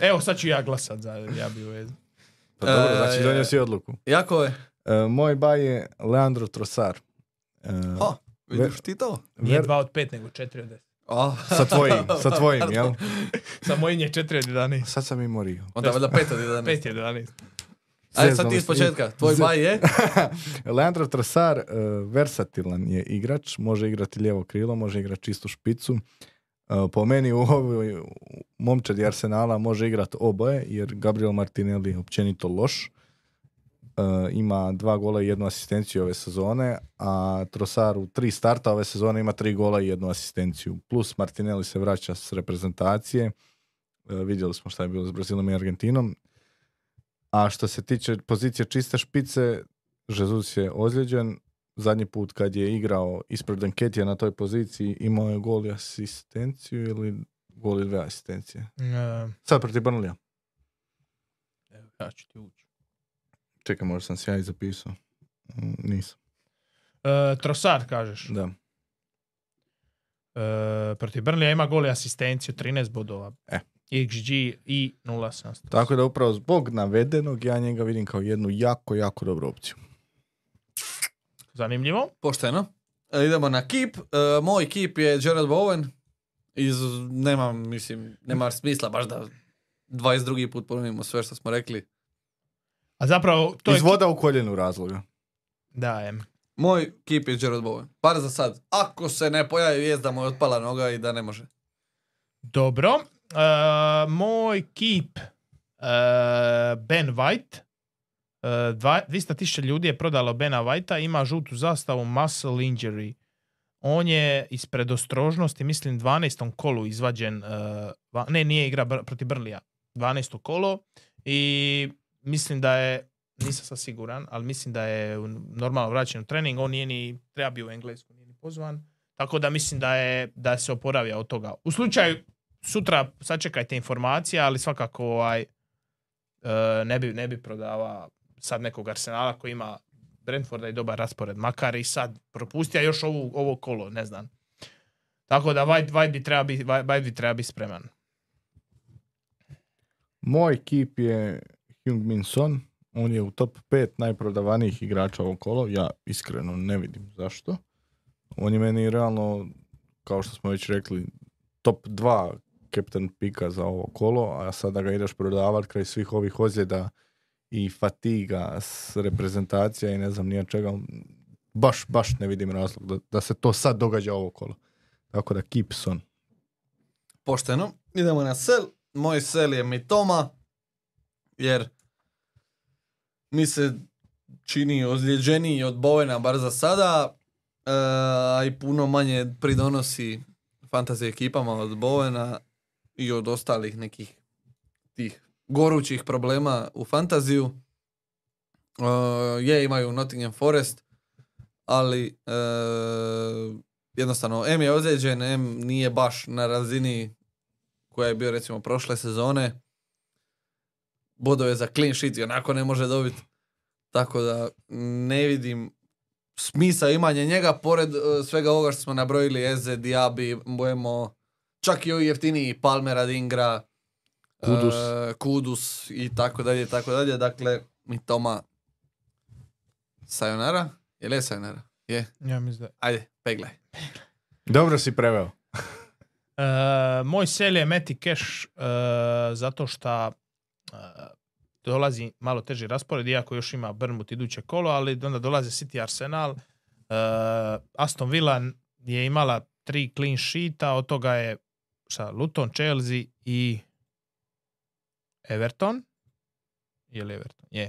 [SPEAKER 2] Evo, sad ću ja glasat za ja bi u Eze.
[SPEAKER 3] Pa dobro,
[SPEAKER 1] E,
[SPEAKER 3] znači
[SPEAKER 1] je.
[SPEAKER 3] donio si odluku.
[SPEAKER 1] Jako je.
[SPEAKER 3] E, moj baj je Leandro Trosar. E,
[SPEAKER 1] O, vidiš ti to?
[SPEAKER 2] Nije
[SPEAKER 3] Ver-
[SPEAKER 2] dva od pet, nego četiri od deset.
[SPEAKER 1] O.
[SPEAKER 3] Sa tvojim,
[SPEAKER 1] [laughs]
[SPEAKER 3] sa tvojim, jel?
[SPEAKER 2] Sa mojim je četiri od jedanest.
[SPEAKER 3] Sad sam i morio.
[SPEAKER 1] Onda valjda pet od 11.
[SPEAKER 2] Pet je od jedanest.
[SPEAKER 1] Ajde sad ti iz početka, tvoj
[SPEAKER 3] Z-
[SPEAKER 1] baj je?
[SPEAKER 3] Leandro Trasar e, versatilan je igrač, može igrati lijevo krilo, može igrati čistu špicu. E, po meni u ovoj u- momčadi Arsenala može igrati oboje, jer Gabriel Martinelli je općenito loš. E, ima dva gola i jednu asistenciju ove sezone, a Trosar u tri starta ove sezone ima tri gola i jednu asistenciju. Plus Martinelli se vraća s reprezentacije. E, vidjeli smo šta je bilo s Brazilom i Argentinom. A što se tiče pozicije čiste špice, Jesus je ozlijeđen. Zadnji put kad je igrao ispred Anketija na toj poziciji imao je gol i asistenciju ili gol i dve asistencije.
[SPEAKER 2] E,
[SPEAKER 3] Sad protiv Brnlija.
[SPEAKER 2] Evo, ja ću ti ući.
[SPEAKER 3] Čekaj, možda sam se ja i zapisao. Mm, Nisam.
[SPEAKER 2] E, Trosar, kažeš.
[SPEAKER 3] Da.
[SPEAKER 2] E, protiv Brnlija ima gol i asistenciju, 13 bodova.
[SPEAKER 3] E.
[SPEAKER 2] XG i 0,700.
[SPEAKER 3] Tako da upravo zbog navedenog ja njega vidim kao jednu jako, jako dobru opciju.
[SPEAKER 2] Zanimljivo.
[SPEAKER 1] Pošteno. E, idemo na kip. E, moj kip je Gerald Bowen. Iz, nema, mislim, nema smisla baš da 22. put ponovimo sve što smo rekli.
[SPEAKER 2] A zapravo to
[SPEAKER 3] Iz
[SPEAKER 2] je...
[SPEAKER 3] voda u koljenu razloga.
[SPEAKER 2] Da, em.
[SPEAKER 1] Moj kip je Gerald Bowen. Par za sad. Ako se ne pojavi vijest da mu je otpala noga i da ne može.
[SPEAKER 2] Dobro. E, moj kip e, Ben White. E, dva- 200.000 ljudi je prodalo Bena Whitea, ima žutu zastavu muscle injury. On je ispred ostrožnosti, mislim, 12. kolu izvađen, e, va- ne, nije igra Br- protiv Brlija, 12. kolo i mislim da je, nisam sad siguran, ali mislim da je u- normalno vraćen u trening, on nije ni, treba bio u Englesku, nije ni pozvan. Tako da mislim da je da se oporavlja od toga. U slučaju sutra sačekajte informacije, ali svakako ovaj, e, ne, bi, ne bi prodava sad nekog Arsenala koji ima Brentforda i dobar raspored, makar i sad propustio još ovu, ovo kolo, ne znam. Tako da White, White bi treba biti White bi treba biti spreman.
[SPEAKER 3] Moj kip je Hyung Min Son. On je u top 5 najprodavanijih igrača ovo kolo. Ja iskreno ne vidim zašto. On je meni realno, kao što smo već rekli, top 2 captain pika za ovo kolo, a sada ga ideš prodavat kraj svih ovih ozljeda i fatiga s reprezentacija i ne znam nija čega. Baš, baš ne vidim razlog da, da se to sad događa ovo kolo. Tako da keep son.
[SPEAKER 1] Pošteno. Idemo na sel. Moj sel je Mitoma. Jer mi se čini ozlijeđeniji od Bovena bar za sada. e, A i puno manje pridonosi fantasy ekipama od Bovena i od ostalih nekih tih gorućih problema u fantaziju. E, je, imaju Nottingham Forest, ali e, jednostavno, M je ozlijeđen, M nije baš na razini koja je bio recimo prošle sezone. Bodove za clean sheet i onako ne može dobiti. Tako da ne vidim smisa imanja njega pored e, svega ovoga što smo nabrojili Eze, Diaby, Bojemo, čak i ovi jeftiniji Palmera, Dingra, e,
[SPEAKER 3] Kudus.
[SPEAKER 1] Kudus i tako dalje, i tako dalje. Dakle, mi Toma Sayonara? Jel je Sayonara? Je.
[SPEAKER 2] Ja mislim da.
[SPEAKER 1] Ajde, peglaj.
[SPEAKER 3] Dobro si preveo.
[SPEAKER 2] E, moj sel je Meti Cash e, zato što dolazi malo teži raspored, iako još ima Brmut iduće kolo, ali onda dolaze City Arsenal. E, Aston Villa je imala tri clean sheeta, od toga je šta, Luton, Chelsea i Everton. Je li Everton? Je.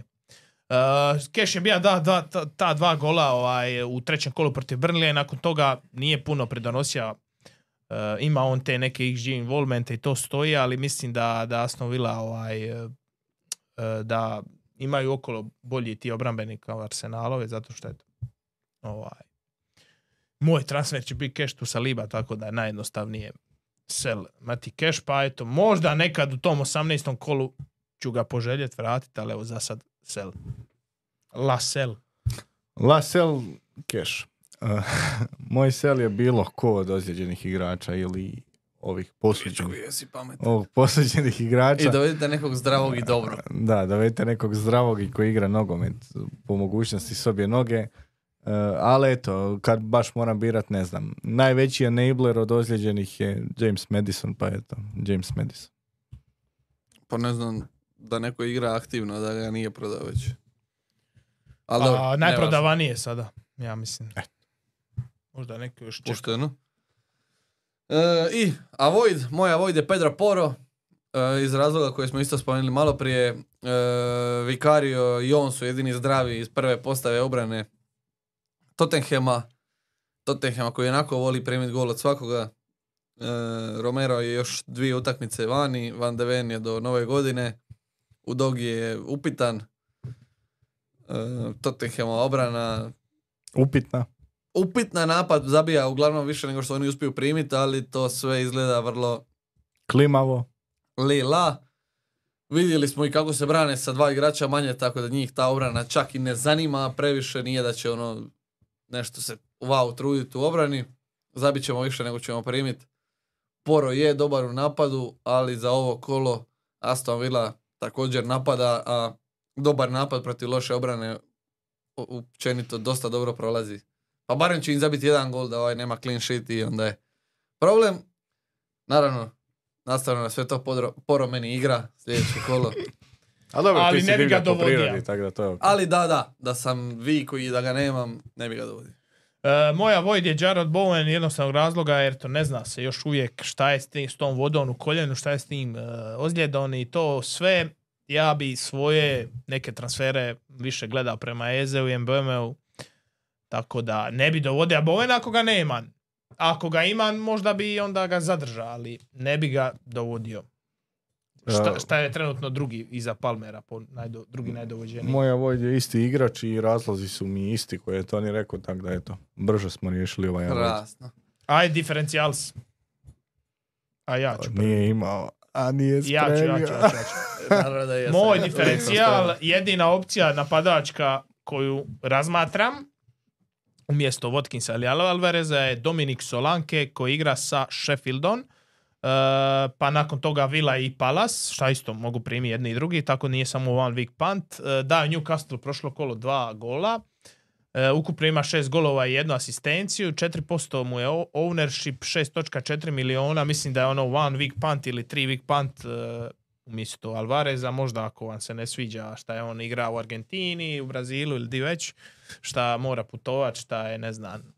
[SPEAKER 2] Uh, Cash je bio da, da, ta, ta dva gola ovaj, u trećem kolu protiv Burnley, nakon toga nije puno pridonosio Uh, ima on te neke XG involvente i to stoji, ali mislim da, da Aston Villa ovaj, uh, uh, da imaju okolo bolji ti obrambeni kao Arsenalove, zato što je ovaj, moj transfer će biti cash tu sa Liba, tako da je najjednostavnije sel mati cash, pa eto, možda nekad u tom 18. kolu ću ga poželjeti vratiti, ali evo za sad sel. La sel.
[SPEAKER 3] Lasel Cash. Uh, [laughs] moj sel je bilo ko od ozlijeđenih igrača ili ovih posuđenih,
[SPEAKER 1] si pametan.
[SPEAKER 3] ovih posuđenih igrača.
[SPEAKER 1] I dovedite nekog zdravog i dobro.
[SPEAKER 3] Da, dovedite nekog zdravog i koji igra nogomet po mogućnosti s obje noge. E, ali eto, kad baš moram birat, ne znam. Najveći enabler od ozlijeđenih je James Madison, pa eto, James Madison.
[SPEAKER 1] Pa ne znam da neko igra aktivno, da ga nije prodao već. Ali dobro,
[SPEAKER 2] A,
[SPEAKER 1] nevažno.
[SPEAKER 2] Pa najprodavanije sada, ja mislim. Možda neki još čeka.
[SPEAKER 1] Pošteno. E, I Avoid, moj Avoid je Pedro Poro. e, iz razloga koje smo isto spomenuli malo prije. E, Vicario i on su jedini zdravi iz prve postave obrane Tottenhema. Tottenhema koji onako voli primiti gol od svakoga. E, Romero je još dvije utakmice vani. Van de Ven je do nove godine. U Dogi je upitan. E, Tottenhema obrana
[SPEAKER 3] Upitna.
[SPEAKER 1] upitna napad zabija uglavnom više nego što oni uspiju primiti, ali to sve izgleda vrlo
[SPEAKER 3] Klimavo.
[SPEAKER 1] lila. Vidjeli smo i kako se brane sa dva igrača manje, tako da njih ta obrana čak i ne zanima a previše, nije da će ono nešto se wow truditi u obrani. Zabit ćemo više nego ćemo primiti. Poro je dobar u napadu, ali za ovo kolo Aston Villa također napada, a dobar napad protiv loše obrane općenito dosta dobro prolazi. Pa barem će im zabiti jedan gol da ovaj nema clean sheet i onda je problem. Naravno, nastavno na sve to podro, poro meni igra sljedeće kolo.
[SPEAKER 3] A dobro,
[SPEAKER 2] Ali
[SPEAKER 3] ti si
[SPEAKER 2] ne bi ga
[SPEAKER 3] divljak po
[SPEAKER 2] dovodio.
[SPEAKER 3] prirodi, tako da to je ok.
[SPEAKER 1] Ali da, da, da sam vi koji da ga nemam, ne bi ga dovodio.
[SPEAKER 2] E, moja Void je Jared Bowen jednostavnog razloga jer to ne zna se još uvijek šta je s, tim, s tom vodom u koljenu, šta je s tim e, ozljedom i to sve. Ja bi svoje neke transfere više gledao prema Ezeu i MBM-u. Tako da ne bi dovodio Bowen ako ga nema. Ako ga ima, možda bi onda ga zadržao, ali ne bi ga dovodio. Šta,
[SPEAKER 3] E,
[SPEAKER 2] šta je trenutno drugi iza Palmera, po najdo, drugi najdovođeniji.
[SPEAKER 3] Moja vođa je isti igrač i razlozi su mi isti koje je Toni rekao, tako da eto, brže smo riješili ovaj avoid.
[SPEAKER 1] Krasno.
[SPEAKER 2] Aj, diferencijals. A ja ću. znači, prvi.
[SPEAKER 3] Pa Nije imao, a nije
[SPEAKER 2] Ja ću,
[SPEAKER 3] spremio.
[SPEAKER 2] ja ću, ja ću, ja ću.
[SPEAKER 1] Naravno da jesam. E,
[SPEAKER 2] Moj diferencijal, jedina opcija napadačka koju razmatram umjesto Watkinsa ili Alvareza je Dominik Solanke koji igra sa Sheffieldom. E, pa nakon toga Vila i Palas, šta isto mogu primiti jedni i drugi, tako nije samo one week punt. E, da, Newcastle prošlo kolo dva gola. E, ukupno ima šest golova i jednu asistenciju, 4% mu je o- ownership, 6.4 miliona, mislim da je ono one week punt ili three week punt e, umjesto Alvareza, možda ako vam se ne sviđa šta je on igra u Argentini, u Brazilu ili di već, šta mora putovat, šta je, ne znam,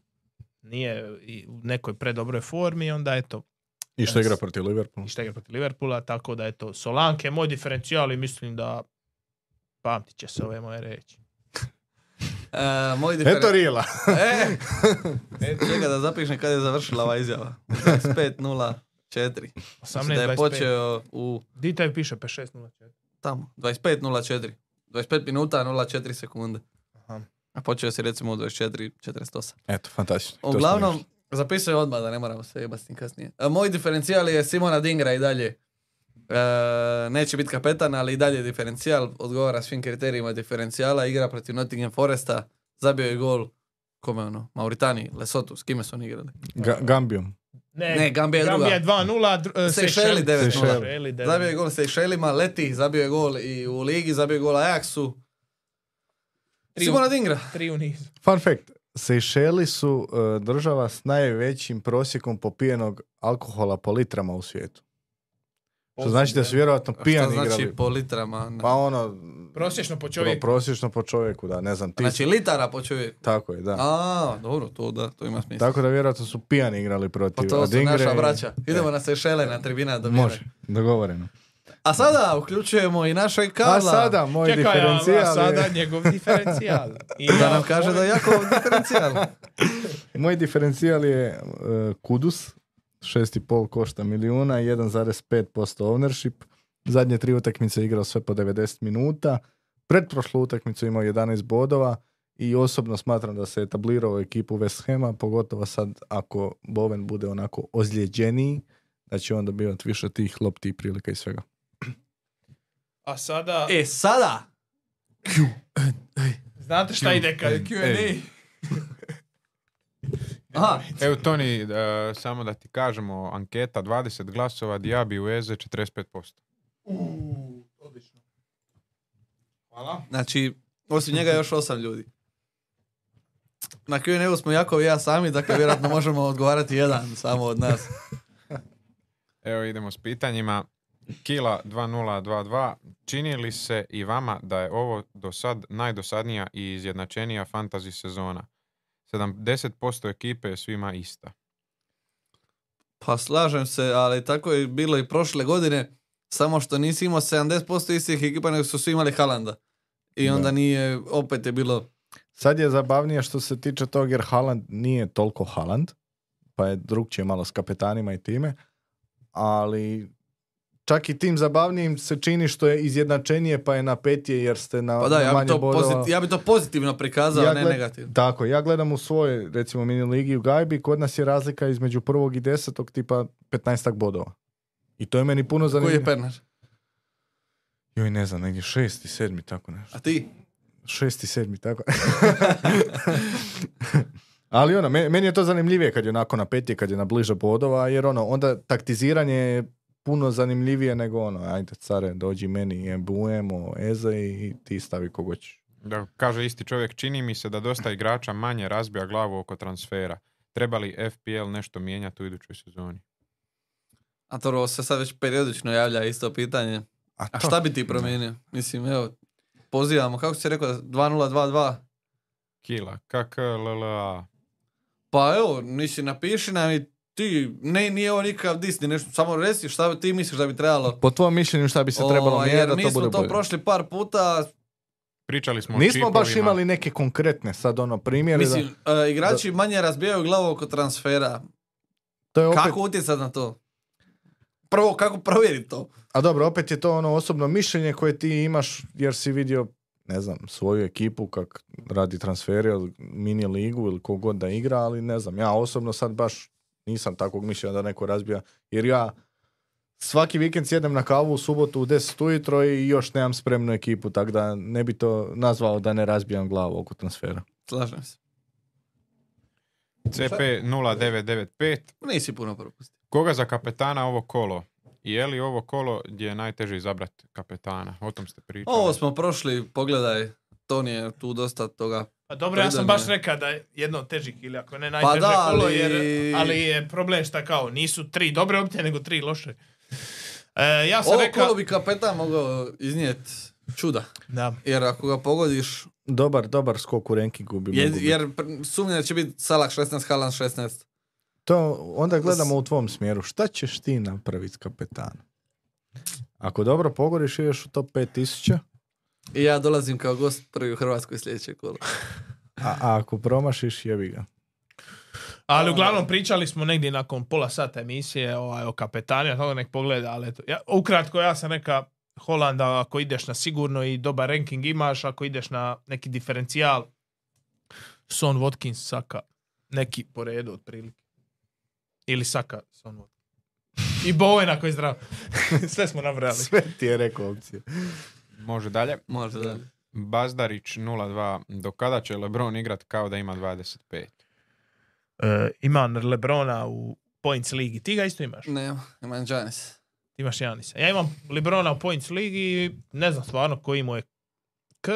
[SPEAKER 2] nije i u nekoj predobroj formi, onda eto,
[SPEAKER 3] I što igra protiv Liverpoola?
[SPEAKER 2] i šta igra protiv Liverpoola, tako da eto, Solanke je moj diferencijal i mislim da pamtit će se ove moje reći.
[SPEAKER 1] E, moj diferen-
[SPEAKER 3] Eto Rila. [laughs]
[SPEAKER 1] E, e, čekaj da zapišem kad je završila ova izjava. 25.04. Mislim da je
[SPEAKER 2] 18-25.
[SPEAKER 1] počeo u
[SPEAKER 2] Di tebi piše 56-04?
[SPEAKER 1] tamo, 25.04. 25 minuta, 04 sekunde.
[SPEAKER 2] Aha.
[SPEAKER 1] A počeo si recimo u 24.48.
[SPEAKER 3] Eto, fantastično. To smo
[SPEAKER 1] Uglavnom,
[SPEAKER 3] riješili.
[SPEAKER 1] zapisuje odmah da ne moramo se jebati s tim kasnije. E, Moj diferencijal je Simona Dingra i dalje. E, neće biti kapetan, ali i dalje je diferencijal. Odgovara svim kriterijima diferencijala. Igra protiv Nottingham Foresta. Zabio je gol kome ono, Mauritaniji, Lesotu, s kime su oni igrali?
[SPEAKER 3] Ga- Gambijom.
[SPEAKER 2] E,
[SPEAKER 1] Ne, Gambija je druga.
[SPEAKER 2] Gambija 2-0, dru-
[SPEAKER 1] Sejšeli 9:0.
[SPEAKER 2] Sejšeli 9:0.
[SPEAKER 1] Zabio je gol se Sejšelima, leti, zabio je gol i u ligi, zabio je gol Ajaxu.
[SPEAKER 2] Tri-
[SPEAKER 1] Simona Dingra.
[SPEAKER 2] Tri u nizu.
[SPEAKER 3] Fun fact, Sejšeli su e, država s najvećim prosjekom popijenog alkohola po litrama u svijetu. Što znači da su vjerojatno
[SPEAKER 1] Šta
[SPEAKER 3] pijani
[SPEAKER 1] znači
[SPEAKER 3] igrali.
[SPEAKER 1] po litrama? Ne.
[SPEAKER 3] Pa ono,
[SPEAKER 2] Prosječno po čovjeku.
[SPEAKER 3] prosječno po čovjeku, da, ne znam, ti
[SPEAKER 1] Znači litara po čovjeku.
[SPEAKER 3] tako je, da.
[SPEAKER 1] A, dobro, to da, to ima smisla.
[SPEAKER 3] Tako da vjerojatno su pijani igrali protiv
[SPEAKER 1] Pa to su
[SPEAKER 3] Adingre
[SPEAKER 1] naša
[SPEAKER 3] i-
[SPEAKER 1] braća. Idemo
[SPEAKER 3] E,
[SPEAKER 1] na Sejšele, na tribina do
[SPEAKER 3] Može, dogovoreno.
[SPEAKER 1] A sada uključujemo i našeg Karla.
[SPEAKER 3] A sada, moj
[SPEAKER 2] Čekaj, a- a
[SPEAKER 3] diferencijal
[SPEAKER 2] sada
[SPEAKER 3] je,
[SPEAKER 2] njegov diferencijal.
[SPEAKER 1] [laughs]
[SPEAKER 2] I
[SPEAKER 1] Da
[SPEAKER 2] ja
[SPEAKER 1] nam kaže da je
[SPEAKER 3] [laughs]
[SPEAKER 1] jako diferencijal.
[SPEAKER 3] moj diferencijal je e, Kudus, 6,5 košta milijuna, 1,5% ownership. Zadnje tri utakmice je igrao sve po 90 minuta. Pretprošlu utakmicu je imao 11 bodova i osobno smatram da se je etablirao u ekipu West Hema, pogotovo sad ako Boven bude onako ozlijeđeniji, da će on dobivati više tih lopti i prilika i svega.
[SPEAKER 2] A sada,
[SPEAKER 1] E, sada!
[SPEAKER 2] znate šta ide
[SPEAKER 3] E,
[SPEAKER 2] kad Q&A?
[SPEAKER 3] Ej.
[SPEAKER 1] [laughs] Aha,
[SPEAKER 4] Evo Toni, e, samo da ti kažemo, anketa 20 glasova, Diaby u Eze 45%.
[SPEAKER 2] Uuu, odlično. Hvala.
[SPEAKER 1] znači, osim njega još osam ljudi. Na Q&A smo Jakov i ja sami, dakle vjerojatno možemo odgovarati jedan samo od nas.
[SPEAKER 4] Evo idemo s pitanjima. Kila 2022, čini li se i vama da je ovo do sad najdosadnija i izjednačenija fantasy sezona? 70% ekipe je svima ista.
[SPEAKER 1] Pa slažem se, ali tako je bilo i prošle godine, samo što nisi imao 70% istih ekipa nego su svi imali Halanda. I onda
[SPEAKER 3] Da.
[SPEAKER 1] nije, opet je bilo
[SPEAKER 3] Sad je zabavnije što se tiče tog jer Haaland nije toliko Haaland, pa je drugčije malo s kapetanima i time, ali čak i tim zabavnijim se čini što je izjednačenije pa je napetije jer ste na,
[SPEAKER 1] Pa da,
[SPEAKER 3] na
[SPEAKER 1] ja bi,
[SPEAKER 3] manje
[SPEAKER 1] to
[SPEAKER 3] bodova.
[SPEAKER 1] pozit- ja bi to pozitivno prikazao, a ne
[SPEAKER 3] gled-
[SPEAKER 1] negativno.
[SPEAKER 3] Tako, ja gledam u svojoj, recimo, mini ligi u Gajbi, kod nas je razlika između prvog i desetog tipa 15 bodova. I to je meni puno
[SPEAKER 1] Koji je
[SPEAKER 3] zanimljivo.
[SPEAKER 1] Pernar?
[SPEAKER 3] Joj, ne znam, negdje šesti, sedmi, tako nešto.
[SPEAKER 1] A ti?
[SPEAKER 3] šesti, sedmi, tako. [laughs] Ali ono, me- meni je to zanimljivije kad je onako na petje, kad je na bliže bodova, jer ono, onda taktiziranje je puno zanimljivije nego ono, ajde care, dođi meni, bujemo, eze i ti stavi kogo ćeš.
[SPEAKER 4] Da, kaže isti čovjek, čini mi se da dosta igrača manje razbija glavu oko transfera. Treba li FPL nešto mijenjati u idućoj sezoni?
[SPEAKER 1] A to se sad već periodično javlja isto pitanje.
[SPEAKER 3] A,
[SPEAKER 1] A
[SPEAKER 3] to-
[SPEAKER 1] šta bi ti promijenio? Mislim, evo, pozivamo, kako si rekao, 2022?
[SPEAKER 4] Kila, kak l, l,
[SPEAKER 1] Pa evo, nisi napiši nam i ti, ne, nije ovo nikakav dis, ni nešto, samo reci šta bi- ti misliš da bi trebalo.
[SPEAKER 3] Po tvom mišljenju šta bi se trebalo
[SPEAKER 1] Ovaj,
[SPEAKER 3] mijenjati da
[SPEAKER 1] Jer
[SPEAKER 3] to
[SPEAKER 1] mi smo
[SPEAKER 3] bude
[SPEAKER 1] to
[SPEAKER 3] bolje?
[SPEAKER 1] prošli par puta,
[SPEAKER 4] Pričali smo o
[SPEAKER 3] Nismo baš
[SPEAKER 4] čipovima.
[SPEAKER 3] imali neke konkretne sad ono primjere. da-
[SPEAKER 1] mislim, e, igrači manje razbijaju glavu oko transfera.
[SPEAKER 3] to je opet,
[SPEAKER 1] Kako utjecat na to? Prvo, kako provjeriti to?
[SPEAKER 3] A dobro, opet je to ono osobno mišljenje koje ti imaš jer si vidio ne znam, svoju ekipu kak radi transfere ili mini ligu ili kog god da igra, ali ne znam, ja osobno sad baš nisam takvog mišljenja da neko razbija, jer ja svaki vikend sjedem na kavu u subotu u 10 ujutro i još nemam spremnu ekipu, tako da ne bi to nazvao da ne razbijam glavu oko transfera.
[SPEAKER 1] Slažem se.
[SPEAKER 4] CP0995,
[SPEAKER 1] Nisi puno propustio.
[SPEAKER 4] koga za kapetana ovo kolo? I je li ovo kolo gdje je najteže izabrati kapetana? O tom ste pričali.
[SPEAKER 1] Ovo smo prošli, pogledaj, Toni je tu dosta toga.
[SPEAKER 2] Pa dobro, ja sam
[SPEAKER 1] Pridane.
[SPEAKER 2] baš rekao da je jedno od težih ili ako ne najteže
[SPEAKER 1] Pa da, ali-
[SPEAKER 2] kolo, jer, ali je problem šta kao, nisu tri dobre opcije, nego tri loše. E, ja sam
[SPEAKER 1] Ovo
[SPEAKER 2] rekao...
[SPEAKER 1] kolo bi kapetan mogao iznijeti čuda.
[SPEAKER 2] Da.
[SPEAKER 1] Jer ako ga pogodiš,
[SPEAKER 3] Dobar, dobar skok u rankingu bi
[SPEAKER 1] jer,
[SPEAKER 3] mogao biti.
[SPEAKER 1] jer pr- sumnja da će biti Salah 16, Haaland 16.
[SPEAKER 3] To onda gledamo u tvom smjeru. Šta ćeš ti napraviti s kapetanom? Ako dobro pogoriš, ideš u top 5000,
[SPEAKER 1] I ja dolazim kao gost prvi u Hrvatskoj sljedeće kolo.
[SPEAKER 3] a, a ako promašiš, jebi ga.
[SPEAKER 2] Ali uglavnom pričali smo negdje nakon pola sata emisije ovaj, o kapetanju, tako nek pogleda, ali eto. Ja, ukratko, ja sam rekao Holanda, ako ideš na sigurno i dobar ranking imaš, ako ideš na neki diferencijal, Son Watkins, Saka, neki po redu otprilike. Ili Saka, Son Watkins. I Bowen ako je zdrav. [laughs] Sve smo nabrali.
[SPEAKER 3] Sve ti je rekao opcije.
[SPEAKER 4] Može dalje.
[SPEAKER 1] Možda da.
[SPEAKER 4] Bazdarić 02, do kada će Lebron igrat kao da ima 25?
[SPEAKER 2] E, imam Lebrona u Points ligi. Ti ga isto imaš?
[SPEAKER 1] Nema, imam Giannis.
[SPEAKER 2] Ti imaš Janisa. Ja imam Lebrona u Points ligi i ne znam stvarno koji mu je k,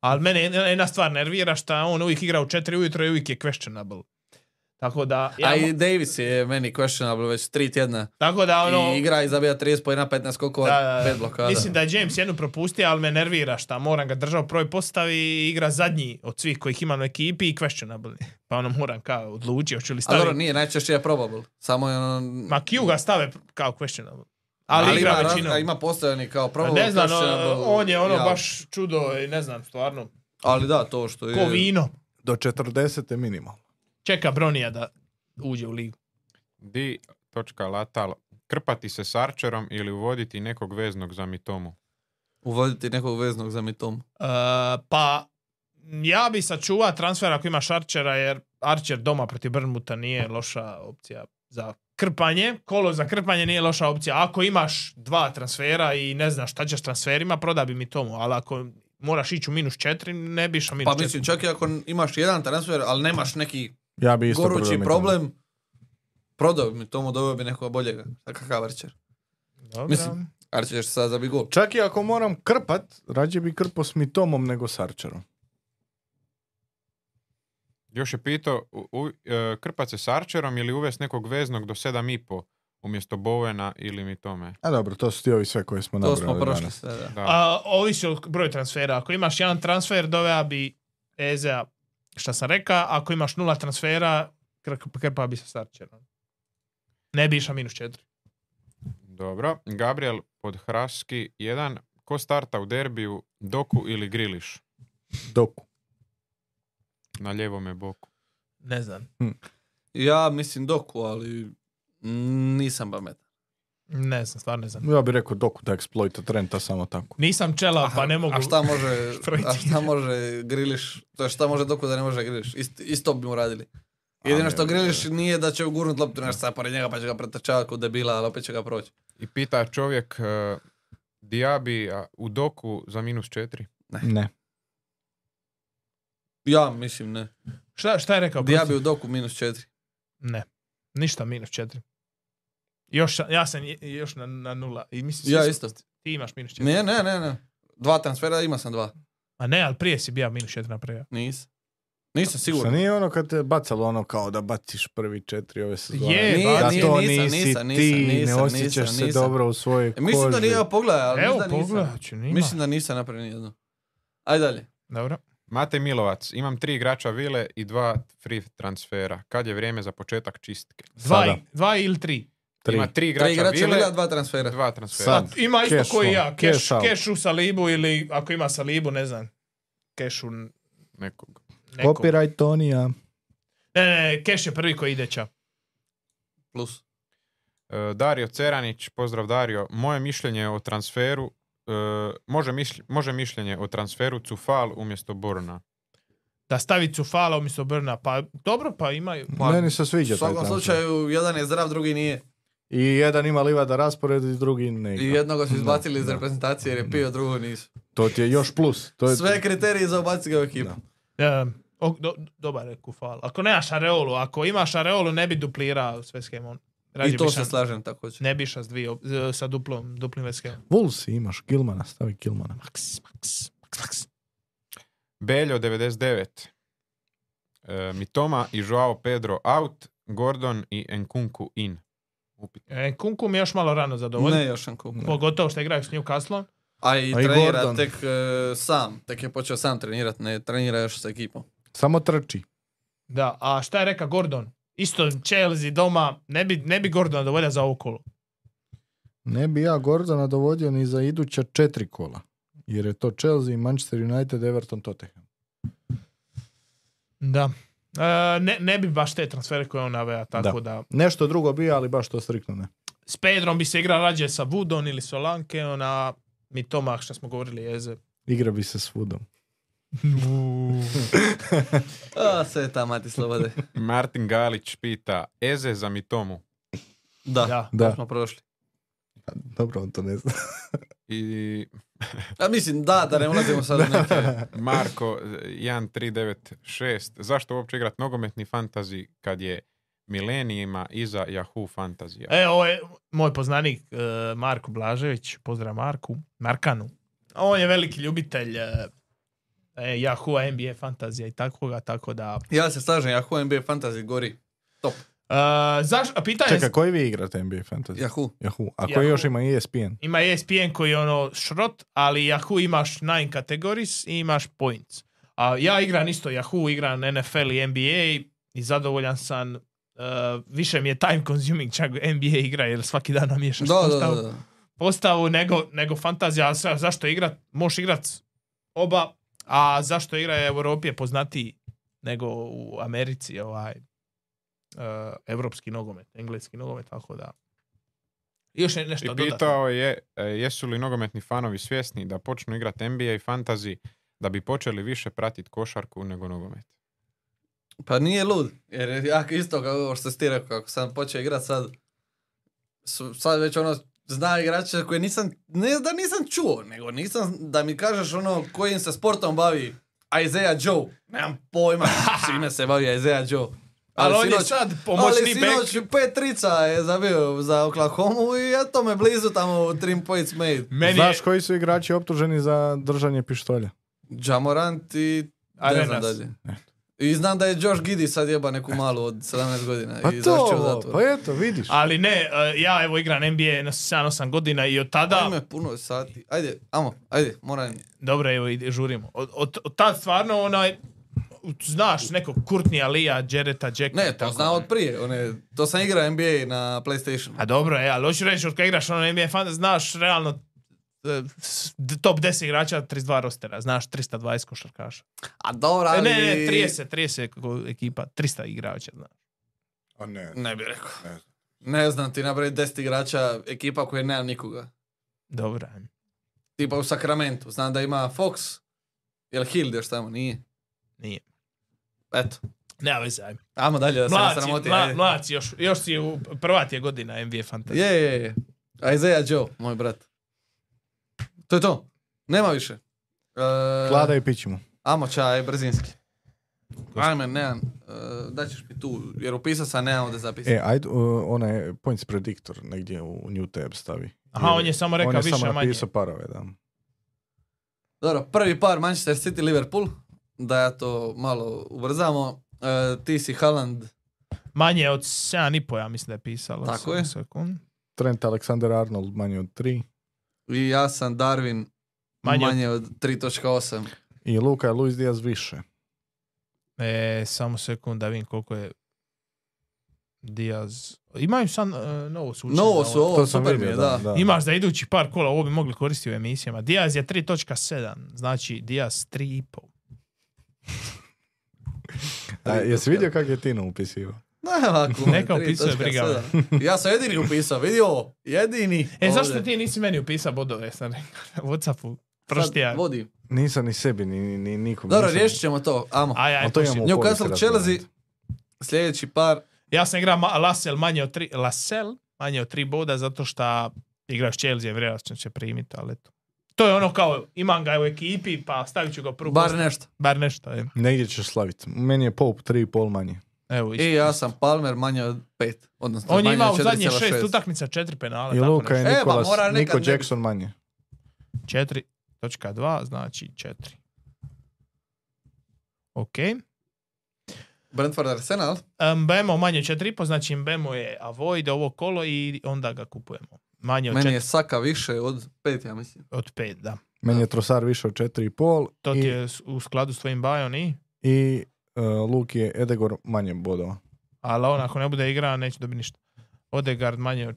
[SPEAKER 2] ali mene jedna- jedna stvar nervira šta on uvijek igra u četiri ujutro i uvijek je questionable. Tako da, ja,
[SPEAKER 1] A i Davis je meni questionable već tri tjedna.
[SPEAKER 2] tako da ono,
[SPEAKER 1] I igra i zabija 30 pojena, 15 skokova,
[SPEAKER 2] da, da, da.
[SPEAKER 1] 5 blokada.
[SPEAKER 2] mislim da je James jednu propustio, ali me nervira šta moram ga držao u prvoj postavi i igra zadnji od svih kojih imam u ekipi i questionable. je. Pa ono moram kao odlučio, hoću li
[SPEAKER 1] Ali
[SPEAKER 2] staviti.
[SPEAKER 1] dobro, nije, najčešće je probable. Samo je ono...
[SPEAKER 2] Ma Q ga stave kao questionable. Ali, igra
[SPEAKER 1] ima, raz-
[SPEAKER 2] većinom.
[SPEAKER 1] a ima postojani kao
[SPEAKER 2] Pa
[SPEAKER 1] probable.
[SPEAKER 2] ne znam,
[SPEAKER 1] questionable,
[SPEAKER 2] on je ono
[SPEAKER 1] ja.
[SPEAKER 2] baš čudo i ne znam, stvarno,
[SPEAKER 1] Ali da, to što je...
[SPEAKER 2] ko vino.
[SPEAKER 3] Do 40. minimalno.
[SPEAKER 2] Čeka Bronija da uđe u ligu.
[SPEAKER 4] Di točka latal, krpati se s Archerom ili uvoditi nekog veznog za mitomu?
[SPEAKER 1] Uvoditi nekog veznog za mitom.
[SPEAKER 2] E, pa ja bi sačuva transfer ako imaš Archera, jer Archer doma protiv Brnmuta nije loša opcija za krpanje. Kolo za krpanje nije loša opcija. Ako imaš dva transfera i ne znaš šta ćeš transferima, proda bi mi tomu. Ali ako moraš ići u minus četiri, ne bi išao minus
[SPEAKER 1] Pa mislim, čak i ako imaš jedan transfer, ali nemaš neki
[SPEAKER 3] Ja bi isto
[SPEAKER 1] gorući
[SPEAKER 3] prodao
[SPEAKER 1] problem, prodao bi mi tomu, doveo bi nekoga boljega. A Kakav Arčer?
[SPEAKER 2] četiri. Dobro.
[SPEAKER 1] mislim- Arčer će sad zabi gol.
[SPEAKER 3] Čak i ako moram krpat, rađe bi krpo s Mitomom nego s Archerom.
[SPEAKER 4] Još je pitao, u, u- e, krpat se s Archerom ili uvest nekog veznog do 7,5 umjesto Bowena ili mitome?
[SPEAKER 3] A dobro, to su ti ovi sve koje smo
[SPEAKER 1] To
[SPEAKER 3] nabrali
[SPEAKER 1] smo prošli
[SPEAKER 3] danas.
[SPEAKER 1] sve, da.
[SPEAKER 4] Da.
[SPEAKER 2] A, ovisi o broju transfera. Ako imaš jedan transfer, dovea bi Ezea, šta sam rekao, ako imaš nula transfera, kr- krpa bi se starčerom. Ne bi išao minus četiri.
[SPEAKER 4] Dobro. Gabriel pod Hraski 1. Ko starta u derbiju, Doku ili Griliš?
[SPEAKER 3] Doku.
[SPEAKER 4] Na ljevome boku.
[SPEAKER 2] Ne znam.
[SPEAKER 1] Ja mislim doku, ali mm, nisam pametan.
[SPEAKER 2] Ne znam, stvarno ne znam.
[SPEAKER 3] Ja bih rekao Doku da eksploita Trenta samo tako.
[SPEAKER 2] Nisam čela, pa ne mogu.
[SPEAKER 1] A šta može, a
[SPEAKER 2] Projicirati.
[SPEAKER 1] šta može griliš? To je šta može doku da ne može griliš? Isto, isto bi mu radili.
[SPEAKER 3] A
[SPEAKER 1] Jedino
[SPEAKER 3] ne,
[SPEAKER 1] što
[SPEAKER 3] ne,
[SPEAKER 1] griliš nije da će ugurnut loptu naš sad pored njega pa će ga pretrčavati kod debila, ali opet će ga proći.
[SPEAKER 4] I pita čovjek e, Diaby a, u Doku za minus 4.
[SPEAKER 3] Ne.
[SPEAKER 1] Ja mislim ne.
[SPEAKER 2] Šta, šta je rekao?
[SPEAKER 1] Ja bi
[SPEAKER 2] prosti?
[SPEAKER 1] u doku minus četiri.
[SPEAKER 2] Ne. Ništa minus četiri. Još, ja sam je- još na, na nula. I mislim, svi
[SPEAKER 1] Ja
[SPEAKER 2] su-
[SPEAKER 1] isto.
[SPEAKER 2] Ti imaš minus četiri.
[SPEAKER 1] Ne, ne, ne, ne. Dva transfera, ima sam dva.
[SPEAKER 2] A ne, ali prije si bio minus četiri napravio.
[SPEAKER 1] Nis. Nisam
[SPEAKER 3] Što
[SPEAKER 1] siguran.
[SPEAKER 3] nije ono kad te bacalo ono kao da baciš prvi četiri ove sezone.
[SPEAKER 2] Je,
[SPEAKER 3] da
[SPEAKER 2] bacio.
[SPEAKER 3] to
[SPEAKER 1] Nisam,
[SPEAKER 3] nisi
[SPEAKER 1] nisam,
[SPEAKER 3] ti,
[SPEAKER 1] nisam,
[SPEAKER 3] ne
[SPEAKER 1] nisam,
[SPEAKER 3] osjećaš
[SPEAKER 1] nisam,
[SPEAKER 3] se
[SPEAKER 1] nisam.
[SPEAKER 3] dobro u svojoj
[SPEAKER 1] E,
[SPEAKER 3] koži.
[SPEAKER 1] Mislim da nije ja pogledaj, ali
[SPEAKER 2] Evo,
[SPEAKER 1] mislim da nisam.
[SPEAKER 2] pogledat ću, nima.
[SPEAKER 1] Mislim da nisam napravio nijedno. Ajde dalje.
[SPEAKER 2] Dobro.
[SPEAKER 4] Mate Milovac, imam tri igrača vile i dva free transfera. Kad je vrijeme za početak čistke?
[SPEAKER 2] Dva,
[SPEAKER 3] Sada.
[SPEAKER 2] i- dva ili tri.
[SPEAKER 3] Tri.
[SPEAKER 4] Ima tri igrača,
[SPEAKER 1] Tri igrača
[SPEAKER 4] vile,
[SPEAKER 1] Vila, dva transfera.
[SPEAKER 4] dva transfera.
[SPEAKER 3] Sad.
[SPEAKER 2] A, ima isto
[SPEAKER 3] Cash
[SPEAKER 2] koji
[SPEAKER 3] flow.
[SPEAKER 2] ja.
[SPEAKER 3] Cash
[SPEAKER 2] Keš,
[SPEAKER 3] out.
[SPEAKER 2] keš u Salibu ili ako ima Salibu, ne znam. Keš u n-
[SPEAKER 4] Nekog.
[SPEAKER 2] nekog.
[SPEAKER 3] Copyright Tonija.
[SPEAKER 2] Ne, ne, ne, keš je prvi koji ide ča.
[SPEAKER 1] Plus.
[SPEAKER 4] E, Dario Ceranić, pozdrav Dario. Moje mišljenje o transferu, e, može, mišlj- može mišljenje o transferu Cufal umjesto Borna.
[SPEAKER 2] Da stavi Cufala umjesto Brna. Pa dobro, pa imaju.
[SPEAKER 1] Pa,
[SPEAKER 3] Meni se sviđa
[SPEAKER 1] U
[SPEAKER 3] taj
[SPEAKER 1] svakom
[SPEAKER 3] transfer.
[SPEAKER 1] slučaju, jedan je zdrav, drugi nije.
[SPEAKER 3] I jedan ima livada raspored i drugi ne
[SPEAKER 1] I
[SPEAKER 3] igra.
[SPEAKER 1] jednoga su izbacili iz
[SPEAKER 3] da.
[SPEAKER 1] reprezentacije jer je pio, drugo nisu.
[SPEAKER 3] To ti je još plus. To je...
[SPEAKER 1] Sve kriterije za ubaciti ga u ekipu.
[SPEAKER 3] Da.
[SPEAKER 2] E, o, do, dobar je Kufal. Ako nemaš Areolu, ako imaš Areolu ne bi duplirao s West Hamom. Rađe
[SPEAKER 1] I to
[SPEAKER 2] bi
[SPEAKER 1] se
[SPEAKER 2] šan-
[SPEAKER 1] slažem također.
[SPEAKER 2] Ne bi išao s dvije, op- e, sa duplom, duplim West Hamom.
[SPEAKER 3] Wolves imaš, Kilmana, stavi Kilmana.
[SPEAKER 2] Max, max, max, max.
[SPEAKER 4] Beljo 99. E, Mitoma i Joao Pedro out, Gordon i Enkunku in. Upit.
[SPEAKER 2] E, Kunku mi je još malo rano zadovoljno.
[SPEAKER 1] Ne, još Anku.
[SPEAKER 2] Pogotovo što igraju s Newcastle.
[SPEAKER 1] A i
[SPEAKER 3] A i
[SPEAKER 1] trenira
[SPEAKER 3] Gordon.
[SPEAKER 1] tek e, sam. Tek je počeo sam trenirat, ne trenira još s ekipom.
[SPEAKER 3] Samo trči.
[SPEAKER 2] Da, a šta je reka Gordon? Isto Chelsea doma, ne bi, ne bi Gordon dovolja za ovu kolo.
[SPEAKER 3] Ne bi ja Gordona dovodio ni za iduća četiri kola. Jer je to Chelsea, Manchester United, Everton, Tottenham.
[SPEAKER 2] Da. E, ne, ne bi baš te transfere koje on navea, tako da.
[SPEAKER 3] Nešto drugo bi, ali baš to striktno ne.
[SPEAKER 2] S Pedrom bi se igra rađe sa Budon ili Solanke, ona mi Tomak što smo govorili jeze.
[SPEAKER 3] Igra bi se svudom.
[SPEAKER 1] A, sve je ta mati slobode.
[SPEAKER 3] [laughs]
[SPEAKER 4] Martin Galić pita, Eze za Mitomu.
[SPEAKER 1] Da,
[SPEAKER 2] Da.
[SPEAKER 1] to
[SPEAKER 3] Da.
[SPEAKER 1] smo prošli.
[SPEAKER 3] Dobro, on to ne zna.
[SPEAKER 4] I
[SPEAKER 1] A mislim, da, da ne ulazimo sad u neke...
[SPEAKER 3] [laughs]
[SPEAKER 4] Marko eh, 1396, zašto uopće igrat nogometni fantazi kad je milenijima iza Yahoo fantazija?
[SPEAKER 2] E, ovo je moj poznanik e, Marko Blažević, pozdrav Marku, Markanu. On je veliki ljubitelj e, e, Yahoo, NBA, fantazija i takvoga, tako da...
[SPEAKER 1] Ja se slažem, Yahoo NBA Fantasy gori.
[SPEAKER 2] E, zaš, a pitanje...
[SPEAKER 3] Čekaj, koji vi igrate NBA Fantasy?
[SPEAKER 1] Yahoo.
[SPEAKER 3] Yahoo. A
[SPEAKER 2] Yahoo.
[SPEAKER 3] koji još ima E ESPN?
[SPEAKER 2] Ima ESPN koji je ono šrot, ali Yahoo imaš nine categories i imaš points. A ja igram isto Yahoo, igram NFL i NBA i zadovoljan sam. e, više mi je time consuming čak NBA igra jer svaki dan namješaš
[SPEAKER 1] Da, da,
[SPEAKER 2] postavu,
[SPEAKER 1] da, da.
[SPEAKER 2] postavu nego, nego fantazija. A sa- zašto igrat? Možeš igrat oba, a zašto igra je u Europi je poznatiji nego u Americi ovaj e, evropski nogomet, engleski nogomet, tako da. I još ne-
[SPEAKER 4] I
[SPEAKER 2] nešto dodatno.
[SPEAKER 4] pitao je, e, jesu li nogometni fanovi svjesni da počnu igrat NBA i fantazi da bi počeli više pratit košarku nego nogomet?
[SPEAKER 1] Pa nije lud, jer ja isto kao što si ti rekao, kako sam počeo igrat sad, su- sad već ono, zna igrače koje nisam, ne da nisam čuo, nego nisam, da mi kažeš ono kojim se sportom bavi Isaiah Joe, nemam
[SPEAKER 2] [laughs]
[SPEAKER 1] pojma čime se bavi Isaiah Joe.
[SPEAKER 2] Ali on je
[SPEAKER 1] sinoć-
[SPEAKER 2] sad pomoćni
[SPEAKER 1] ali
[SPEAKER 2] bek.
[SPEAKER 1] sinoć pet trica je zabio za Oklahoma i eto me blizu tamo u trim points made.
[SPEAKER 2] Meni
[SPEAKER 3] Znaš
[SPEAKER 2] je
[SPEAKER 3] koji su igrači optuženi za držanje pištolja?
[SPEAKER 1] Jamorant i ne znam
[SPEAKER 2] Arenas.
[SPEAKER 1] dalje. I znam da je Josh Giddy sad jeba neku malu od 17 godina.
[SPEAKER 3] Pa
[SPEAKER 1] i završio u
[SPEAKER 3] to,
[SPEAKER 1] zatvoru.
[SPEAKER 3] pa eto, vidiš.
[SPEAKER 2] Ali ne, e, ja evo igram NBA na 7-8 godina i od tada,
[SPEAKER 1] Ajme, puno je sati. Ajde, amo, ajde, moram.
[SPEAKER 2] dobro evo ide, žurimo, od, od, od tad stvarno onaj, znaš nekog Kurtnija Lija, Jareta, Jacka. i
[SPEAKER 1] Ne, to
[SPEAKER 2] tako.
[SPEAKER 1] znam od prije. One, to sam igrao NBA na Playstationu.
[SPEAKER 2] A dobro je, ali hoću reći, od kada igraš ono NBA fan, znaš realno e, s- d- top 10 igrača, 32 rostera, znaš 320 košarkaša.
[SPEAKER 1] A dobro, ali...
[SPEAKER 2] E, Ne, ne, 30, 30 ko- ekipa, 300 igrača, znaš.
[SPEAKER 3] A ne.
[SPEAKER 1] Ne bih rekao. Ne znam ti napraviti 10 igrača ekipa koja nema nikoga.
[SPEAKER 2] Dobro.
[SPEAKER 1] Tipa u Sakramentu. Znam da ima Fox. Jel Hill još tamo? Nije.
[SPEAKER 2] Nije.
[SPEAKER 1] Eto.
[SPEAKER 2] Nema veze, ajme.
[SPEAKER 1] Amo dalje da se ne
[SPEAKER 2] Mlad si,
[SPEAKER 1] sramoti.
[SPEAKER 2] mla-
[SPEAKER 1] ajde.
[SPEAKER 2] mlad si još, još si u, prva ti je godina NBA fantasy.
[SPEAKER 1] Je, je, je. Isaiah Joe, moj brat. To je to. Nema više. E,
[SPEAKER 3] Klada i pićemo.
[SPEAKER 1] Amo čaj, brzinski. Ajme, nemam, uh, daćeš mi tu, jer upisao sam, nemam ovdje zapisati.
[SPEAKER 3] E, ajde, uh, onaj points predictor negdje u new tab stavi.
[SPEAKER 2] Aha,
[SPEAKER 3] Jer
[SPEAKER 2] on je samo rekao
[SPEAKER 3] on je
[SPEAKER 2] više
[SPEAKER 3] samo
[SPEAKER 2] manje.
[SPEAKER 3] napisao parove, da.
[SPEAKER 1] Dobro, prvi par Manchester City Liverpool, da ja to malo ubrzamo. E, ti si Haaland,
[SPEAKER 2] Manje od 7,5, ja mislim da je pisalo.
[SPEAKER 1] Tako
[SPEAKER 2] Samo
[SPEAKER 1] je.
[SPEAKER 2] sekund.
[SPEAKER 3] Trent Alexander-Arnold manje od 3.
[SPEAKER 1] i ja sam Darwin,
[SPEAKER 2] Manje
[SPEAKER 1] manje,
[SPEAKER 2] od-
[SPEAKER 1] od 3.8.
[SPEAKER 3] I Luka je Luis Diaz više.
[SPEAKER 2] E, samo sekund da vidim koliko je Diaz. Imaju sad e, novo sučenje.
[SPEAKER 1] Novo su ovo,
[SPEAKER 3] to sam
[SPEAKER 1] super mi
[SPEAKER 3] vidio,
[SPEAKER 1] je,
[SPEAKER 3] da.
[SPEAKER 1] da.
[SPEAKER 3] da. [laughs]
[SPEAKER 2] Imaš za idući par kola, ovo bi mogli koristiti u emisijama. Diaz je 3.7, znači Diaz 3.5.
[SPEAKER 3] A, jesi vidio kak je Tino upisivao?
[SPEAKER 1] Ne, ovako,
[SPEAKER 2] Neka upisuje,
[SPEAKER 1] 3.7.
[SPEAKER 2] briga
[SPEAKER 1] Ja sam jedini upisao, vidi ovo, jedini.
[SPEAKER 2] E, zašto
[SPEAKER 1] ovdje.
[SPEAKER 2] ti nisi meni upisao bodove, sam rekao, [laughs] na Whatsappu? Prošti ja.
[SPEAKER 1] Sad vodi.
[SPEAKER 3] Nisam ni sebi, ni, ni, ni nikom.
[SPEAKER 1] Dobro,
[SPEAKER 3] nisam-
[SPEAKER 1] riješit ćemo to, amo.
[SPEAKER 2] Aj, aj,
[SPEAKER 3] Ali to
[SPEAKER 2] puši.
[SPEAKER 3] imamo u povijesti
[SPEAKER 1] Newcastle Chelsea,
[SPEAKER 3] razgovarati.
[SPEAKER 1] sljedeći par,
[SPEAKER 2] Ja sam igrao ma- Lasel manje od tri, Lasel manje od tri boda zato što igraš Chelsea, vjerojatno će primiti, ali eto. To je ono kao, imam ga u ekipi, pa stavit ću ga u prvu.
[SPEAKER 1] bar
[SPEAKER 2] postavu.
[SPEAKER 1] nešto.
[SPEAKER 2] Bar nešto, je.
[SPEAKER 3] Negdje ćeš slaviti. Meni je Pope 3,5 manje.
[SPEAKER 2] Evo, isto.
[SPEAKER 1] I ja sam Palmer manje od 5, odnosno
[SPEAKER 2] On je
[SPEAKER 1] manje
[SPEAKER 2] imao
[SPEAKER 1] od
[SPEAKER 2] u zadnje
[SPEAKER 1] 4,6.
[SPEAKER 2] šest utakmica četiri penala.
[SPEAKER 3] I
[SPEAKER 2] tako
[SPEAKER 3] Luka je
[SPEAKER 1] E, pa
[SPEAKER 3] Nikolas,
[SPEAKER 1] mora nekad
[SPEAKER 3] Niko
[SPEAKER 1] ne-
[SPEAKER 3] Jackson manje.
[SPEAKER 2] nešto. 4.2 znači 4. Ok.
[SPEAKER 1] Brentford Arsenal,
[SPEAKER 2] Mbemo manje od 4,5, znači Mbemo je avoid ovo kolo i onda ga kupujemo. Manje od,
[SPEAKER 1] meni je
[SPEAKER 2] četiri,
[SPEAKER 1] Saka više od 5, ja mislim.
[SPEAKER 2] od 5, da.
[SPEAKER 3] Meni je Trosar više od 4,5.
[SPEAKER 2] To
[SPEAKER 3] i,
[SPEAKER 2] ti je s- u skladu s tvojim bajom i...
[SPEAKER 3] I uh, Luki je Edegor manje bodova.
[SPEAKER 2] Ali on ako ne bude igra, neće dobiti ništa. Odegaard manje od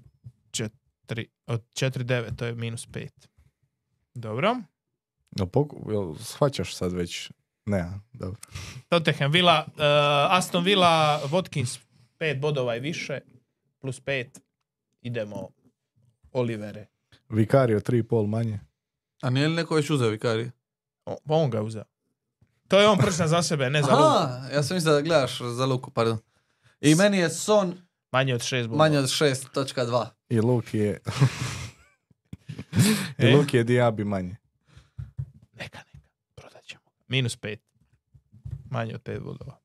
[SPEAKER 2] 4, od 4-9, to je minus 5. Dobro.
[SPEAKER 3] Jel, poku- jel shvaćaš sad već? Ne, a, dobro.
[SPEAKER 2] Tottenham Villa, eh, Aston Villa, Watkins 5 bodova i više, plus 5, idemo Olivere.
[SPEAKER 3] Vikario 3,5 manje.
[SPEAKER 1] A nije li neko već uzeo Vikari?
[SPEAKER 2] O, pa on ga je uzeo. To je on prčna za sebe, ne za Luku.
[SPEAKER 1] Aha, ja sam mislio da gledaš za Luku, pardon. I meni je Son
[SPEAKER 2] Manje od 6 bodova.
[SPEAKER 1] manje od 6.2.
[SPEAKER 3] I Luki je... I
[SPEAKER 2] E?
[SPEAKER 3] Luki je Diaby manje.
[SPEAKER 2] Neka, neka, prodat ćemo. Minus 5. Manje od 5 bodova.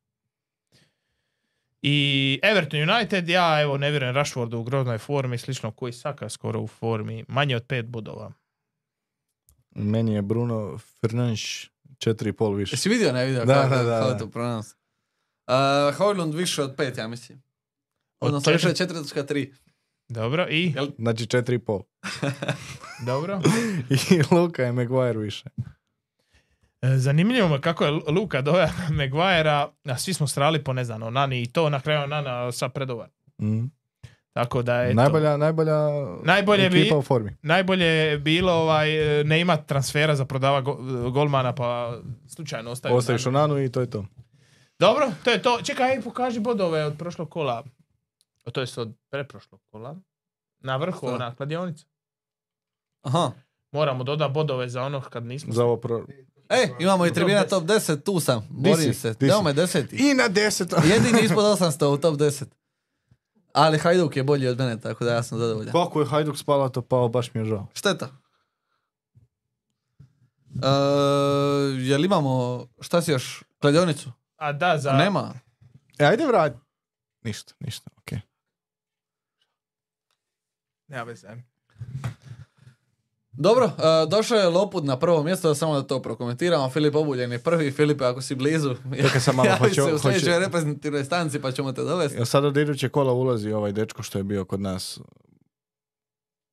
[SPEAKER 2] I Everton United, ja evo ne vjerujem Rashfordu u groznoj formi, slično koji Saka skoro u formi, manje od 5 bodova.
[SPEAKER 3] Meni je Bruno Fernandes 4,5 više.
[SPEAKER 1] Jesi vidio, ne vidio
[SPEAKER 3] Da,
[SPEAKER 1] kako,
[SPEAKER 3] da, da,
[SPEAKER 1] kako
[SPEAKER 3] da.
[SPEAKER 1] to pronounce? Uh, Hojlund više od 5, ja mislim.
[SPEAKER 2] Od
[SPEAKER 1] Odnosno više od
[SPEAKER 2] četiri-
[SPEAKER 1] 4.3.
[SPEAKER 2] Dobro, i?
[SPEAKER 1] Jel-
[SPEAKER 3] Znači 4,5.
[SPEAKER 2] Dobro.
[SPEAKER 3] [laughs] I Luka je Maguire više.
[SPEAKER 2] E, Zanimljivo me kako je Lu- Luka doja Maguire-a, a svi smo strali po ne znam, o Nani i to na kraju Nana sa predovar.
[SPEAKER 3] Mm.
[SPEAKER 2] Tako da je
[SPEAKER 3] Najbolja, najbolja
[SPEAKER 2] Najbolje bi-
[SPEAKER 3] ekipa u formi.
[SPEAKER 2] najbolje je bilo ovaj, e, ne imat transfera za prodava go- golmana pa slučajno ostaje.
[SPEAKER 3] Ostaviš u Nanu i to je to.
[SPEAKER 2] Dobro, to je to. Čekaj, ej, pokaži bodove od prošlog kola. O, to jest od preprošlog kola. Na vrhu,
[SPEAKER 1] Šta?
[SPEAKER 2] na kladionicu.
[SPEAKER 1] Aha.
[SPEAKER 2] Moramo dodati bodove za ono kad nismo.
[SPEAKER 3] Za ovo pro...
[SPEAKER 1] E, imamo i
[SPEAKER 2] Top
[SPEAKER 1] tribina
[SPEAKER 2] 10.
[SPEAKER 1] top 10, tu sam,
[SPEAKER 3] Di
[SPEAKER 1] borim
[SPEAKER 3] si?
[SPEAKER 1] se.
[SPEAKER 3] Di
[SPEAKER 1] Evo
[SPEAKER 3] si?
[SPEAKER 1] me deseti.
[SPEAKER 3] I na deset.
[SPEAKER 1] Jedini ispod 800 u top 10. Ali Hajduk je bolji od mene, tako da ja sam zadovoljan.
[SPEAKER 3] Kako je Hajduk spala to pao, baš mi je žao.
[SPEAKER 1] Šteta. E, jel imamo, šta si još, kladionicu?
[SPEAKER 2] A da, za...
[SPEAKER 1] Nema.
[SPEAKER 3] E, ajde vrati. Ništa, ništa, okej.
[SPEAKER 2] Nema veze.
[SPEAKER 1] Dobro, e, došao je Lopud na prvo mjesto, samo da to prokomentiramo. Filip Obuljen je prvi, Filipe ako si blizu,
[SPEAKER 3] [laughs] Čekaj sam [laughs] malo,
[SPEAKER 1] javi
[SPEAKER 3] hoće-
[SPEAKER 1] se u
[SPEAKER 3] hoće-
[SPEAKER 1] sljedećoj reprezentativnoj stanci pa ćemo te dovesti.
[SPEAKER 3] Jel sad od iduće kola ulazi ovaj dečko što je bio kod nas?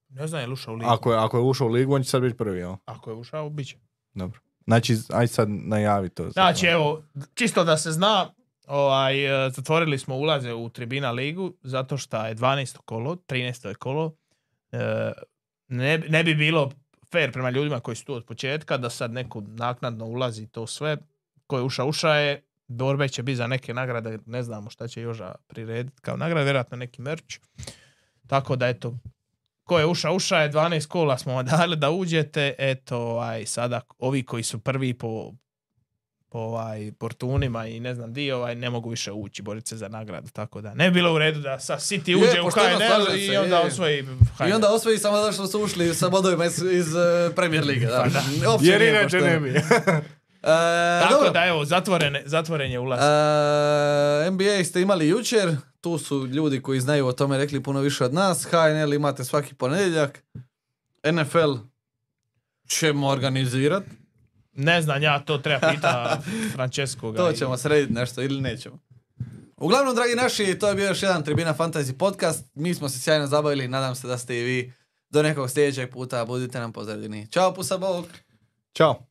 [SPEAKER 2] Ne znam je li ušao u ligu. Ako,
[SPEAKER 3] Ako je, ako je ušao u ligu, on će sad biti prvi, jel?
[SPEAKER 2] je ušao, bit će.
[SPEAKER 3] Dobro. Znači, aj sad najavi to.
[SPEAKER 2] Znači, evo, čisto da se zna, ovaj, e, zatvorili smo ulaze u tribina ligu zato što je 12. kolo, 13. je kolo. E, ne, ne bi bilo fair prema ljudima koji su tu od početka da sad neko naknadno ulazi i to sve. Ko je uša, uša je. Borbe će biti za neke nagrade, ne znamo šta će Joža prirediti kao nagrade, vjerojatno neki merch. Tako da eto, ko je uša, uša je, 12 kola smo vam dali da uđete, eto, ovaj, sada ovi koji su prvi po, po ovaj, portunima i ne znam di, ovaj, ne mogu više ući, boriti se za nagradu, tako da ne bi bilo u redu da sa City
[SPEAKER 1] Je,
[SPEAKER 2] uđe u
[SPEAKER 1] pošteno,
[SPEAKER 2] HNL
[SPEAKER 1] slažem
[SPEAKER 2] i
[SPEAKER 1] se,
[SPEAKER 2] onda
[SPEAKER 1] je.
[SPEAKER 2] osvoji H&M.
[SPEAKER 1] I
[SPEAKER 3] pa
[SPEAKER 2] HNL.
[SPEAKER 1] onda osvoji samo zato što su ušli sa bodovima iz, iz e, Premier Lige. Da. Uopće
[SPEAKER 3] Pa Jer
[SPEAKER 1] nije
[SPEAKER 3] inače
[SPEAKER 1] pošteno.
[SPEAKER 3] ne bi. [laughs]
[SPEAKER 1] E,
[SPEAKER 2] Tako
[SPEAKER 1] dobro.
[SPEAKER 2] da evo, zatvoren, zatvoren je ulaz.
[SPEAKER 1] E, NBA ste imali jučer, tu su ljudi koji znaju o tome rekli puno više od nas, HNL imate svaki ponedjeljak, NFL ćemo organizirat,
[SPEAKER 2] Ne znam, ja to treba
[SPEAKER 1] [laughs]
[SPEAKER 2] pita Franceskoga.
[SPEAKER 1] To
[SPEAKER 2] i-
[SPEAKER 1] ćemo srediti nešto ili nećemo. Uglavnom, dragi naši, to je bio još jedan Tribina Fantasy podcast. Mi smo se sjajno zabavili i nadam se da ste i vi do nekog sljedećeg puta. Budite nam pozdravljeni. Ćao, pusa bok!
[SPEAKER 3] Ćao.